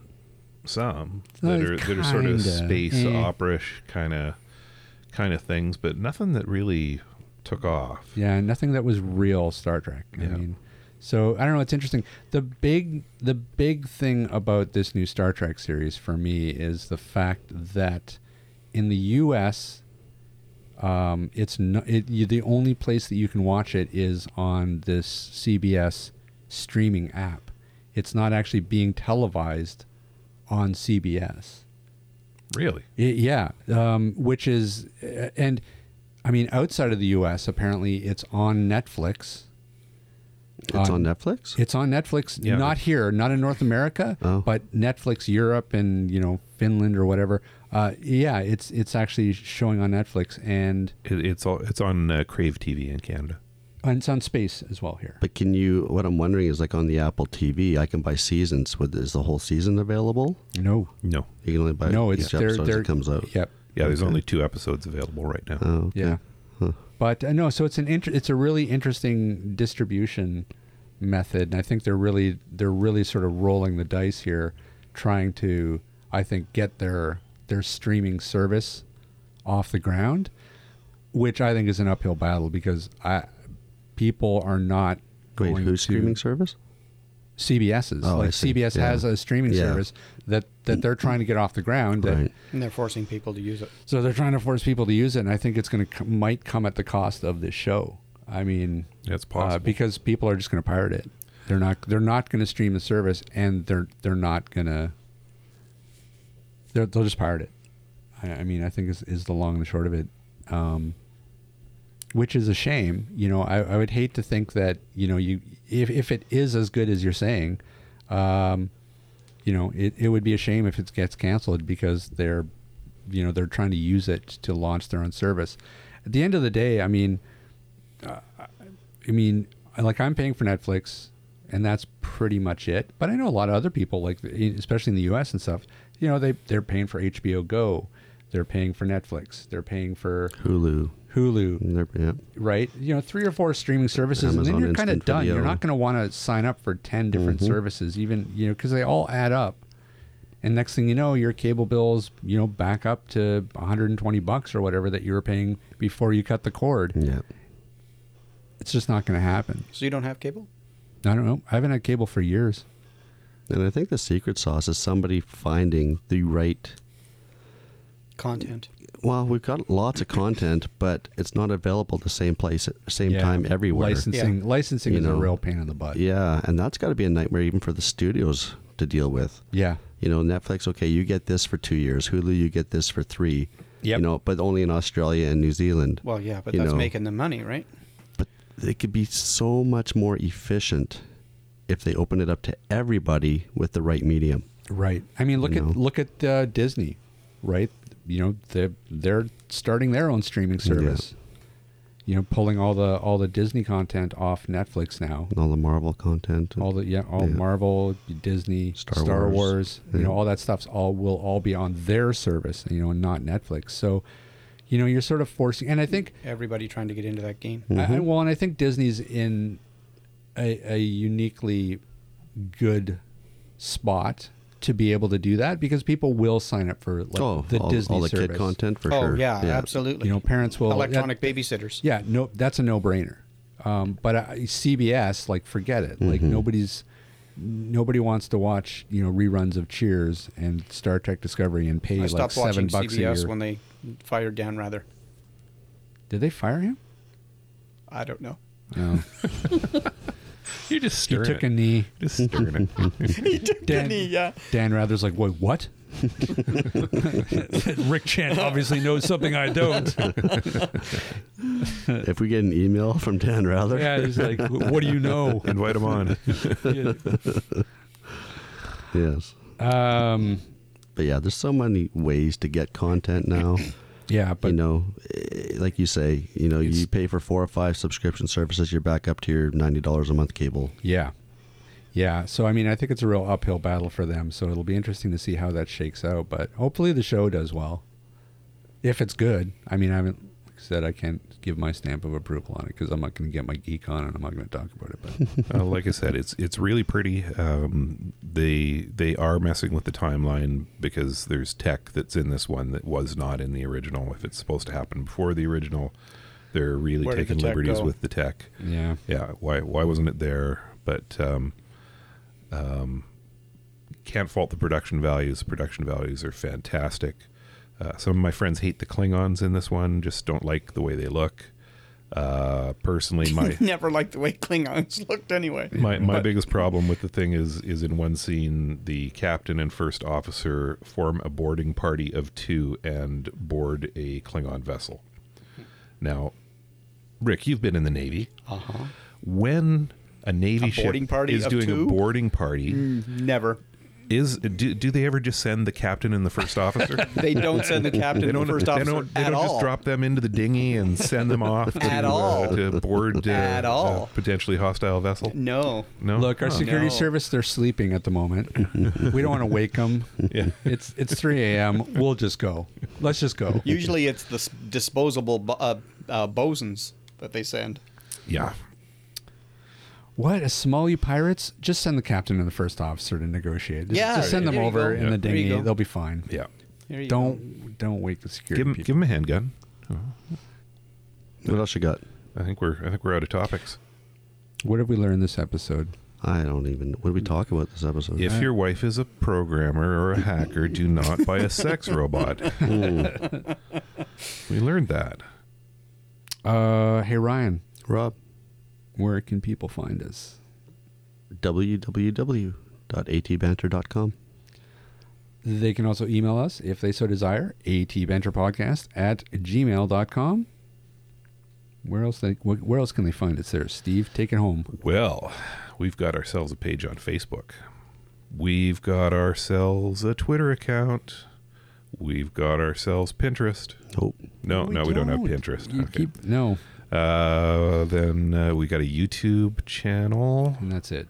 [SPEAKER 2] some
[SPEAKER 1] No,
[SPEAKER 2] that are
[SPEAKER 1] it's
[SPEAKER 2] that are sort of
[SPEAKER 1] kinda,
[SPEAKER 2] space
[SPEAKER 1] eh.
[SPEAKER 2] opera-ish kind of kind of things, but nothing that really took off.
[SPEAKER 1] Yeah, nothing that was real Star Trek. I
[SPEAKER 2] Yeah.
[SPEAKER 1] mean, so I don't know. It's interesting. The big, the big thing about this new Star Trek series for me is the fact that in the U.S., um, it's no, it, you, the only place that you can watch it is on this CBS streaming app. It's not actually being televised on CBS.
[SPEAKER 2] Really?
[SPEAKER 1] Y- Yeah, um, which is, uh, and I mean, outside of the U.S., apparently it's on Netflix.
[SPEAKER 3] It's on Netflix?
[SPEAKER 1] It's on Netflix,
[SPEAKER 2] Yeah.
[SPEAKER 1] not here, not in North America,
[SPEAKER 3] Oh.
[SPEAKER 1] but Netflix Europe and you know Finland or whatever. Uh, yeah, it's it's actually showing on Netflix and,
[SPEAKER 2] It, it's all it's on uh, Crave TV in Canada.
[SPEAKER 1] and it's on Space as well here.
[SPEAKER 3] But can you? What I'm wondering is, like on the Apple TV, I can buy seasons. With is the whole season available?
[SPEAKER 1] No,
[SPEAKER 2] No.
[SPEAKER 3] You can only buy
[SPEAKER 1] no, it's
[SPEAKER 3] each
[SPEAKER 1] they're,
[SPEAKER 3] episode as
[SPEAKER 1] they're-
[SPEAKER 3] it comes out.
[SPEAKER 1] Yep.
[SPEAKER 2] Yeah, there's only two episodes available right now.
[SPEAKER 3] Oh, okay.
[SPEAKER 1] Yeah. But uh, no, so it's an inter- it's a really interesting distribution method, and I think they're really they're really sort of rolling the dice here, trying to I think get their their streaming service off the ground, which I think is an uphill battle because I people are not
[SPEAKER 3] Wait,
[SPEAKER 1] going
[SPEAKER 3] who's
[SPEAKER 1] to
[SPEAKER 3] streaming service?
[SPEAKER 1] CBS's
[SPEAKER 3] Oh, I
[SPEAKER 1] like
[SPEAKER 3] see.
[SPEAKER 1] CBS
[SPEAKER 3] Yeah.
[SPEAKER 1] has a streaming
[SPEAKER 3] Yeah.
[SPEAKER 1] service that that they're trying to get off the ground. that-
[SPEAKER 3] Right.
[SPEAKER 4] and they're forcing people to use it.
[SPEAKER 1] so they're trying to force people to use it, and I think it's going to com- might come at the cost of this show. I mean, uh,
[SPEAKER 2] That's possible.
[SPEAKER 1] because people are just going to pirate it. They're not. They're not going to stream the service, and they're they're not going to. They're, they'll just pirate it. I, I mean, I think is is the long and the short of it, um, which is a shame. You know, I, I would hate to think that you know you if if it is as good as you're saying, um, you know, it, it would be a shame if it gets canceled because they're, you know, they're trying to use it to launch their own service. At the end of the day, I mean, uh, I mean, like I'm paying for Netflix, and that's pretty much it. But I know a lot of other people, like e, especially in the U.S. and stuff, you know, they they're paying for HBO Go, they're paying for Netflix, they're paying for
[SPEAKER 3] Hulu.
[SPEAKER 1] Hulu,
[SPEAKER 3] There- yeah.
[SPEAKER 1] right? You know, three or four streaming services, and
[SPEAKER 3] Amazon
[SPEAKER 1] then you're kind of
[SPEAKER 3] Instant
[SPEAKER 1] done. You're
[SPEAKER 3] Video. Mm-hmm.
[SPEAKER 1] not going to want to sign up for ten different services, even you know, because they all add up. And next thing you know, your cable bills, you know, back up to 120 bucks or whatever that you were paying before you cut the cord.
[SPEAKER 3] Yeah.
[SPEAKER 1] It's just not going to happen.
[SPEAKER 4] So you don't have cable?
[SPEAKER 1] I don't know. I haven't had cable for years.
[SPEAKER 3] And I think the secret sauce is somebody finding the right.
[SPEAKER 4] Content.
[SPEAKER 3] Well, we've got lots of content, but it's not available at the same place, at the same time everywhere.
[SPEAKER 1] Licensing,
[SPEAKER 4] Yeah.
[SPEAKER 1] licensing
[SPEAKER 3] You
[SPEAKER 1] is a
[SPEAKER 3] know.
[SPEAKER 1] real pain in the butt.
[SPEAKER 3] Yeah, and that's got to be a nightmare even for the studios to deal with.
[SPEAKER 1] yeah.
[SPEAKER 3] You know, Netflix, okay, you get this for two years. Hulu, you get this for three.
[SPEAKER 1] Yep.
[SPEAKER 3] You know, but only in Australia and New Zealand.
[SPEAKER 4] Well, yeah, but
[SPEAKER 3] You
[SPEAKER 4] that's
[SPEAKER 3] know.
[SPEAKER 4] making the money, right?
[SPEAKER 3] But it could be so much more efficient if they open it up to everybody with the right medium.
[SPEAKER 1] Right. I mean, look
[SPEAKER 3] You
[SPEAKER 1] at
[SPEAKER 3] know?
[SPEAKER 1] look at uh, Disney, right? You know, they're they're starting their own streaming service. You know, pulling all the all the Disney content off Netflix now.
[SPEAKER 3] and All the Marvel content. and-
[SPEAKER 1] All the yeah, all
[SPEAKER 3] Yeah.
[SPEAKER 1] Marvel, Disney, Star,
[SPEAKER 3] Star
[SPEAKER 1] Wars,
[SPEAKER 3] Wars.
[SPEAKER 1] you know,
[SPEAKER 3] Yeah.
[SPEAKER 1] all that stuff's all will all be on their service, you know, and not Netflix. So, you know, you're sort of forcing, and I think
[SPEAKER 4] Everybody trying to get into that game.
[SPEAKER 1] I, I-
[SPEAKER 3] Mm-hmm.
[SPEAKER 1] well, and I think Disney's in a, a uniquely good spot to be able to do that because people will sign up for like
[SPEAKER 3] oh,
[SPEAKER 1] the
[SPEAKER 3] all,
[SPEAKER 1] Disney
[SPEAKER 3] all the
[SPEAKER 1] service.
[SPEAKER 3] kid content for
[SPEAKER 4] oh
[SPEAKER 3] sure.
[SPEAKER 4] yeah, absolutely.
[SPEAKER 1] You know, parents will
[SPEAKER 4] electronic
[SPEAKER 1] that-
[SPEAKER 4] babysitters.
[SPEAKER 1] Yeah, no, that's a no-brainer. Um, but I, CBS, like, forget it. Like
[SPEAKER 3] Mm-hmm.
[SPEAKER 1] nobody's nobody wants to watch you know reruns of Cheers and Star Trek Discovery and pay
[SPEAKER 4] I
[SPEAKER 1] like
[SPEAKER 4] stopped
[SPEAKER 1] seven
[SPEAKER 4] watching
[SPEAKER 1] bucks a
[SPEAKER 4] CBS
[SPEAKER 1] year.
[SPEAKER 4] when they fired Dan Rather.
[SPEAKER 1] Did they fire him?
[SPEAKER 4] I don't know.
[SPEAKER 1] No,
[SPEAKER 2] You're just
[SPEAKER 1] he
[SPEAKER 2] stirring
[SPEAKER 1] took a
[SPEAKER 2] it.
[SPEAKER 1] knee.
[SPEAKER 2] just stirring it.
[SPEAKER 1] Dan, Dan Rather's like, wait, what? Rick Chan obviously knows something I don't.
[SPEAKER 3] If we get an email from Dan Rather,
[SPEAKER 1] Yeah, he's like, what do you know?
[SPEAKER 2] Invite him on.
[SPEAKER 3] yes.
[SPEAKER 1] Um,
[SPEAKER 3] But yeah, there's so many ways to get content now.
[SPEAKER 1] yeah, but
[SPEAKER 3] you know, eh, like you say, you know, you pay for four or five subscription services, you're back up to your ninety dollars a month cable.
[SPEAKER 1] yeah, yeah. So I mean, I think it's a real uphill battle for them. So it'll be interesting to see how that shakes out. But hopefully, the show does well. If it's good, I mean, I haven't like I said I can't give my stamp of approval on it because I'm not going to get my geek on and I'm not going to talk about it. But
[SPEAKER 2] uh, like I said, it's it's really pretty. Um, they they are messing with the timeline because there's tech that's in this one that was not in the original. If it's supposed to happen before the original, they're really
[SPEAKER 4] Where did the
[SPEAKER 2] taking
[SPEAKER 4] tech
[SPEAKER 2] liberties
[SPEAKER 4] go?
[SPEAKER 2] with the tech.
[SPEAKER 1] yeah,
[SPEAKER 2] Yeah, why why wasn't it there? But um, um, can't fault the production values. The production values are fantastic. Uh, some of my friends hate the Klingons in this one; just don't like the way they look. Uh, personally, my
[SPEAKER 4] Never liked the way Klingons looked anyway.
[SPEAKER 2] my, my biggest problem with the thing is is in one scene the captain and first officer form a boarding party of two and board a Klingon vessel. Now, Rick, you've been in the Navy.
[SPEAKER 4] Uh-huh.
[SPEAKER 2] When a Navy
[SPEAKER 4] A boarding
[SPEAKER 2] ship
[SPEAKER 4] party
[SPEAKER 2] is
[SPEAKER 4] of
[SPEAKER 2] doing a
[SPEAKER 4] two? Mm.
[SPEAKER 2] boarding party,
[SPEAKER 4] Never.
[SPEAKER 2] is do, do they ever just send the captain and the first officer?
[SPEAKER 4] They don't send the captain
[SPEAKER 2] They
[SPEAKER 4] and the
[SPEAKER 2] don't.
[SPEAKER 4] first
[SPEAKER 2] they
[SPEAKER 4] officer
[SPEAKER 2] don't. They
[SPEAKER 4] at
[SPEAKER 2] don't
[SPEAKER 4] all.
[SPEAKER 2] just drop them into the dinghy and send them off to,
[SPEAKER 4] At
[SPEAKER 2] uh,
[SPEAKER 4] all.
[SPEAKER 2] to board uh,
[SPEAKER 4] At all.
[SPEAKER 2] a potentially hostile vessel.
[SPEAKER 4] No.
[SPEAKER 2] No.
[SPEAKER 1] Look, our
[SPEAKER 2] Huh.
[SPEAKER 1] security
[SPEAKER 4] No.
[SPEAKER 1] service, they're sleeping at the moment. we don't want to wake them.
[SPEAKER 2] Yeah.
[SPEAKER 1] It's it's 3 a.m. We'll just go. Let's just go.
[SPEAKER 4] Usually it's the s- disposable bo- uh, uh, bosuns that they send.
[SPEAKER 2] Yeah.
[SPEAKER 1] What, a small you pirates? Just send the captain and the first officer to negotiate. Just,
[SPEAKER 4] Yeah,
[SPEAKER 1] just send them
[SPEAKER 4] there you
[SPEAKER 1] over
[SPEAKER 4] go.
[SPEAKER 1] in
[SPEAKER 2] Yeah.
[SPEAKER 1] the
[SPEAKER 4] There you
[SPEAKER 1] dinghy.
[SPEAKER 4] go.
[SPEAKER 1] They'll be fine.
[SPEAKER 2] Yeah.
[SPEAKER 4] There you go.
[SPEAKER 1] Don't don't wake the security
[SPEAKER 2] Give him,
[SPEAKER 1] people.
[SPEAKER 2] give him a handgun.
[SPEAKER 3] What else you got?
[SPEAKER 2] I think we're I think we're out of topics.
[SPEAKER 1] What have we learned this episode?
[SPEAKER 3] I don't even. What did we talk about this episode?
[SPEAKER 2] If your wife is a programmer or a hacker, do not buy a sex robot. we learned that.
[SPEAKER 1] Uh, hey, Ryan,
[SPEAKER 3] Rob,
[SPEAKER 1] where can people find us?
[SPEAKER 3] www.atbanter.com.
[SPEAKER 1] They can also email us if they so desire, atventurepodcast at gmail.com. Where else, they, wh- where else can they find us there? Steve, take it home.
[SPEAKER 2] Well, we've got ourselves a page on Facebook. We've got ourselves a Twitter account. We've got ourselves Pinterest.
[SPEAKER 3] Oh,
[SPEAKER 2] No, no, we don't, have Pinterest.
[SPEAKER 1] You
[SPEAKER 2] okay.
[SPEAKER 1] keep- no,
[SPEAKER 2] uh, then uh, we got a YouTube channel,
[SPEAKER 1] and that's it.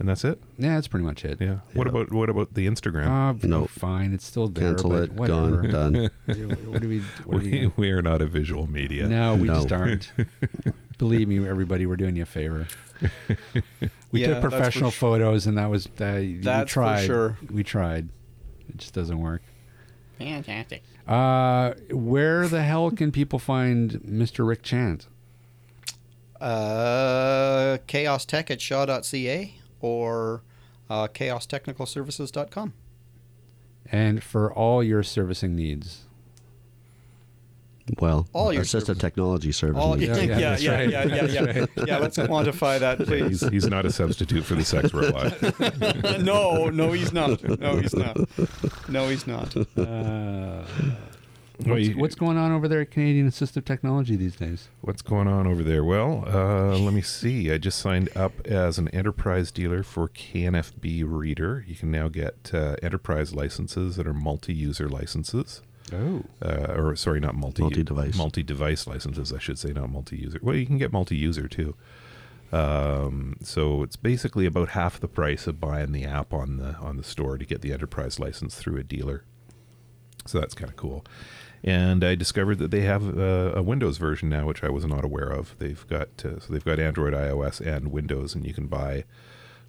[SPEAKER 2] and that's it.
[SPEAKER 1] Yeah, that's pretty much it.
[SPEAKER 2] Yeah. What about what about the Instagram?
[SPEAKER 1] Ah, v-
[SPEAKER 3] No.
[SPEAKER 1] fine. It's still there.
[SPEAKER 3] cancel
[SPEAKER 1] but
[SPEAKER 3] it.
[SPEAKER 1] Whatever.
[SPEAKER 3] Gone. Done.
[SPEAKER 1] what do we? What do
[SPEAKER 2] we,
[SPEAKER 1] we
[SPEAKER 2] we are not a visual media.
[SPEAKER 1] no, we
[SPEAKER 3] No.
[SPEAKER 1] just aren't. Believe me, everybody, we're doing you a favor. We
[SPEAKER 4] Yeah,
[SPEAKER 1] took
[SPEAKER 4] that's for
[SPEAKER 1] professional
[SPEAKER 4] su-
[SPEAKER 1] photos, and that was that. we
[SPEAKER 4] That's for
[SPEAKER 1] tried.
[SPEAKER 4] sure.
[SPEAKER 1] We tried. It just doesn't work.
[SPEAKER 4] Fantastic.
[SPEAKER 1] Uh, where the hell can people find Mr. Rick Chant?
[SPEAKER 4] Uh, Chaos Tech at Shaw.ca or uh, chaostechnicalservices.com.
[SPEAKER 1] And for all your servicing needs.
[SPEAKER 3] Well,
[SPEAKER 4] All your
[SPEAKER 3] it's just a
[SPEAKER 4] services.
[SPEAKER 3] technology service.
[SPEAKER 4] Oh,
[SPEAKER 3] needs-
[SPEAKER 4] yeah,
[SPEAKER 1] yeah,
[SPEAKER 4] yeah, yeah,
[SPEAKER 1] that's
[SPEAKER 4] yeah,
[SPEAKER 1] right.
[SPEAKER 4] yeah, yeah, Yeah, let's quantify that, please.
[SPEAKER 2] He's, he's not a substitute for the sex robot.
[SPEAKER 4] no, no, he's not. No, he's not. No, he's not.
[SPEAKER 1] Uh, What's, what's going on over there at Canadian Assistive Technology these days?
[SPEAKER 2] What's going on over there? Well, uh, let me see. I just signed up as an enterprise dealer for KNFB Reader. You can now get uh, enterprise licenses that are multi-user licenses,
[SPEAKER 1] Oh,
[SPEAKER 2] uh, or sorry, not multi
[SPEAKER 3] Multi-device.
[SPEAKER 2] multi-device licenses. I should say not multi-user. Well, you can get multi-user too. Um, so it's basically about half the price of buying the app on the on the store to get the enterprise license through a dealer. So that's kind of cool. And I discovered that they have uh, a Windows version now, which I was not aware of. They've got uh, so they've got Android, iOS, and Windows, and you can buy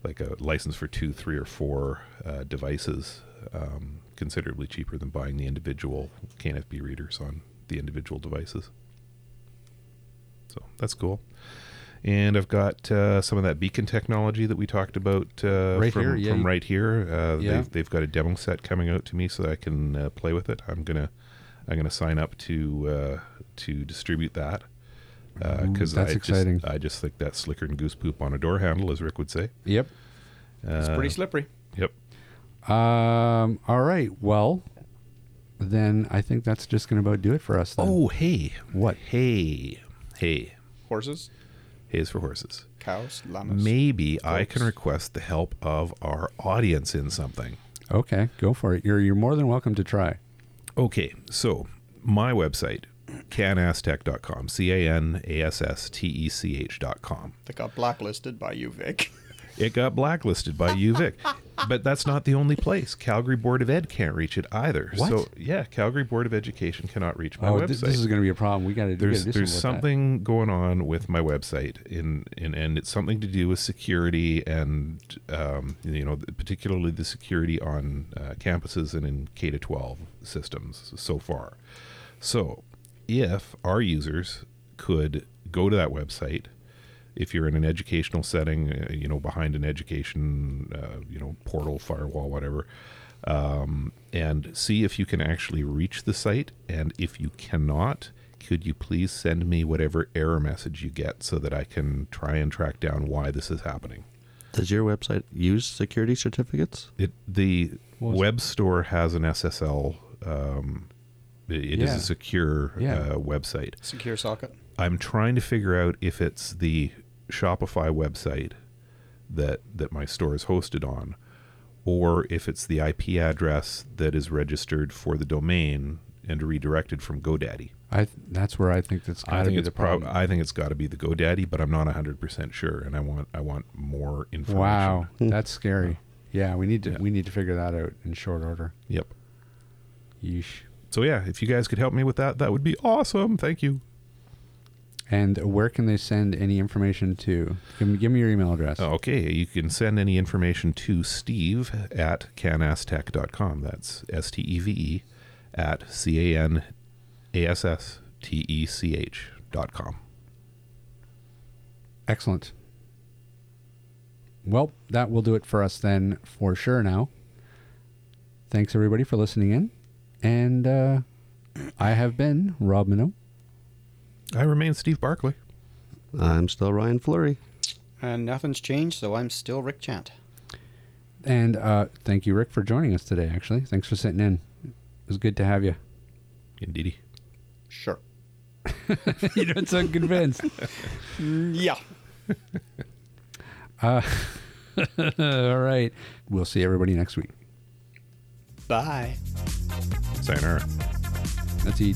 [SPEAKER 2] like a license for two, three, or four uh, devices, um, considerably cheaper than buying the individual KNFB readers on the individual devices. So that's cool. And I've got uh, some of that beacon technology that we talked about uh,
[SPEAKER 1] Right
[SPEAKER 2] from,
[SPEAKER 1] here, yeah,
[SPEAKER 2] from
[SPEAKER 1] you-
[SPEAKER 2] right here. Uh,
[SPEAKER 1] Yeah.
[SPEAKER 2] they've, they've got a demo set coming out to me so that I can uh, play with it. I'm gonna I'm gonna sign up to uh, to distribute that because
[SPEAKER 1] Ooh, that's
[SPEAKER 2] I
[SPEAKER 1] exciting.
[SPEAKER 2] Just, I just think that's slicker than goose poop on a door handle, as Rick would say.
[SPEAKER 1] yep.
[SPEAKER 4] It's pretty slippery.
[SPEAKER 2] Uh, Yep.
[SPEAKER 1] Um, all right. Well, then I think that's just going to about do it for us. Then.
[SPEAKER 2] hey,
[SPEAKER 1] What?
[SPEAKER 2] Hey, hey,
[SPEAKER 4] Horses,
[SPEAKER 2] hey is for horses.
[SPEAKER 4] cows, llamas.
[SPEAKER 2] Maybe I
[SPEAKER 4] Folks.
[SPEAKER 2] can request the help of our audience in something.
[SPEAKER 1] Okay, go for it. You're you're more than welcome to try.
[SPEAKER 2] Okay, so my website, canastech.com, C A N A S S T E C H.com.
[SPEAKER 4] They got blacklisted by you, Vic.
[SPEAKER 2] It got blacklisted by UVic. but that's not the only place. Calgary Board of Ed can't reach it either.
[SPEAKER 1] What?
[SPEAKER 2] So, yeah, Calgary Board of Education cannot reach my
[SPEAKER 1] oh,
[SPEAKER 2] website.
[SPEAKER 1] th- this is going to be a problem. We got to do
[SPEAKER 2] there's
[SPEAKER 1] something.
[SPEAKER 2] there's
[SPEAKER 1] with
[SPEAKER 2] something going on with my website in, in and it's something to do with security and um, you know particularly the security on uh, campuses and in K to 12 systems so far. So, if our users could go to that website, if you're in an educational setting, uh, you know, behind an education, uh, you know, portal, firewall, whatever, um, and see if you can actually reach the site. And if you cannot, could you please send me whatever error message you get so that I can try and track down why this is happening?
[SPEAKER 3] Does your website use security certificates?
[SPEAKER 2] It the
[SPEAKER 1] What was
[SPEAKER 2] web store has an SSL. Um, it it is
[SPEAKER 1] Yeah.
[SPEAKER 2] a secure
[SPEAKER 1] Yeah.
[SPEAKER 2] uh, website.
[SPEAKER 4] Secure socket.
[SPEAKER 2] I'm trying to figure out if it's the Shopify website that that my store is hosted on, or if it's the IP address that is registered for the domain and redirected from GoDaddy.
[SPEAKER 1] That. I th- that's where I think that's got
[SPEAKER 2] I
[SPEAKER 1] to
[SPEAKER 2] think
[SPEAKER 1] be
[SPEAKER 2] it's
[SPEAKER 1] the
[SPEAKER 2] prob-
[SPEAKER 1] problem.
[SPEAKER 2] I think it's got to be the GoDaddy, but I'm not 100 percent sure, and I want I want more information. Hmm.
[SPEAKER 1] wow, that's scary. Yeah, we need to
[SPEAKER 2] Yeah.
[SPEAKER 1] we need to figure that out in short order.
[SPEAKER 2] Yep.
[SPEAKER 1] Yeesh.
[SPEAKER 2] So yeah, if you guys could help me with that, that would be awesome. Thank you.
[SPEAKER 1] And where can they send any information to? Give me, give me your email address.
[SPEAKER 2] Okay, you can send any information to steve at canastech.com. That's S T E V E at C A N A S S T E C H dot com.
[SPEAKER 1] Excellent. Well, that will do it for us then, for sure. Now, thanks everybody for listening in, and uh, I have been Rob Minot.
[SPEAKER 2] I remain Steve Barkley.
[SPEAKER 3] I'm still Ryan Flurry.
[SPEAKER 4] And nothing's changed, so I'm still Rick Chant.
[SPEAKER 1] And uh, thank you, Rick, for joining us today, actually. Thanks for sitting in. It was good to have you.
[SPEAKER 2] Indeedy.
[SPEAKER 4] Sure.
[SPEAKER 1] you don't sound convinced.
[SPEAKER 4] Yeah.
[SPEAKER 1] All right. We'll see everybody next week.
[SPEAKER 4] Bye.
[SPEAKER 2] Sayonara.
[SPEAKER 1] That's it.